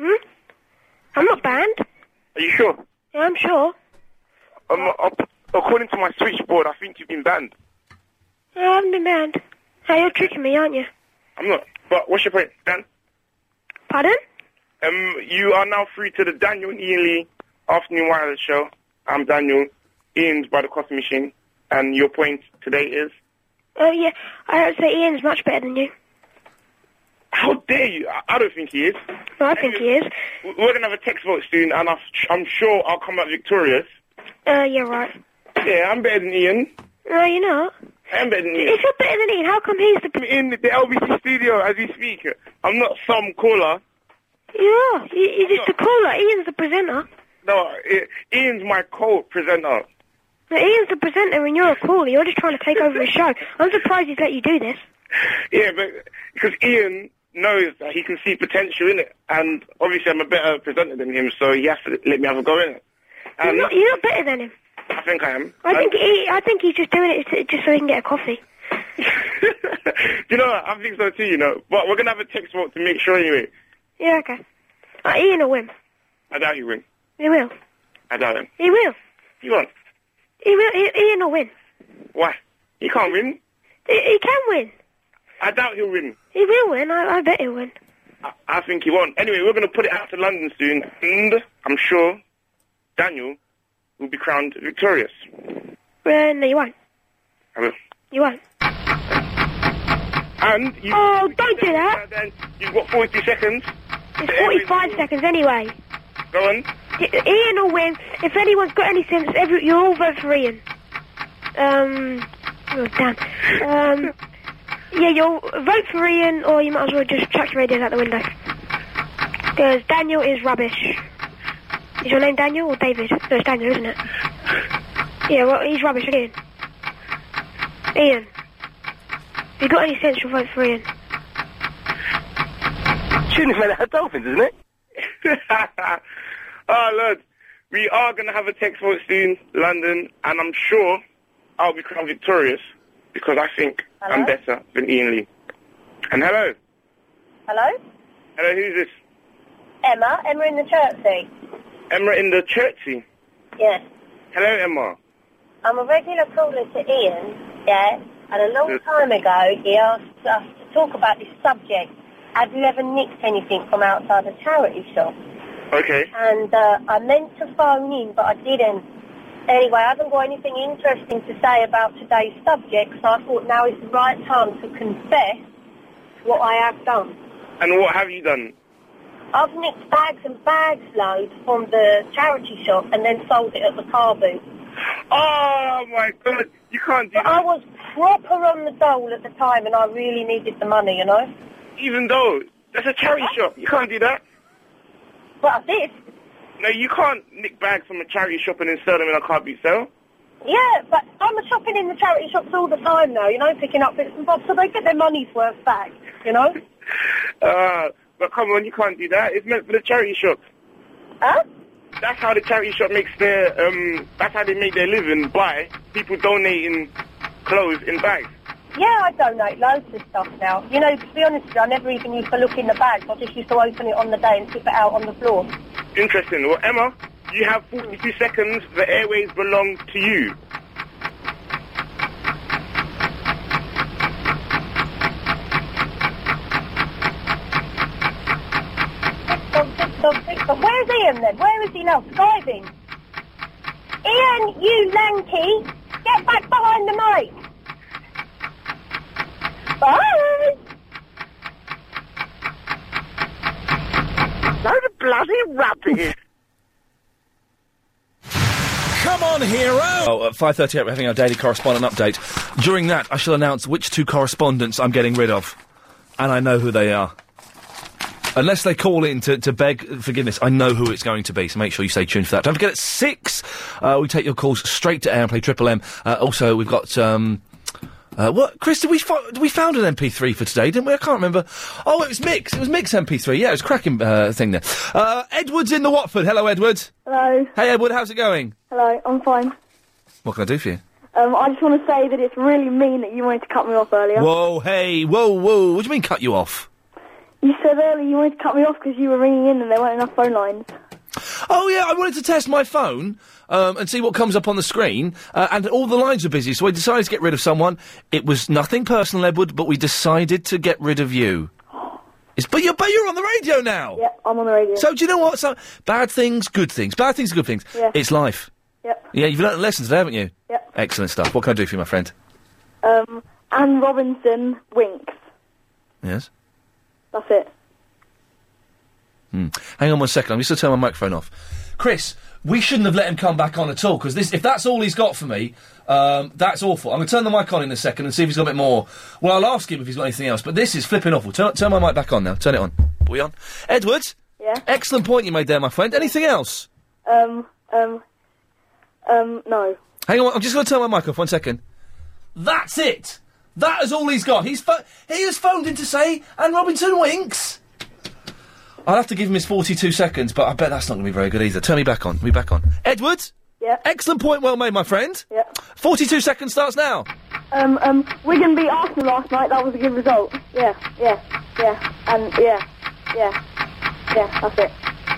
[SPEAKER 24] Hmm? I'm not banned.
[SPEAKER 8] Are you sure?
[SPEAKER 24] Yeah. I'm sure.
[SPEAKER 8] Um, up- according to my switchboard, I think you've been banned.
[SPEAKER 24] I haven't been banned. Hey, you're tricking me, aren't you?
[SPEAKER 8] I'm not. But what's your point, Dan?
[SPEAKER 24] Pardon?
[SPEAKER 8] Um, you are now free to the Daniel and Ian Lee Afternoon Wireless Show. I'm Daniel. Ian's by the Coffee Machine. And your point today is?
[SPEAKER 24] Oh, yeah. I don't say Ian's much better than you.
[SPEAKER 8] How dare you? I, I don't think he is.
[SPEAKER 24] No, I think he is.
[SPEAKER 8] W- We're going to have a text vote soon, and I've, I'm sure I'll come out victorious.
[SPEAKER 24] Uh, yeah, right.
[SPEAKER 8] Yeah, I'm better than Ian.
[SPEAKER 24] No, you're not.
[SPEAKER 8] I'm better than Ian.
[SPEAKER 24] If you're better than Ian, how come he's the...
[SPEAKER 8] I'm in the LBC studio as we speak. I'm not some caller.
[SPEAKER 24] You are. You- You're just the caller. Ian's the presenter.
[SPEAKER 8] No, I- Ian's my co-presenter.
[SPEAKER 24] No, Ian's the presenter and you're a caller. You're just trying to take over the show. I'm surprised he's let you do this.
[SPEAKER 8] Yeah, but because Ian knows that he can see potential in it, and obviously I'm a better presenter than him, so he has to let me have a go in it.
[SPEAKER 24] You're
[SPEAKER 8] And
[SPEAKER 24] not, you're not better than him.
[SPEAKER 8] I think I am.
[SPEAKER 24] I think he, I think he's just doing it to- just so he can get a coffee.
[SPEAKER 8] You know, what? I think so too. You know, but we're gonna have a text vote to make sure anyway.
[SPEAKER 24] Yeah, okay. Uh, Ian will win.
[SPEAKER 8] I doubt you win.
[SPEAKER 24] He will.
[SPEAKER 8] I doubt him.
[SPEAKER 24] He will.
[SPEAKER 8] You won.
[SPEAKER 24] He will. He, Ian will win.
[SPEAKER 8] Why? He can't win.
[SPEAKER 24] He, he can win.
[SPEAKER 8] I doubt he'll win.
[SPEAKER 24] He will win. I, I bet he'll win.
[SPEAKER 8] I think he won't. Anyway, we're going to put it out to London soon, and I'm sure Daniel will be crowned victorious.
[SPEAKER 24] Uh, no, you won't.
[SPEAKER 8] I will.
[SPEAKER 24] You won't.
[SPEAKER 8] And you,
[SPEAKER 24] oh, don't do that.
[SPEAKER 8] Then you've got 40 seconds.
[SPEAKER 24] It's 45 seconds anyway.
[SPEAKER 8] Go on.
[SPEAKER 24] I- Ian will win. If anyone's got any sense, every, you all vote for Ian. Um, oh, damn. Um, yeah, you'll vote for Ian, or you might as well just chuck your radio out the window. Because Daniel is rubbish. Is your name Daniel or David? No, it's Daniel, isn't it? Yeah, well, he's rubbish, Ian. Ian. If you've got any sense, you'll vote for Ian.
[SPEAKER 8] Shouldn't have had dolphins, isn't it? oh, Lord. We are going to have a text vote soon, London, and I'm sure I'll be crowned victorious because I think I'm better than Ian Lee. And hello.
[SPEAKER 3] Hello?
[SPEAKER 8] Hello, who's this?
[SPEAKER 3] Emma, Emma in the Chertsey.
[SPEAKER 8] Emma in the churchy.
[SPEAKER 3] Yes.
[SPEAKER 8] Hello, Emma.
[SPEAKER 3] I'm a regular caller to Ian, yeah, and a long time ago he asked us to talk about this subject. I'd never nicked anything from outside a charity shop.
[SPEAKER 8] Okay.
[SPEAKER 3] And uh, I meant to phone in, but I didn't. Anyway, I haven't got anything interesting to say about today's subject, so I thought now is the right time to confess what I have done.
[SPEAKER 8] And what have you done?
[SPEAKER 3] I've nicked bags and bags loads from the charity shop and then sold it at the car boot.
[SPEAKER 8] Oh my god, you can't do
[SPEAKER 3] but I was proper on the dole at the time and I really needed the money, you know.
[SPEAKER 8] Even though that's a charity shop, you can't do that.
[SPEAKER 3] But I did.
[SPEAKER 8] No, you can't nick bags from a charity shop and then sell them in a car boot sale.
[SPEAKER 3] Yeah, but I'm shopping in the charity shops all the time now, you know, picking up bits and bobs so they get their money's worth back, you know.
[SPEAKER 8] Uh, but come on, you can't do that. It's meant for the charity shop.
[SPEAKER 3] Huh?
[SPEAKER 8] That's how the charity shop makes their um. That's how they make their living by people donating clothes in bags.
[SPEAKER 3] Yeah, I donate loads of stuff now. You know, to be honest with you, I never even used to look in the bags. I just used to open it on the day and tip it out on the floor.
[SPEAKER 8] Interesting. Well, Emma, you have 42 seconds. The airways belong to you.
[SPEAKER 3] So, but where's Ian then? Where is he now? Driving. Ian, you lanky, get back behind the mic. Bye.
[SPEAKER 16] Load of bloody rubbish.
[SPEAKER 25] Come on, hero!
[SPEAKER 1] Oh, at 5.38 we're having our daily correspondent update. During that, I shall announce which two correspondents I'm getting rid of. And I know who they are. Unless they call in to, to beg forgiveness, I know who it's going to be, so make sure you stay tuned for that. Don't forget, at 6, uh, we take your calls straight to air and play Triple M. Uh, also, we've got... Um, uh, what, Chris? Did we fo- we found an MP3 for today, didn't we? I can't remember. Oh, it was Mix. It was Mix MP3. Yeah, it was cracking uh, thing there. Uh, Edward's in the Watford. Hello, Edward.
[SPEAKER 6] Hello.
[SPEAKER 1] Hey, Edward. How's it going?
[SPEAKER 6] Hello, I'm fine.
[SPEAKER 1] What can I do for you?
[SPEAKER 6] Um, I just want to say that it's really mean that you wanted to cut me off earlier.
[SPEAKER 1] Whoa, hey, whoa, whoa. What do you mean cut you off?
[SPEAKER 6] You said earlier you wanted to cut me off because you were ringing in and there weren't enough phone lines.
[SPEAKER 1] Oh yeah, I wanted to test my phone um, and see what comes up on the screen, uh, and all the lines are busy, so I decided to get rid of someone. It was nothing personal, Edward, but we decided to get rid of you. It's, but you're but you're on the radio now.
[SPEAKER 26] Yep, I'm on the radio.
[SPEAKER 1] So do you know what? So bad things, good things. Bad things, good things.
[SPEAKER 26] Yeah.
[SPEAKER 1] It's life.
[SPEAKER 26] Yep.
[SPEAKER 1] Yeah, you've learnt lessons there, haven't you?
[SPEAKER 26] Yep.
[SPEAKER 1] Excellent stuff. What can I do for you, my friend?
[SPEAKER 26] Um, Anne Robinson winks.
[SPEAKER 1] Yes.
[SPEAKER 26] That's it.
[SPEAKER 1] Hmm. Hang on one second. I'm just going to turn my microphone off. Chris, we shouldn't have let him come back on at all because this—if that's all he's got for me, um, that's awful. I'm going to turn the mic on in a second and see if he's got a bit more. Well, I'll ask him if he's got anything else. But this is flipping awful. Turn, turn my mic back on now. Turn it on. Are we on? Edwards.
[SPEAKER 26] Yeah.
[SPEAKER 1] Excellent point you made there, my friend. Anything else?
[SPEAKER 26] Um, um, um, no.
[SPEAKER 1] Hang on. I'm just going to turn my mic off. One second. That's it. That is all he's got. He's pho- he was phoned in to say, and Robinson winks. I'll have to give him his 42 seconds, but I bet that's not going to be very good either. Turn me back on. Me back on. Edwards?
[SPEAKER 26] Yeah.
[SPEAKER 1] Excellent point, well made, my friend.
[SPEAKER 26] Yeah.
[SPEAKER 1] 42 seconds starts now.
[SPEAKER 26] Um, um, Wigan beat Arsenal last night. That was a good result. Yeah, yeah, yeah, and yeah, yeah, yeah. That's it.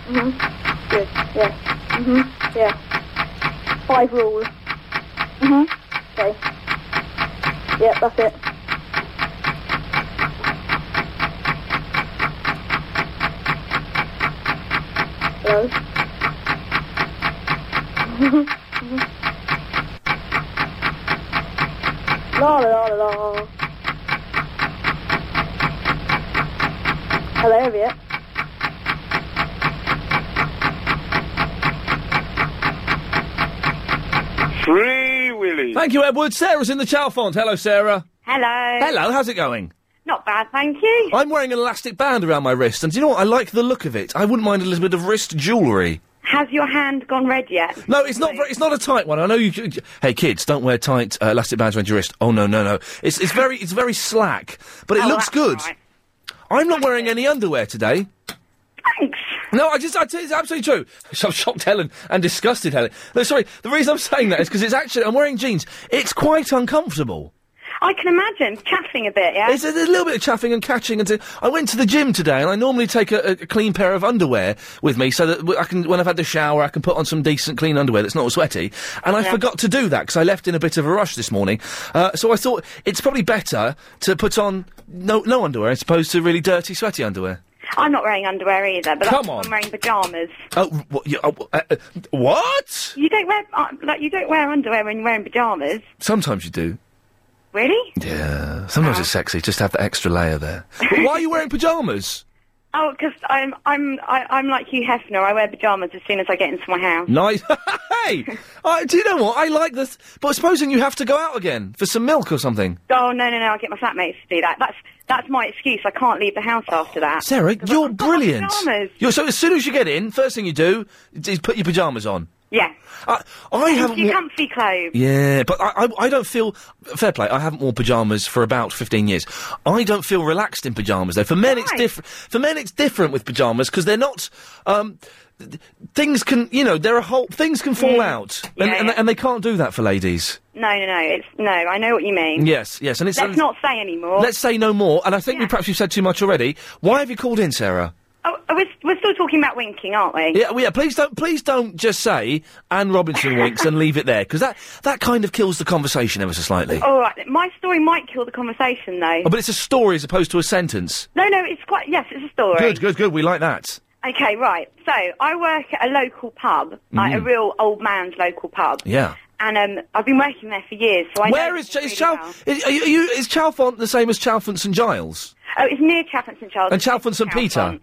[SPEAKER 26] Mhm. Good. Yeah. Mhm. Yeah. Five rules. Mhm. Okay. Yeah, that's it. Hello. Mhm. Mhm. La la la la la. Hello, Elliot.
[SPEAKER 1] Free Willy. Thank you, Edward. Sarah's in the chow font. Hello, Sarah.
[SPEAKER 12] Hello.
[SPEAKER 1] Hello, how's it going?
[SPEAKER 12] Not bad, thank you.
[SPEAKER 1] I'm wearing an elastic band around my wrist, and do you know what? I like the look of it. I wouldn't mind a little bit of wrist jewellery.
[SPEAKER 12] Has your hand gone red yet?
[SPEAKER 1] No, it's not. Very, it's not a tight one. I know you. c- Hey, kids, don't wear tight uh, elastic bands around your wrist. Oh no, no, no. It's it's very it's very slack, but it
[SPEAKER 12] Oh,
[SPEAKER 1] looks
[SPEAKER 12] that's
[SPEAKER 1] good.
[SPEAKER 12] all right.
[SPEAKER 1] I'm not wearing any underwear today. Thanks. No, I just, I tell you, it's absolutely true. So I'm shocked, Helen, and disgusted, Helen. No, sorry. The reason I'm saying that is because it's actually, I'm wearing jeans. It's quite uncomfortable.
[SPEAKER 12] I can imagine chaffing a bit, yeah.
[SPEAKER 1] It's a, there's a little bit of chaffing and catching. And t- I went to the gym today, and I normally take a, a a clean pair of underwear with me, so that w- I can, when I've had the shower, I can put on some decent clean underwear that's not all sweaty. And I
[SPEAKER 13] Yeah.
[SPEAKER 1] forgot to do that because I left in a bit of a rush this morning. Uh, so I thought it's probably better to put on no no underwear as opposed to really dirty, sweaty underwear.
[SPEAKER 12] I'm not wearing underwear either, but
[SPEAKER 1] Come
[SPEAKER 12] I'm,
[SPEAKER 1] on.
[SPEAKER 12] I'm wearing pajamas.
[SPEAKER 1] Oh, what? You, oh, uh, uh, what?
[SPEAKER 12] You don't wear uh, like you don't wear underwear when you're wearing pajamas,
[SPEAKER 1] Sometimes you do.
[SPEAKER 12] really?
[SPEAKER 1] Yeah. Sometimes it's sexy. Just have that extra layer there. But why are you wearing pajamas?
[SPEAKER 12] Oh, because I'm I'm I, I'm like Hugh Hefner. I wear pajamas as soon as I get into my house.
[SPEAKER 1] Nice. hey, uh, do you know what? I like this. But supposing you have to go out again for some milk or something.
[SPEAKER 12] Oh no no no! I get my flatmates to do that. That's that's my excuse. I can't leave the house after that.
[SPEAKER 1] Sarah, you're brilliant.
[SPEAKER 12] pyjamas.
[SPEAKER 1] You're, so as soon as you get in, first thing you do is put your pajamas on.
[SPEAKER 12] Yeah.
[SPEAKER 1] I, I haven't.
[SPEAKER 12] Your
[SPEAKER 1] wo-
[SPEAKER 12] comfy clothes.
[SPEAKER 1] yeah, but I, I, I don't feel fair play. I haven't worn pajamas for about fifteen years. I don't feel relaxed in pajamas though. For men, it's different. For men, it's different with pajamas because they're not. Um, th- things can, you know, there are whole things can fall
[SPEAKER 12] Yeah.
[SPEAKER 1] out, and,
[SPEAKER 12] Yeah,
[SPEAKER 1] and,
[SPEAKER 12] yeah.
[SPEAKER 1] and they can't do that for ladies.
[SPEAKER 12] No no no. It's no. I know what you mean.
[SPEAKER 1] Yes, yes, and it's
[SPEAKER 12] Let's not say anymore.
[SPEAKER 1] Let's say no more, and I think we perhaps we've said too much already. Why have you called in, Sarah?
[SPEAKER 12] Oh, we're, we're still talking about winking, aren't we?
[SPEAKER 1] Yeah, well, yeah. Please don't, please don't just say Anne Robinson winks and leave it there because that that kind of kills the conversation ever so slightly.
[SPEAKER 12] All right. My story might kill the conversation, though.
[SPEAKER 1] Oh, but it's a story as opposed to a sentence.
[SPEAKER 12] No, no, it's quite. Yes, it's a story.
[SPEAKER 1] Good, good, good. We like that.
[SPEAKER 12] Okay, right. So I work at a local pub, like a
[SPEAKER 1] Mm.
[SPEAKER 12] real old man's local pub,
[SPEAKER 1] Yeah.
[SPEAKER 12] and um, I've been working there for years. So I
[SPEAKER 1] Where
[SPEAKER 12] know
[SPEAKER 1] is,
[SPEAKER 12] it really
[SPEAKER 1] is Chow?
[SPEAKER 12] well.
[SPEAKER 1] Is, are you, are you, is Chalfont the same as Chalfont St Giles
[SPEAKER 12] Oh, it's near Chaffin St Charles.
[SPEAKER 1] and Chalfont St Peter?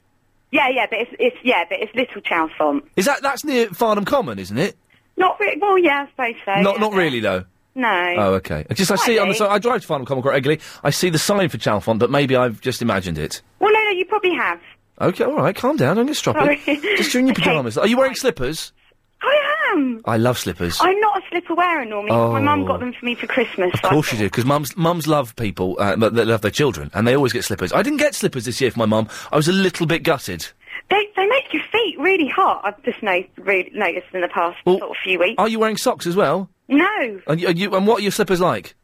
[SPEAKER 12] Yeah, yeah, but it's, it's yeah, but it's Little Chalfont.
[SPEAKER 1] Is that that's near Farnham Common, isn't it?
[SPEAKER 12] Not really. Well, yeah, I suppose so.
[SPEAKER 1] not
[SPEAKER 12] Uh, yeah.
[SPEAKER 1] not really though.
[SPEAKER 12] No.
[SPEAKER 1] Oh, okay. I Just I
[SPEAKER 12] Might
[SPEAKER 1] see it on the
[SPEAKER 12] be.
[SPEAKER 1] si- I drive to Farnham Common quite regularly. I see the sign for Chalfont, but maybe I've just imagined it.
[SPEAKER 12] Well, no, no, you probably have.
[SPEAKER 1] Okay, all right, calm down. I'm going to stop
[SPEAKER 12] Sorry.
[SPEAKER 1] it. Just you're in your pajamas. Are you wearing slippers?
[SPEAKER 12] I am.
[SPEAKER 1] I love slippers.
[SPEAKER 12] I'm not a slipper wearer normally. 'cause My
[SPEAKER 1] Oh.
[SPEAKER 12] mum got them for me for Christmas.
[SPEAKER 1] Of course you do, because mums mums love people uh, that that love their children, and they always get slippers. I didn't get slippers this year for my mum. I was a little bit gutted.
[SPEAKER 12] They they make your feet really hot. I've just no, re- noticed in the past sort of few weeks.
[SPEAKER 1] Are you wearing socks as well?
[SPEAKER 12] No.
[SPEAKER 1] And, you, you, and what are your slippers like?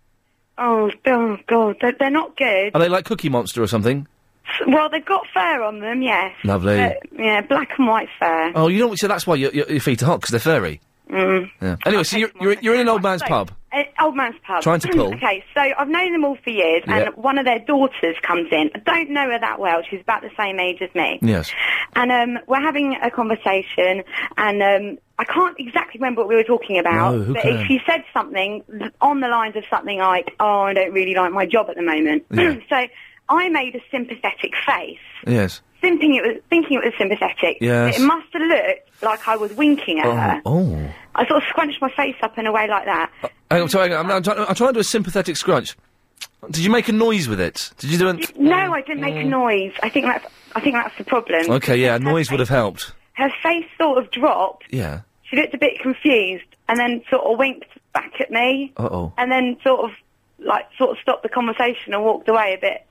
[SPEAKER 12] Oh, oh God, they're, they're not good.
[SPEAKER 1] Are they like Cookie Monster or something?
[SPEAKER 12] Well, they've got fur on them, yes.
[SPEAKER 1] Lovely.
[SPEAKER 12] But, yeah, black and white fur.
[SPEAKER 1] Oh, you know, what- so that's why your, your, your feet are hot because they're furry.
[SPEAKER 12] Mm.
[SPEAKER 1] Yeah. Anyway, so you're, you're you're in an old man's
[SPEAKER 12] So,
[SPEAKER 1] pub.
[SPEAKER 12] uh, old man's pub.
[SPEAKER 1] Trying to pull.
[SPEAKER 12] okay, so I've known them all for years,
[SPEAKER 1] Yeah.
[SPEAKER 12] and one of their daughters comes in. I don't know her that well. She's about the same age as me.
[SPEAKER 1] Yes.
[SPEAKER 12] And um, we're having a conversation, and um, I can't exactly remember what we were talking about,
[SPEAKER 5] No, who
[SPEAKER 12] but
[SPEAKER 5] can?
[SPEAKER 12] she said something on the lines of something like, oh, I don't really like my job at the moment.
[SPEAKER 1] Yeah.
[SPEAKER 12] so I made a sympathetic face.
[SPEAKER 1] Yes.
[SPEAKER 12] Thinking it was thinking it was sympathetic.
[SPEAKER 1] Yes.
[SPEAKER 12] It must have looked like I was winking at her.
[SPEAKER 1] Oh.
[SPEAKER 12] I sort of scrunched my face up in a way like that.
[SPEAKER 1] Hang on, sorry, hang on, I'm, I'm, trying, I'm trying to do a sympathetic scrunch. Did you make a noise with it? Did you do a...
[SPEAKER 12] No, I didn't make a noise. I think that's I think that's the problem.
[SPEAKER 1] Okay, yeah, a noise would have helped.
[SPEAKER 12] Her face sort of dropped.
[SPEAKER 1] Yeah.
[SPEAKER 12] She looked a bit confused and then sort of winked back at me
[SPEAKER 1] Uh-oh.
[SPEAKER 12] and then sort of like sort of stopped the conversation and walked away a bit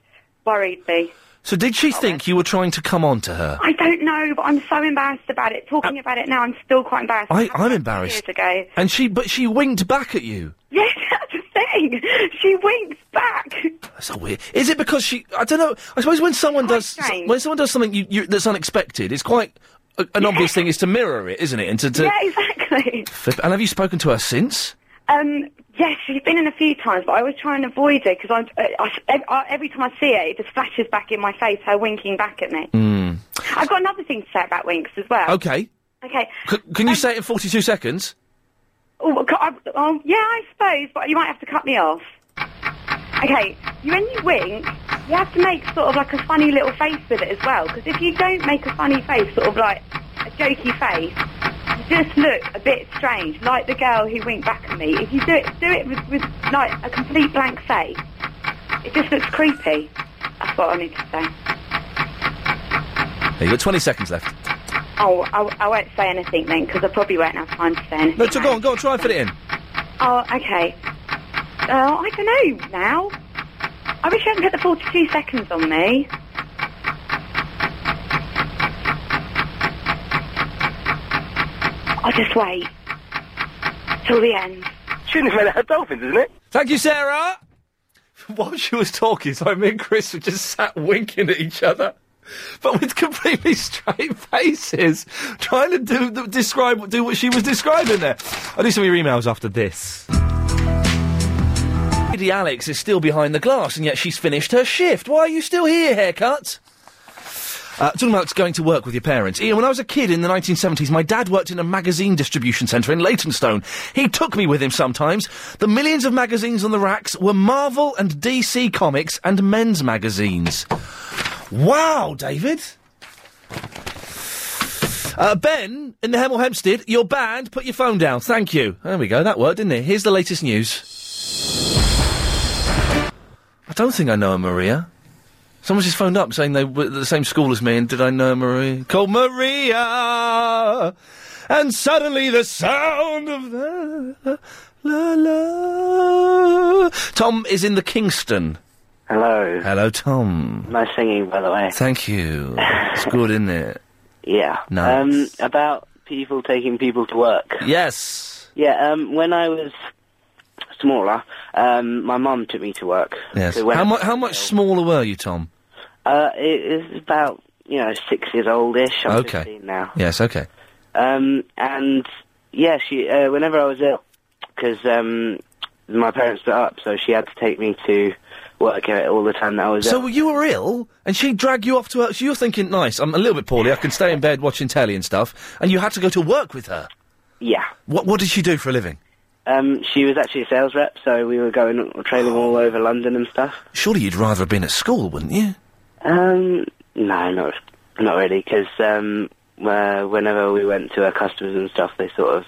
[SPEAKER 12] worried me.
[SPEAKER 1] So did she think you were trying to come on to her?
[SPEAKER 12] I don't know, but I'm so embarrassed about it. Talking about it now, I'm still quite embarrassed.
[SPEAKER 1] Uh, I, I'm
[SPEAKER 12] Years
[SPEAKER 1] embarrassed.
[SPEAKER 12] ago,
[SPEAKER 1] And she, but she winked back at you.
[SPEAKER 12] yes, that's the thing. She winked back.
[SPEAKER 1] That's so weird. Is it because she? I don't know. I suppose when someone does
[SPEAKER 12] strange.
[SPEAKER 1] when someone does something you, you, that's unexpected, it's quite a, an obvious thing is to mirror it, isn't it? And to, to
[SPEAKER 12] Yeah, exactly.
[SPEAKER 1] flip. And have you spoken to her since?
[SPEAKER 12] Um, yes, she's been in a few times, but I always try and avoid it because I, I, I- I, every time I see it, it just flashes back in my face, her winking back at me.
[SPEAKER 1] Hmm.
[SPEAKER 12] I've got another thing to say about winks as well.
[SPEAKER 1] Okay.
[SPEAKER 12] Okay.
[SPEAKER 1] C- can you
[SPEAKER 12] Um,
[SPEAKER 1] say it in forty-two seconds?
[SPEAKER 12] Oh, I, oh, yeah, I suppose, but you might have to cut me off. Okay, you- when you wink, you have to make sort of like a funny little face with it as well, because if you don't make a funny face, sort of like a jokey face, you just look a bit strange, like the girl who winked back at me. If you do it, do it with, with like a complete blank face, it just looks creepy. That's what I need to say.
[SPEAKER 1] Yeah, you got twenty seconds left.
[SPEAKER 12] Oh, I, I won't say anything then, because I probably won't have time to say anything.
[SPEAKER 1] No, so go on, go on, try and fit it in.
[SPEAKER 12] Oh, okay. Uh, I don't know now. I wish you hadn't put the 42 seconds on me. I'll just wait. Till the end.
[SPEAKER 1] Shouldn't have made it her dolphins, isn't it? Thank you, Sarah. While she was talking, so me and Chris were just sat winking at each other, but with completely straight faces, trying to do the, describe do what she was describing there. I'll do some of your emails after this. Lady Alex is still behind the glass, and yet she's finished her shift. Why are you still here, haircut? Uh, talking about going to work with your parents. Ian, when I was a kid in the 1970s, my dad worked in a magazine distribution centre in Leytonstone. He took me with him sometimes. The millions of magazines on the racks were Marvel and DC comics and men's magazines. Wow, David. Uh, ben in the Hemel Hempstead, you're banned. Put your phone down. Thank you. There we go. That worked, didn't it? Here's the latest news. I don't think I know her, Maria. Someone's just phoned up saying they were at the same school as me, and did I know Maria? Called Maria, and suddenly the sound of the la la. Tom is in the Kingston.
[SPEAKER 14] Hello.
[SPEAKER 1] Hello, Tom.
[SPEAKER 14] Nice singing, by the way.
[SPEAKER 1] Thank you. it's good, isn't it?
[SPEAKER 14] Yeah.
[SPEAKER 1] Nice.
[SPEAKER 14] Um, about people taking people to work.
[SPEAKER 1] Yes.
[SPEAKER 14] Yeah. Um, when I was smaller, um, my mum took me to work.
[SPEAKER 1] Yes.
[SPEAKER 14] So when
[SPEAKER 1] How,
[SPEAKER 14] I-
[SPEAKER 1] mu- how much smaller were you, Tom?
[SPEAKER 14] Uh, it was about you know six years oldish. I'm
[SPEAKER 1] Okay.
[SPEAKER 14] 15 now.
[SPEAKER 1] Yes. Okay.
[SPEAKER 14] Um, and yeah, she uh, whenever I was ill, because um, my parents split up, so she had to take me to work uh, all the time that I was ill.
[SPEAKER 1] So you were ill, and she dragged you off to her. So you're thinking, nice, I'm a little bit poorly. I can stay in bed watching telly and stuff. And you had to go to work with her.
[SPEAKER 14] Yeah.
[SPEAKER 1] What What did she do for a living?
[SPEAKER 14] Um, she was actually a sales rep, so we were going trailing all over London and stuff.
[SPEAKER 1] Surely you'd rather have been at school, wouldn't you?
[SPEAKER 14] Um, no, not not really, because um, uh, whenever we went to our customers and stuff, they sort of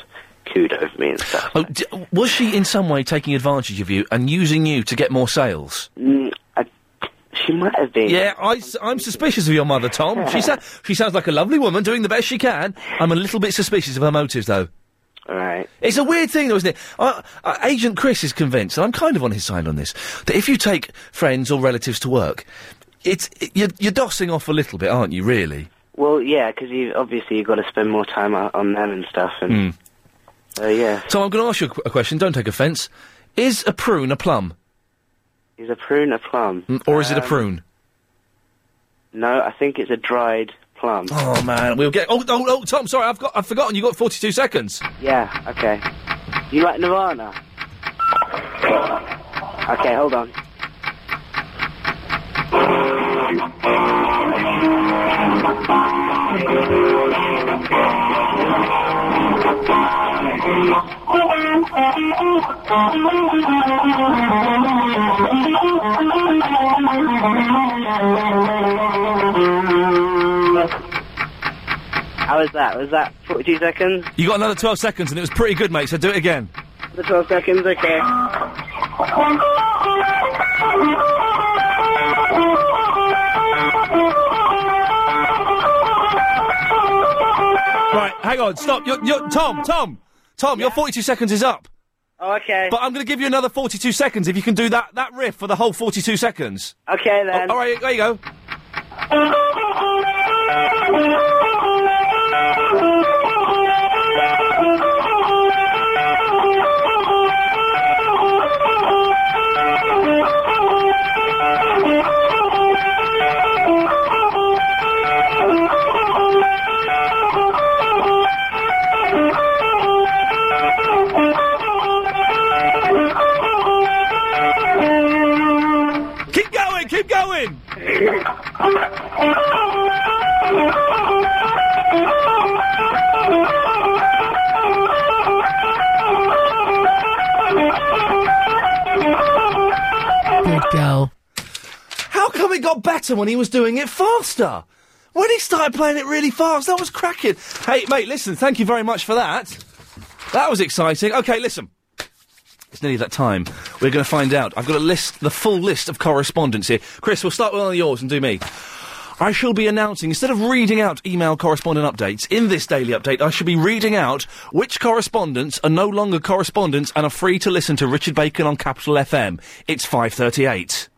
[SPEAKER 14] cooed over me and stuff.
[SPEAKER 1] Oh, d- was she in some way taking advantage of you and using you to get more sales?
[SPEAKER 14] Mm, I, she might have been.
[SPEAKER 1] Yeah, I, am suspicious of your mother, Tom. She, sa- she sounds like a lovely woman doing the best she can. I'm a little bit suspicious of her motives, though.
[SPEAKER 14] Right.
[SPEAKER 1] It's a weird thing, though, isn't it? Uh, uh, Agent Chris is convinced, and I'm kind of on his side on this, that if you take friends or relatives to work, it's it, you're, you're dossing off a little bit, aren't you? Really?
[SPEAKER 14] Well, yeah, because you obviously you've got to spend more time o- on them and stuff, and so yeah,
[SPEAKER 1] So I'm going to ask you a, qu- a question. Don't take offence. Is a prune a plum,
[SPEAKER 14] is a prune a plum,
[SPEAKER 1] Mm, or is it a
[SPEAKER 14] Um,
[SPEAKER 1] prune?
[SPEAKER 14] No, I think it's a dried plum.
[SPEAKER 1] Oh man, we'll get. Oh, oh, oh, Tom, sorry, I've got, I've forgotten. You got forty-two seconds.
[SPEAKER 14] Yeah, okay. You like Nirvana? Okay, hold on. How was that? Was that 42 seconds?
[SPEAKER 1] You got another twelve seconds, and it was pretty good, mate. So do it again.
[SPEAKER 14] The 12 seconds, okay.
[SPEAKER 1] Right, hang on, stop. You're, you're, Tom, Tom, Tom, your 42 seconds is up.
[SPEAKER 14] Oh, okay.
[SPEAKER 1] But I'm going to give you another 42 seconds if you can do that, that riff for the whole 42 seconds.
[SPEAKER 14] Okay then.
[SPEAKER 1] all right, there you go. Keep going, keep going.
[SPEAKER 16] Good girl.
[SPEAKER 1] How come it got better when he was doing it faster? When he started playing it really fast, that was cracking. Hey, mate, listen, thank you very much for that. That was exciting. Okay, listen. It's nearly that time. We're going to find out. I've got a list, the full list of correspondence here. Chris, we'll start with one of yours and do me. I shall be announcing, instead of reading out email correspondent updates, in this daily update, I shall be reading out which correspondents are no longer correspondents and are free to listen to Richard Bacon on Capital FM. It's 538.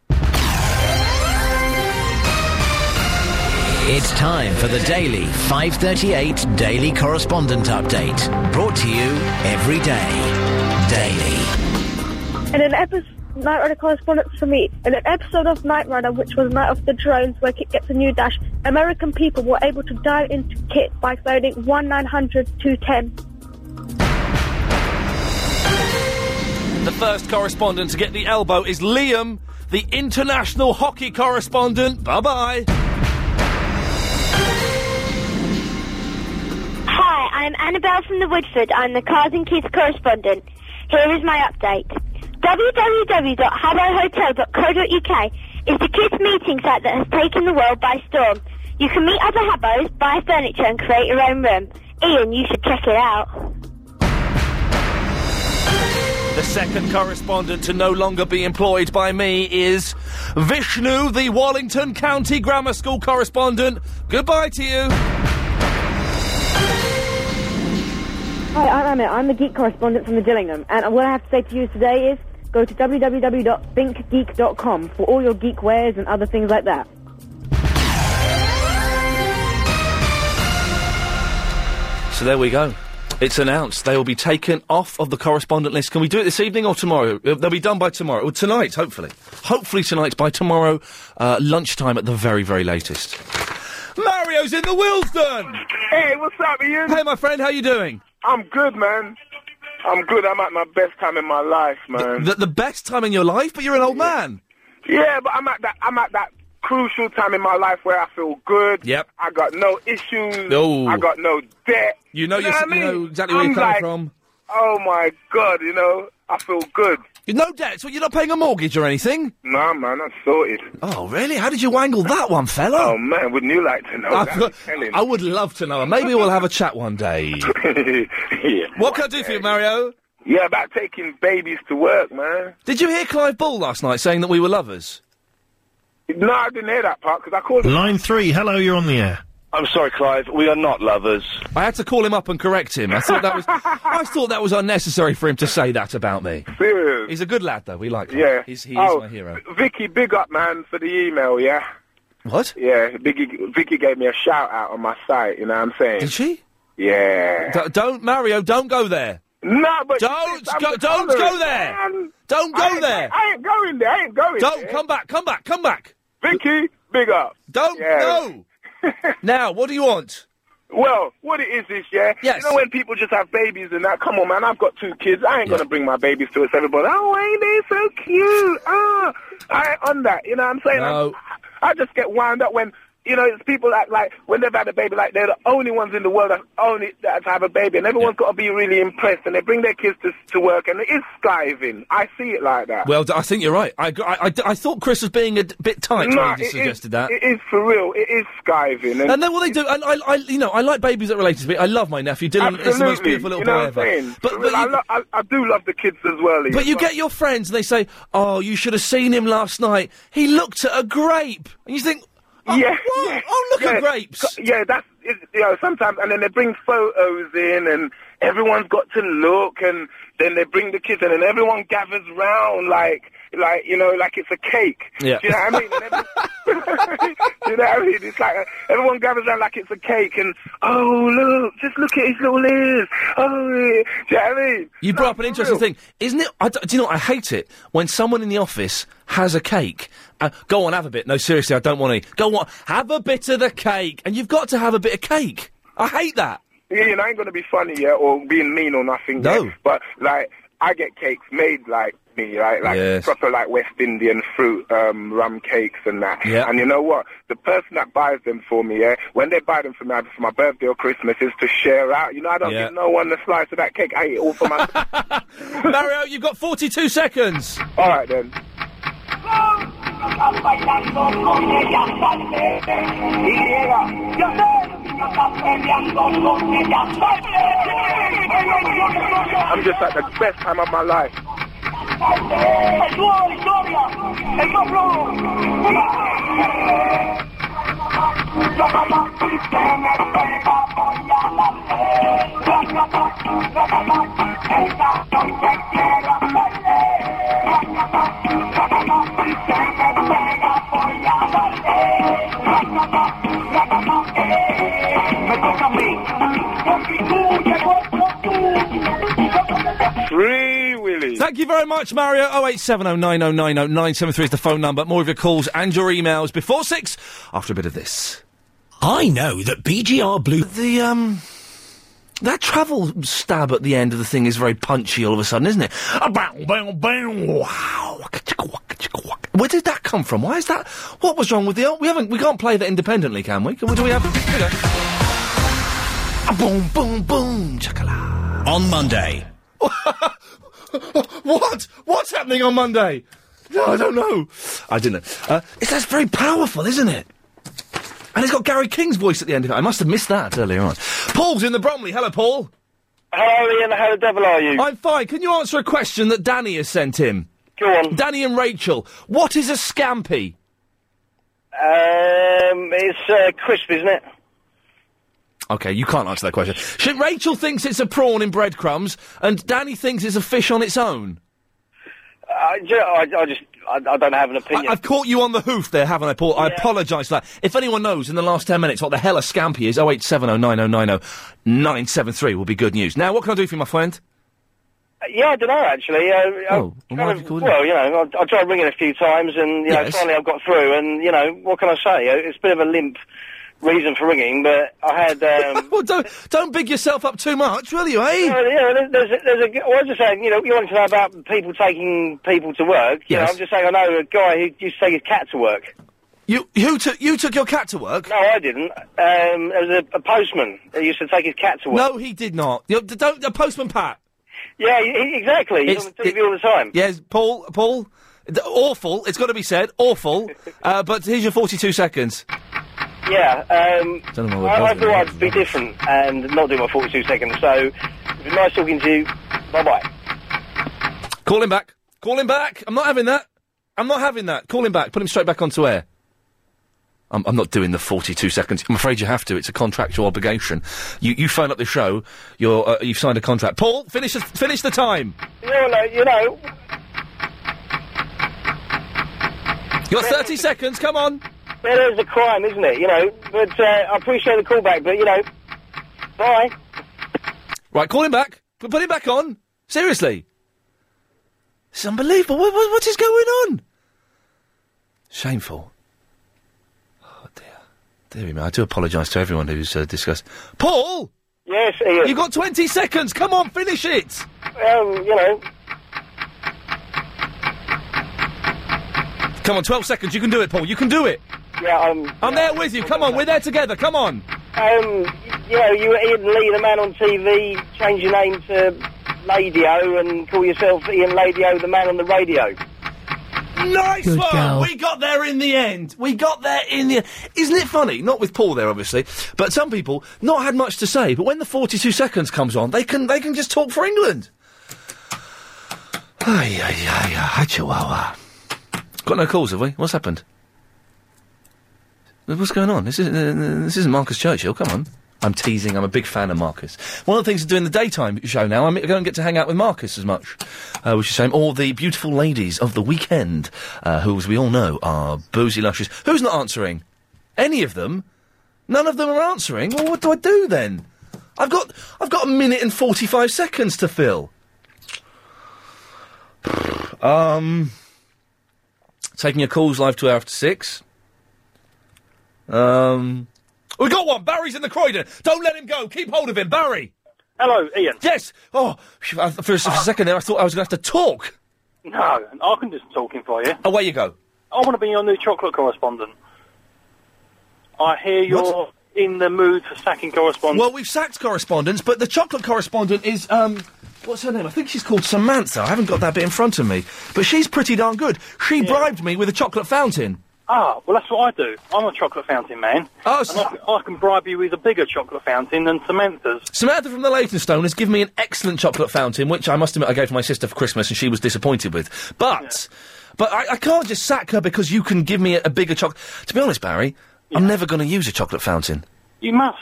[SPEAKER 9] It's time for the daily 538 Daily Correspondent Update. Brought to you every day. Daily.
[SPEAKER 6] In an episode Night Rider correspondence for me, in an episode of Night Rider, which was Night of the Drones, where Kit gets a new dash, American people were able to dial into Kit by phoning 1-900-210.
[SPEAKER 1] The first correspondent to get the elbow is Liam, the international hockey correspondent. Bye bye.
[SPEAKER 3] Hi, I'm Annabelle from the Woodford. I'm the Cars and Kids correspondent. Here is my update. www.habbohotel.co.uk is the kids' meeting site that has taken the world by storm. You can meet other Habbos, buy furniture and create your own room. Ian, you should check it out.
[SPEAKER 1] The second correspondent to no longer be employed by me is Vishnu, the Wallington County Grammar School correspondent. Goodbye to you.
[SPEAKER 27] Hi, I'm Amit. I'm the geek correspondent from the Dillingham, and what I have to say to you today is go to www.thinkgeek.com for all your geek wares and other things like that.
[SPEAKER 1] So there we go. It's announced they will be taken off of the correspondent list. Can we do it this evening or tomorrow? Uh, They'll be done by tomorrow. Or tonight, hopefully. Hopefully tonight, by tomorrow, uh, lunchtime at the very, very latest. Mario's in the Willesden!
[SPEAKER 20] Hey, what's up, Ian?
[SPEAKER 1] Hey, my friend, how you doing?
[SPEAKER 20] I'm good, man. I'm good. I'm at my best time in my life, man.
[SPEAKER 1] The, the best time in your life, but you're an old man.
[SPEAKER 20] yeah, but I'm at that. I'm at that crucial time in my life where I feel good.
[SPEAKER 1] Yep.
[SPEAKER 20] I got no issues.
[SPEAKER 1] No.
[SPEAKER 20] I got no debt.
[SPEAKER 1] You know you're-
[SPEAKER 20] what I
[SPEAKER 1] you know
[SPEAKER 20] mean?
[SPEAKER 1] exactly where
[SPEAKER 20] I'm
[SPEAKER 1] you're coming
[SPEAKER 20] like,
[SPEAKER 1] from.
[SPEAKER 20] Oh my god, you know, I feel good.
[SPEAKER 1] You've No debts. Well, you're not paying a mortgage or anything.
[SPEAKER 20] Nah, man, I'm sorted.
[SPEAKER 1] Oh, really? How did you wangle that one, fella?
[SPEAKER 20] Oh man, wouldn't you like to know?
[SPEAKER 1] I've
[SPEAKER 20] That'd
[SPEAKER 1] got-
[SPEAKER 20] be telling.
[SPEAKER 1] I would love to know. and Maybe we'll have a chat one day.
[SPEAKER 20] yeah.
[SPEAKER 1] What can I do for you, Mario?
[SPEAKER 20] Yeah, about taking babies to work, man.
[SPEAKER 1] Did you hear Clive Ball last night saying that we were lovers?
[SPEAKER 20] No, I didn't hear that part because I called.
[SPEAKER 28] Line three. Hello, you're on the air.
[SPEAKER 29] I'm sorry, Clive. We are not lovers.
[SPEAKER 1] I had to call him up and correct him. I thought that was I thought that was unnecessary for him to say that about me.
[SPEAKER 20] Serious.
[SPEAKER 1] He's a good lad though. We like him.
[SPEAKER 20] Yeah.
[SPEAKER 1] He's, he is
[SPEAKER 20] oh,
[SPEAKER 1] my hero.
[SPEAKER 20] V- Vicky, big up, man, for the email, yeah?
[SPEAKER 1] What?
[SPEAKER 20] Yeah, Vicky, Vicky gave me a shout out on my site, you know what I'm saying? Did
[SPEAKER 1] she?
[SPEAKER 20] Yeah.
[SPEAKER 1] D- don't Mario, don't go there.
[SPEAKER 20] No, but
[SPEAKER 1] don't
[SPEAKER 20] I'm
[SPEAKER 1] go,
[SPEAKER 20] the
[SPEAKER 1] don't go
[SPEAKER 20] colourist,
[SPEAKER 1] there.
[SPEAKER 20] man.
[SPEAKER 1] Don't go
[SPEAKER 20] I ain't-
[SPEAKER 1] there.
[SPEAKER 20] I ain't going there. I ain't going
[SPEAKER 1] Don't
[SPEAKER 20] there.
[SPEAKER 1] come back. Come back. Come back.
[SPEAKER 20] Vicky, big up.
[SPEAKER 1] Don't go. now, what do you want?
[SPEAKER 20] Well, what it is is, yeah.
[SPEAKER 1] Yes.
[SPEAKER 20] You know when people just have babies and that. Come on, man. I've got two kids. I ain't gonna bring my babies to it. Everybody, oh, ain't they so cute? Ah, I ain't on that. You know what I'm saying?
[SPEAKER 1] No.
[SPEAKER 20] I, I just get wound up when you know it's people that like when they've had a baby, like they're the only ones in the world that only that have a baby, and everyone's got to be really impressed, and they bring their kids to to work, and it is skiving. I see it like that.
[SPEAKER 1] Well, d- I think you're right. I, gr- I, I d- I thought Chris was being a d- bit tight
[SPEAKER 20] Nah,
[SPEAKER 1] when he
[SPEAKER 20] it is-
[SPEAKER 1] suggested that.
[SPEAKER 20] It is for real. It is skiving.
[SPEAKER 1] And then what they do, and I, I, you know, I like babies that relate to me. I love my nephew Dylan. It's the most
[SPEAKER 20] Absolutely.
[SPEAKER 1] beautiful little
[SPEAKER 20] you know
[SPEAKER 1] boy
[SPEAKER 20] what I'm
[SPEAKER 1] ever.
[SPEAKER 20] saying? But, I, lo- I, I do love the kids as well. Ian,
[SPEAKER 1] But you get your friends and they say, "Oh, you should have seen him last night. He looked at a grape," and you think, "Oh,
[SPEAKER 20] yeah,
[SPEAKER 1] what?
[SPEAKER 20] yeah,
[SPEAKER 1] oh look
[SPEAKER 20] yeah.
[SPEAKER 1] at grapes."
[SPEAKER 20] Co- Yeah, that's it, you know sometimes, and then they bring photos in, and everyone's got to look, and then they bring the kids, in, and everyone gathers round like. Like you know, like it's a cake.
[SPEAKER 1] Yeah.
[SPEAKER 20] Do you know what I mean? And every- Do you know what I mean? It's like uh, everyone gathers around like it's a cake, and oh look, just look at his little ears. Oh, yeah. do you know what I mean?
[SPEAKER 1] You brought up an interesting thing, isn't it? I d do you know? what? I hate it when someone in the office has a cake. Uh, go on, have a bit. No, seriously, I don't want to. Go on, have a bit of the cake, and you've got to have a bit of cake. I hate that.
[SPEAKER 20] Yeah, you know, I ain't gonna be funny, yeah, or being mean or nothing.
[SPEAKER 1] No.
[SPEAKER 20] yeah, but like, I get cakes made like me, like like
[SPEAKER 1] Yes.
[SPEAKER 20] proper like West Indian fruit um, rum cakes and that.
[SPEAKER 1] Yeah.
[SPEAKER 20] And you know what? The person that buys them for me, yeah, when they buy them for me either for my birthday or Christmas, is to share out. You know, I don't
[SPEAKER 1] Yeah.
[SPEAKER 20] give no one the slice of that cake. I eat it all for myself.
[SPEAKER 1] Mario, you've got 42 seconds.
[SPEAKER 20] All right then. I'm just at the best time of my life. Free Willy.
[SPEAKER 1] Thank you very much, Mario. Oh, 08709090973 is the phone number. More of your calls and your emails before six after a bit of this. I know that BGR Blue. The, um. That travel stab at the end of the thing is very punchy all of a sudden, isn't it? Ah, bow, bow, bow, wow. Waka-chicka, waka-chicka, waka. Where did that come from? Why is that? What was wrong with the old? We haven't. We can't play that independently, can we? Can we do we have? Here we go. Ah, boom, boom, boom, chakala. On Monday. what? What's happening on Monday? No, I don't know. I didn't. know. Uh, it's, that's very powerful, isn't it? And it's got Gary King's voice at the end of it. I must have missed that earlier on. Paul's in the Bromley. Hello, Paul.
[SPEAKER 16] Hello, Ian. How the devil are you?
[SPEAKER 1] I'm fine. Can you answer a question that Danny has sent in?
[SPEAKER 16] Go on.
[SPEAKER 1] Danny and Rachel, what is a scampy?
[SPEAKER 16] Um, it's uh, crisp, isn't it?
[SPEAKER 1] Okay, you can't answer that question. Should Rachel thinks it's a prawn in breadcrumbs, and Danny thinks it's a fish on its own.
[SPEAKER 16] I, ju- I, I just, I, I don't have an opinion.
[SPEAKER 1] I've caught you on the hoof there, haven't I, Paul? I apologise for that. If anyone knows in the last 10 minutes what the hell a scampy is, 08709090973 will be good news. Now, what can I do for you, my friend?
[SPEAKER 16] Uh, yeah, I don't know actually. Uh,
[SPEAKER 1] Oh,
[SPEAKER 16] I,
[SPEAKER 1] well, why have you called
[SPEAKER 16] well,
[SPEAKER 1] it?
[SPEAKER 16] you know, I, I tried ringing a few times, and you know,
[SPEAKER 1] Yes.
[SPEAKER 16] finally I got through. And you know, what can I say? Uh, It's a bit of a limp reason for ringing, but I had. Um,
[SPEAKER 1] well, don't don't big yourself up too much, will you? Eh?
[SPEAKER 16] Yeah, there's, a, there's a. g- Well, I was just saying, you know, you wanted to know about people taking people to work. You know,
[SPEAKER 1] Yes.
[SPEAKER 16] I'm just saying, I know a guy who used to take his cat to work.
[SPEAKER 1] You who took you took your cat to work?
[SPEAKER 16] No, I didn't. Um, there was a, a postman who used to take his cat to work.
[SPEAKER 1] No, he did not. You, d- don't, uh, Postman Pat.
[SPEAKER 16] Yeah, he- he- exactly.
[SPEAKER 1] It's-
[SPEAKER 16] He's on the TV all the time.
[SPEAKER 1] Yes, Paul, Paul, d- awful, it's got to be said, awful. uh, but here's your 42 seconds.
[SPEAKER 16] Yeah, um,
[SPEAKER 1] Don't know why we're
[SPEAKER 16] I, I
[SPEAKER 1] bothering
[SPEAKER 16] thought I'd be different and not do my 42 seconds. So, it was nice talking to you. Bye bye.
[SPEAKER 1] Call him back. Call him back. I'm not having that. I'm not having that. Call him back. Put him straight back onto air. I'm, I'm not doing the 42 seconds. I'm afraid you have to. It's a contractual obligation. You you phone up the show. You're uh, you've signed a contract. Paul, finish the, finish the time.
[SPEAKER 16] You know, you know.
[SPEAKER 1] You've got 30 seconds. Come on.
[SPEAKER 16] Better is a crime, isn't it? You know, but uh, I appreciate the callback, but you know, bye.
[SPEAKER 1] Right, call him back. P- Put him back on. Seriously. It's unbelievable. What, what, what is going on? Shameful. Oh, dear. Dear me, I do apologise to everyone who's uh, discussed. Paul!
[SPEAKER 5] Yes, Ian.
[SPEAKER 1] You've got 20 seconds. Come on, finish it.
[SPEAKER 5] Um, you know,
[SPEAKER 1] Come on, 12 seconds. You can do it, Paul. You can do it.
[SPEAKER 5] yeah, um,
[SPEAKER 1] I'm there with you. Come on, we're there together. Come on.
[SPEAKER 5] um, you know, you were Ian Lee, the man on TV, change your name to Ladio and call yourself Ian Ladio, the man on the radio.
[SPEAKER 1] Nice
[SPEAKER 5] Good
[SPEAKER 1] one.
[SPEAKER 5] girl.
[SPEAKER 1] We got there in the end. We got there in the. e-, Isn't it funny? Not with Paul there, obviously, but some people not had much to say. But when the forty-two seconds comes on, they can they can just talk for England. Ay ay ay ay, Chihuahua. Got no calls, have we? What's happened? What's going on? This isn't uh, this isn't Marcus Churchill. Come on. I'm teasing. I'm a big fan of Marcus. One of the things to do in the daytime show now, I'm- I don't get to hang out with Marcus as much, uh, which is a shame. Or the beautiful ladies of the weekend, uh, who, as we all know, are boozy luscious. Who's not answering? Any of them? None of them are answering. Well, what do I do then? I've got I've got a minute and forty five seconds to fill. Um, taking your calls live two hour after six. Um, we got one. Barry's in the Croydon. Don't let him go. Keep hold of him, Barry.
[SPEAKER 17] Hello, Ian.
[SPEAKER 1] Yes. Oh, phew, I- for a, s- for a second there, I thought I was going to have to talk.
[SPEAKER 17] No, I can do some talking for you.
[SPEAKER 1] Oh, Away you go.
[SPEAKER 17] I want to be your new chocolate correspondent. I hear you're in the mood for sacking correspondents.
[SPEAKER 1] Well, we've sacked correspondence, but the chocolate correspondent is um, what's her name? I think she's called Samantha. I haven't got that bit in front of me, but she's pretty darn good. She bribed me with a chocolate fountain.
[SPEAKER 17] Ah, well, that's what I do. I'm a chocolate fountain man.
[SPEAKER 1] Oh,
[SPEAKER 17] and I, can- I can bribe you with a bigger chocolate fountain than Samantha's.
[SPEAKER 1] Samantha from the Leytonstone has given me an excellent chocolate fountain, which I must admit I gave to my sister for Christmas, and she was disappointed with. But, but I, I can't just sack her because you can give me a, a bigger chocolate. To be honest, Barry, I'm never going to use a chocolate fountain.
[SPEAKER 17] You must.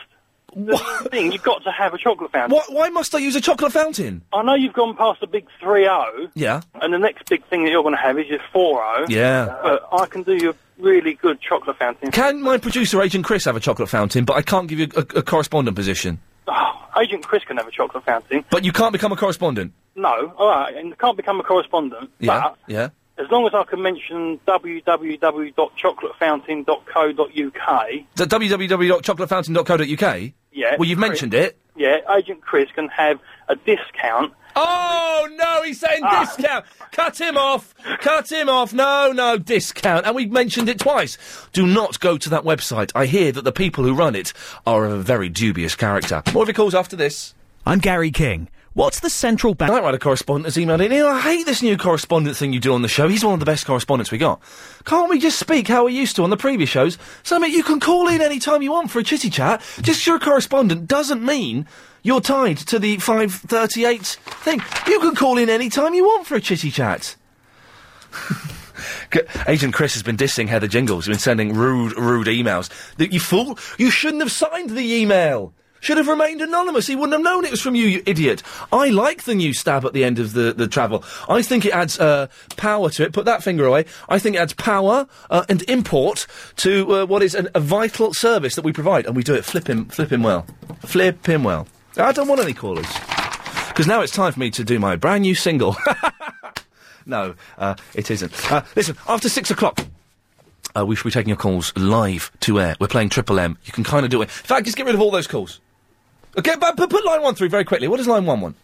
[SPEAKER 17] The thing, you've got to have a chocolate fountain.
[SPEAKER 1] Why, why must I use a chocolate fountain?
[SPEAKER 17] I know you've gone past the big 3-0,
[SPEAKER 1] Yeah.
[SPEAKER 17] and the next big thing that you're going to have is your 4-0.
[SPEAKER 1] Yeah.
[SPEAKER 17] But I can do you a really good chocolate fountain.
[SPEAKER 1] Can my producer, Agent Chris, have a chocolate fountain, but I can't give you a, a correspondent position?
[SPEAKER 17] Oh, Agent Chris can have a chocolate fountain.
[SPEAKER 1] But you can't become a correspondent?
[SPEAKER 17] No, all right, and can't become a correspondent.
[SPEAKER 1] Yeah. Yeah.
[SPEAKER 17] But uh, as long as I can mention www.chocolatefountain.co.uk,
[SPEAKER 1] The www.chocolatefountain.co.uk?
[SPEAKER 17] Yeah,
[SPEAKER 1] Well, you've
[SPEAKER 17] Chris.
[SPEAKER 1] mentioned it.
[SPEAKER 17] yeah, Agent Chris can have a discount.
[SPEAKER 1] Oh no, he's saying discount. Cut him off. Cut him off. No, no, discount. And we mentioned it twice. Do not go to that website. I hear that the people who run it are of a very dubious character. More of your calls after this.
[SPEAKER 18] I'm Gary King. What's the central bank?
[SPEAKER 1] Night Rider correspondent has emailed in. "Ian, I hate this new correspondent thing you do on the show. He's one of the best correspondents we got. Can't we just speak how we used to on the previous shows? So, I mean, you can call in any time you want for a chitty chat. Just your correspondent doesn't mean you're tied to the 538 thing. You can call in any time you want for a chitty chat. G- Agent Chris has been dissing Heather Jingles. He's been sending rude, rude emails. Th- You fool! You shouldn't have signed the email. Should have remained anonymous. He wouldn't have known it was from you, you idiot. I like the new stab at the end of the, the travel. I think it adds uh, power to it. Put that finger away. I think it adds power uh, and import to uh, what is an, a vital service that we provide. And we do it. Flip him, flip him well. Flip him well. I don't want any callers. Because now it's time for me to do my brand new single. No, uh, it isn't. Uh, listen, after six o'clock. Uh, we should be taking your calls live to air. We're playing Triple M. You can kind of do it. In fact, just get rid of all those calls. Okay, but put, put line one through very quickly. What does line one want?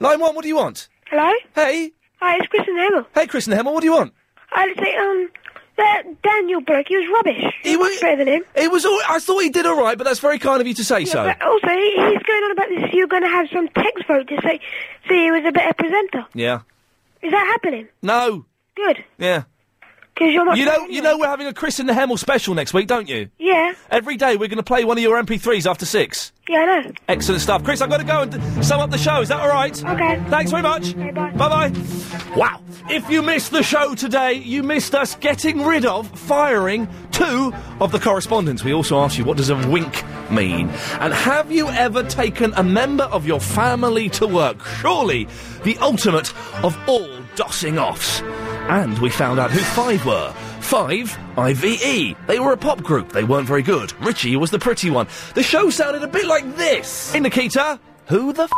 [SPEAKER 1] Line one, what do you want?
[SPEAKER 21] Hello?
[SPEAKER 1] Hey.
[SPEAKER 21] Hi, it's Chris and Hemel.
[SPEAKER 1] Hey, Chris and Hemel, what do you want?
[SPEAKER 21] I'd say, um, that Daniel bloke, he was rubbish. He was better than him.
[SPEAKER 1] It was. All, I thought he did all right, but that's very kind of you to say so.
[SPEAKER 21] But uh, also, he, he's going on about this, you're going to have some text vote to say, say he was a better presenter.
[SPEAKER 1] Yeah.
[SPEAKER 21] Is that happening?
[SPEAKER 1] No.
[SPEAKER 21] Good.
[SPEAKER 1] Yeah.
[SPEAKER 21] 'Cause you're not
[SPEAKER 1] You know.
[SPEAKER 21] doing
[SPEAKER 1] You know we're having a Chris and the Hemel special next week, don't you?
[SPEAKER 21] Yeah.
[SPEAKER 1] Every day we're going to play one of your MP3s after six.
[SPEAKER 21] Yeah, I know.
[SPEAKER 1] Excellent stuff. Chris, I've got to go and sum up the show. Is that all right? Okay. Thanks very much. Bye bye. Wow. If you missed the show today, you missed us getting rid of, firing two of the correspondents. We also asked you, what does a wink mean? And have you ever taken a member of your family to work? Surely the ultimate of all dossing offs. And we found out who five were. Five, IVE. They were a pop group. They weren't very good. Richie was the pretty one. The show sounded a bit like this. Hey, Nikita, who the f-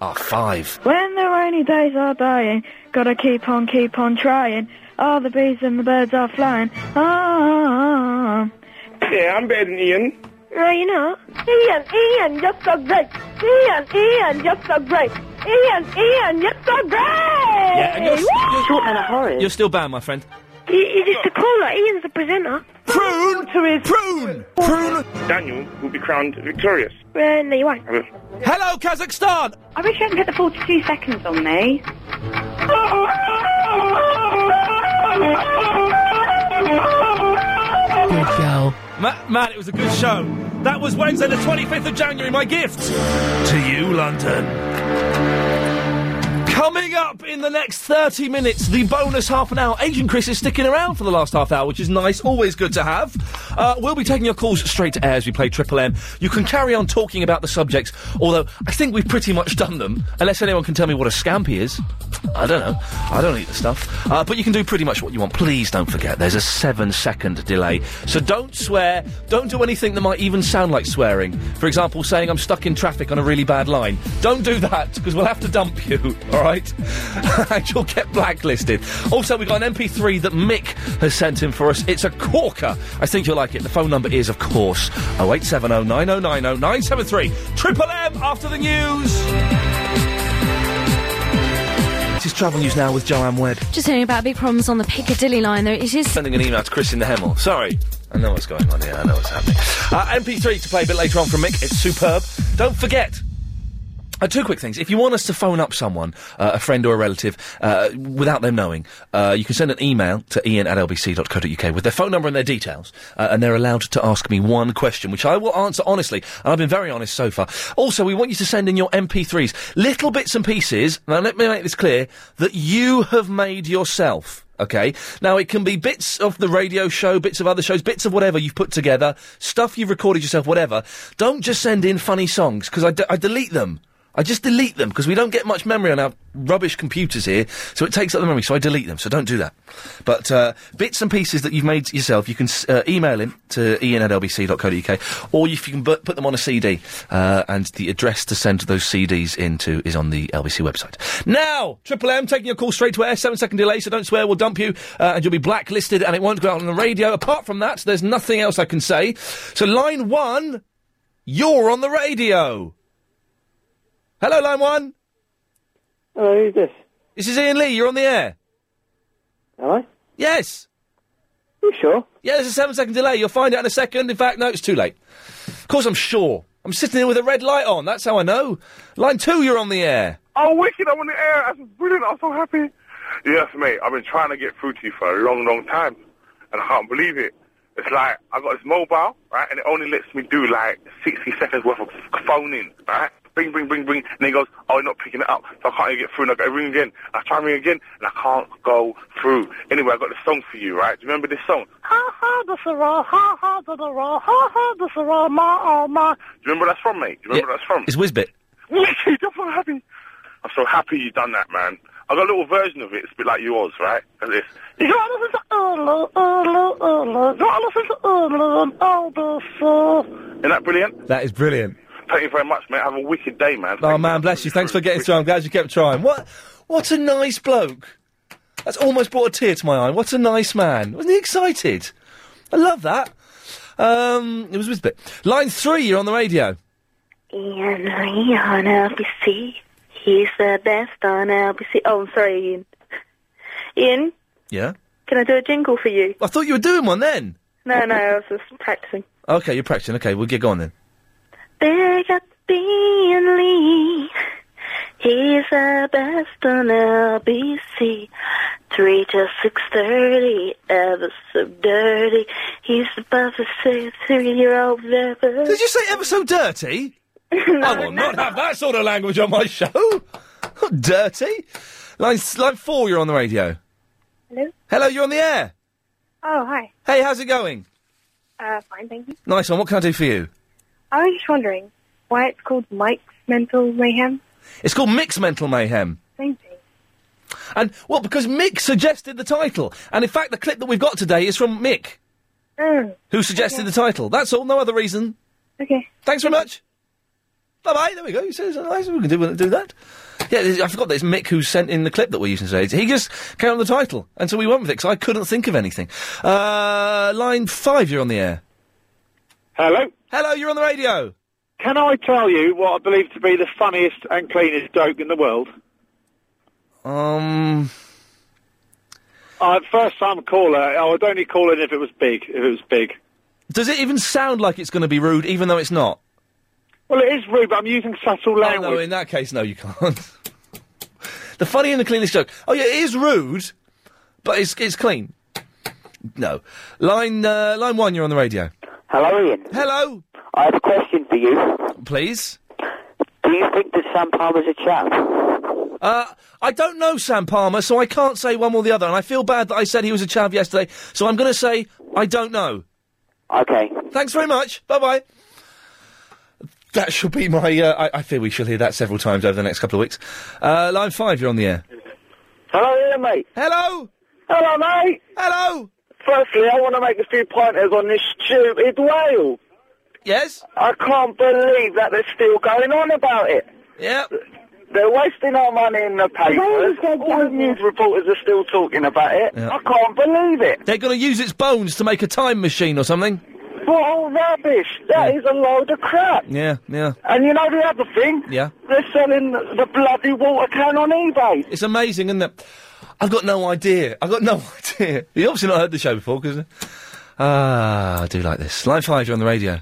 [SPEAKER 1] are five?
[SPEAKER 22] When the rainy days are dying, gotta keep on, keep on trying. All the bees and the birds are flying. Ah, ah, ah, ah.
[SPEAKER 8] Yeah, I'm better than Ian.
[SPEAKER 21] No, you're not.
[SPEAKER 26] Ian, Ian, you're so great. Ian, Ian, you're so great. Ian, Ian, you're so great.
[SPEAKER 1] Yeah, and you're, s- you're, you're still banned, my friend.
[SPEAKER 21] You, you're just a caller. Ian's the presenter.
[SPEAKER 1] Prune
[SPEAKER 21] to his
[SPEAKER 1] prune. Prune.
[SPEAKER 8] Daniel will be crowned victorious.
[SPEAKER 21] Uh, no, you won't.
[SPEAKER 1] Hello, Kazakhstan.
[SPEAKER 12] I wish you hadn't put the 42 seconds on me.
[SPEAKER 1] Good show. Ma- man, it was a good show. That was Wednesday, the 25th of January, my gift to you, London. Coming up in the next 30 minutes, the bonus half an hour. Agent Chris is sticking around for the last half hour, which is nice, always good to have. Uh, we'll be taking your calls straight to air as we play Triple M. You can carry on talking about the subjects, although I think we've pretty much done them, unless anyone can tell me what a scampi is. I don't know. I don't eat the stuff. Uh, but you can do pretty much what you want. Please don't forget, there's a seven second delay. So don't swear, don't do anything that might even sound like swearing. For example, saying I'm stuck in traffic on a really bad line. Don't do that, because we'll have to dump you, alright? and you'll get blacklisted. Also, we've got an MP3 that Mick has sent in for us. It's a corker. I think you'll like it. The phone number is, of course, 0870 9090 973. Triple M after the news. This is Travel News Now with Joanne Webb.
[SPEAKER 7] Just hearing about big problems on the Piccadilly line. There it is.
[SPEAKER 1] Sending an email to Chris in the Hemel. Sorry. I know what's going on here. I know what's happening. Uh, MP3 to play a bit later on from Mick. It's superb. Don't forget. Uh, two quick things. If you want us to phone up someone, uh, a friend or a relative, uh, without them knowing, uh, you can send an email to ian at lbc.co.uk with their phone number and their details, uh, and they're allowed to ask me one question, which I will answer honestly, and I've been very honest so far. Also, we want you to send in your MP3s, little bits and pieces, now let me make this clear, that you have made yourself. Okay. Now it can be bits of the radio show, bits of other shows, bits of whatever you've put together, stuff you've recorded yourself, whatever. Don't just send in funny songs because I, de- I delete them. I just delete them because we don't get much memory on our rubbish computers here, so it takes up the memory. So I delete them. So don't do that. But uh, bits and pieces that you've made yourself, you can s- uh, email in to ian at lbc.co.uk, or if you can bu- put them on a CD, uh, and the address to send those CDs into is on the LBC website. Now, Triple M taking your call straight to air. Seven second delay, so don't swear. We'll dump you, uh, and you'll be blacklisted, and it won't go out on the radio. Apart from that, there's nothing else I can say. So line one, you're on the radio. Hello, line one.
[SPEAKER 6] Hello, who's this?
[SPEAKER 1] This is Ian Lee. You're on the air.
[SPEAKER 6] Am I?
[SPEAKER 1] Yes.
[SPEAKER 6] You sure?
[SPEAKER 1] Yeah, there's a seven second delay. You'll find out in a second. In fact, no, it's too late. Of course, I'm sure. I'm sitting here with a red light on. That's how I know. Line two, you're on the air.
[SPEAKER 8] Oh, wicked! I'm on the air. That's brilliant. I'm so happy. Yes, mate. I've been trying to get through to you for a long, long time, and I can't believe it. It's like I got this mobile, right, and it only lets me do like 60 seconds worth of phoning, right? Bing, bing, bing, bing, and he goes, "Oh, you're not picking it up." So I can't even get through. And I go ring again. I try and ring again, and I can't go through. Anyway, I got the song for you, right? Do you remember this song?
[SPEAKER 6] Ha ha da sarah, ha ha da da ra, ha ha da sarah, ma oh ma.
[SPEAKER 8] Do you remember that's from, mate? Do you remember that's from?
[SPEAKER 1] It's Whizbit.
[SPEAKER 8] Wicked, I'm so happy. I'm so happy you done that, man. I got a little version of it. It's a bit like yours, right? Like this.
[SPEAKER 6] You gotta listen to Urla, Urla, Urla. Gotta listen to Urla and uh, Aldersa.
[SPEAKER 8] Isn't that brilliant?
[SPEAKER 1] That is brilliant.
[SPEAKER 8] Thank you very much, mate. Have a wicked day, man.
[SPEAKER 1] Oh man, bless you. Thanks for getting through. I'm glad you kept trying. What? What a nice bloke. That's almost brought a tear to my eye. What a nice man. Wasn't he excited? I love that. Um, it was Whizbit. Line three, you're on the radio.
[SPEAKER 6] Ian Lee on LBC. He's the best on LBC. Oh, I'm sorry, Ian.
[SPEAKER 12] Ian,
[SPEAKER 1] Yeah.
[SPEAKER 12] can I do a jingle for you?
[SPEAKER 1] I thought you were doing one then.
[SPEAKER 12] No, no, I was just practicing.
[SPEAKER 1] Okay, you're practicing. Okay, we'll get going then.
[SPEAKER 6] Big up Ian Lee. He's the best on LBC. Three till six thirty, ever so dirty. He's above a six-three-year-old ever.
[SPEAKER 1] Did you say ever so dirty? I will not have that sort of language on my show. Not dirty. Line, s- line four, you're on the radio.
[SPEAKER 10] Hello?
[SPEAKER 1] Hello, you're on the air.
[SPEAKER 10] Oh, hi.
[SPEAKER 1] Hey, how's it going?
[SPEAKER 10] Uh, fine, thank you.
[SPEAKER 1] Nice one. What can I do for you?
[SPEAKER 10] I was just wondering why it's called Mike's Mental Mayhem.
[SPEAKER 1] It's called Mix Mental Mayhem.
[SPEAKER 10] Thank you.
[SPEAKER 1] And, well, because Mick suggested the title. And in fact, the clip that we've got today is from Mick,
[SPEAKER 10] Oh,
[SPEAKER 1] who suggested the title. That's all, no other reason.
[SPEAKER 10] okay.
[SPEAKER 1] Thanks very much. Bye bye. There we go. He says, "Oh, nice. We can do, do that. Yeah, th- I forgot that it's Mick who sent in the clip that we're using today. He just came on the title, and so we went with it because I couldn't think of anything. Uh, line five, you're on the air.
[SPEAKER 8] Hello?
[SPEAKER 1] Hello, you're on the radio.
[SPEAKER 8] Can I tell you what I believe to be the funniest and cleanest joke in the world?
[SPEAKER 1] Um.
[SPEAKER 8] Uh, first time caller, I would only call in if it was big, if it was big.
[SPEAKER 1] Does it even sound like it's going to be rude, even though it's not?
[SPEAKER 8] Well, it is rude, but I'm using subtle
[SPEAKER 1] Oh,
[SPEAKER 8] language.
[SPEAKER 1] no, in that case, no, you can't. the funny and the cleanest joke. Oh, yeah, it is rude, but it's it's clean. No. Line uh, line one, you're on the radio.
[SPEAKER 24] Hello, Ian.
[SPEAKER 1] Hello.
[SPEAKER 24] I have a question for you.
[SPEAKER 1] Please.
[SPEAKER 24] Do you think that Sam Palmer's a chap?
[SPEAKER 1] Uh, I don't know Sam Palmer, so I can't say one or the other, and I feel bad that I said he was a chav yesterday, so I'm going to say I don't know.
[SPEAKER 24] Okay.
[SPEAKER 1] Thanks very much. Bye bye. That shall be my. Uh, I, I fear we shall hear that several times over the next couple of weeks. Uh, line five, you're on the air.
[SPEAKER 19] Hello, Ian, mate.
[SPEAKER 1] Hello.
[SPEAKER 19] Hello, mate.
[SPEAKER 1] Hello.
[SPEAKER 19] Firstly, I want to make a few pointers on this stupid whale.
[SPEAKER 1] Yes?
[SPEAKER 19] I can't believe that they're still going on about it.
[SPEAKER 1] Yeah.
[SPEAKER 19] They're wasting our money in the papers. All the news reporters are still talking about it.
[SPEAKER 1] Yeah.
[SPEAKER 19] I can't believe it.
[SPEAKER 1] They're going to use its bones to make a time machine or something.
[SPEAKER 19] What all rubbish. That is a load of crap.
[SPEAKER 1] Yeah, yeah,
[SPEAKER 19] And you know the other thing?
[SPEAKER 1] yeah.
[SPEAKER 19] They're selling the bloody water can on eBay.
[SPEAKER 1] It's amazing, isn't it? I've got no idea. I've got no idea. You've obviously not heard the show before, because. Ah, I do like this. Line five, you're on the radio.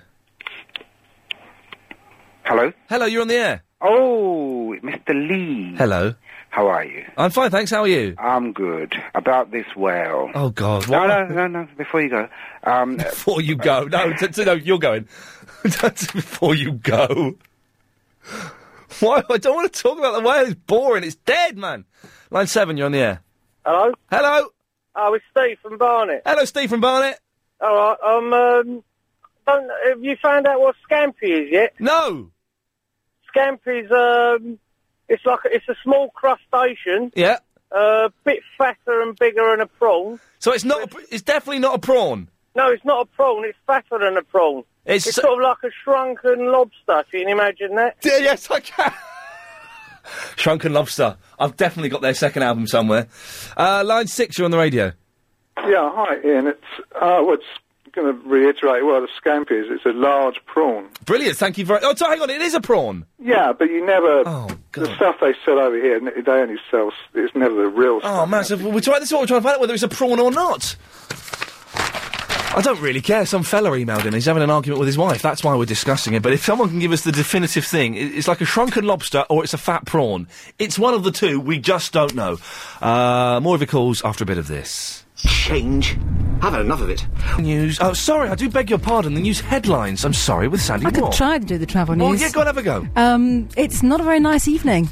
[SPEAKER 15] Hello?
[SPEAKER 1] Hello, you're on the air.
[SPEAKER 15] Oh, Mr. Lee.
[SPEAKER 1] Hello.
[SPEAKER 15] How are you?
[SPEAKER 1] I'm fine, thanks. How are you?
[SPEAKER 15] I'm good. About this whale.
[SPEAKER 1] Oh, God.
[SPEAKER 15] No,
[SPEAKER 1] what-
[SPEAKER 15] no, no, no. Before you go. Um,
[SPEAKER 1] Before you go. No, t- t- no, you're going. Before you go. Why? I don't want to talk about the whale. It's boring. It's dead, man. Line seven, you're on the air.
[SPEAKER 16] Hello?
[SPEAKER 1] Hello?
[SPEAKER 16] Oh, it's Steve from Barnet.
[SPEAKER 1] Hello, Steve from Barnet.
[SPEAKER 16] All right, um, um, don't, have you found out what Scampi is yet?
[SPEAKER 1] No.
[SPEAKER 16] Scampi's, um, it's like, it's a small crustacean,
[SPEAKER 1] Yeah.
[SPEAKER 16] uh, bit fatter and bigger than a prawn.
[SPEAKER 1] So it's not. A, pr- it's definitely not a prawn.
[SPEAKER 16] No, it's not a prawn, it's fatter than a prawn.
[SPEAKER 1] It's so-
[SPEAKER 16] sort of like a shrunken lobster, if you can imagine that.
[SPEAKER 1] yes, I can. Shrunken Lobster. I've definitely got their second album somewhere. Uh, line six, you're on the radio.
[SPEAKER 30] Yeah, hi Ian. It's uh, well, it's going to reiterate what a scampi is. It's a large prawn.
[SPEAKER 1] Brilliant. Thank you very. Oh, so hang on. It is a prawn.
[SPEAKER 30] Yeah, but you never
[SPEAKER 1] Oh, the
[SPEAKER 30] stuff they sell over here. n- They only sell. s- It's never the real. stuff.
[SPEAKER 1] Oh, man. So we're trying. This is what we're trying to find out whether it's a prawn or not. I don't really care. Some fella emailed in. He's having an argument with his wife. That's why we're discussing it. But if someone can give us the definitive thing, i- it's like a shrunken lobster or it's a fat prawn. It's one of the two. We just don't know. Uh, more of your calls after a bit of this. Change. I've had enough of it. News. Oh, sorry. I do beg your pardon. The news headlines. I'm sorry with Sandy
[SPEAKER 31] I could
[SPEAKER 1] Moore.
[SPEAKER 31] try and do the travel
[SPEAKER 1] Well,
[SPEAKER 31] news.
[SPEAKER 1] yeah, go and have a go.
[SPEAKER 31] Um, it's not a very nice evening.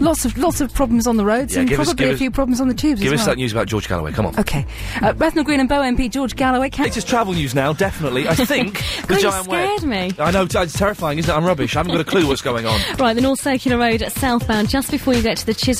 [SPEAKER 31] Lots of lots of problems on the roads
[SPEAKER 1] Yeah,
[SPEAKER 31] and
[SPEAKER 1] give us-
[SPEAKER 31] probably
[SPEAKER 1] give
[SPEAKER 31] a
[SPEAKER 1] us-
[SPEAKER 31] few problems on the tubes
[SPEAKER 1] Give
[SPEAKER 31] as
[SPEAKER 1] us
[SPEAKER 31] well.
[SPEAKER 1] that news about George Galloway. Come on.
[SPEAKER 31] Okay. Uh, Bethnal Green and Bow MP George Galloway. Can-
[SPEAKER 1] Latest travel news now, definitely. I think the
[SPEAKER 7] God, you
[SPEAKER 1] giant web.
[SPEAKER 7] scared me.
[SPEAKER 1] I know t- it's terrifying, isn't it? I'm rubbish. I haven't got a clue what's going on.
[SPEAKER 7] Right, the North Circular Road southbound, just before you get to the Chiswick.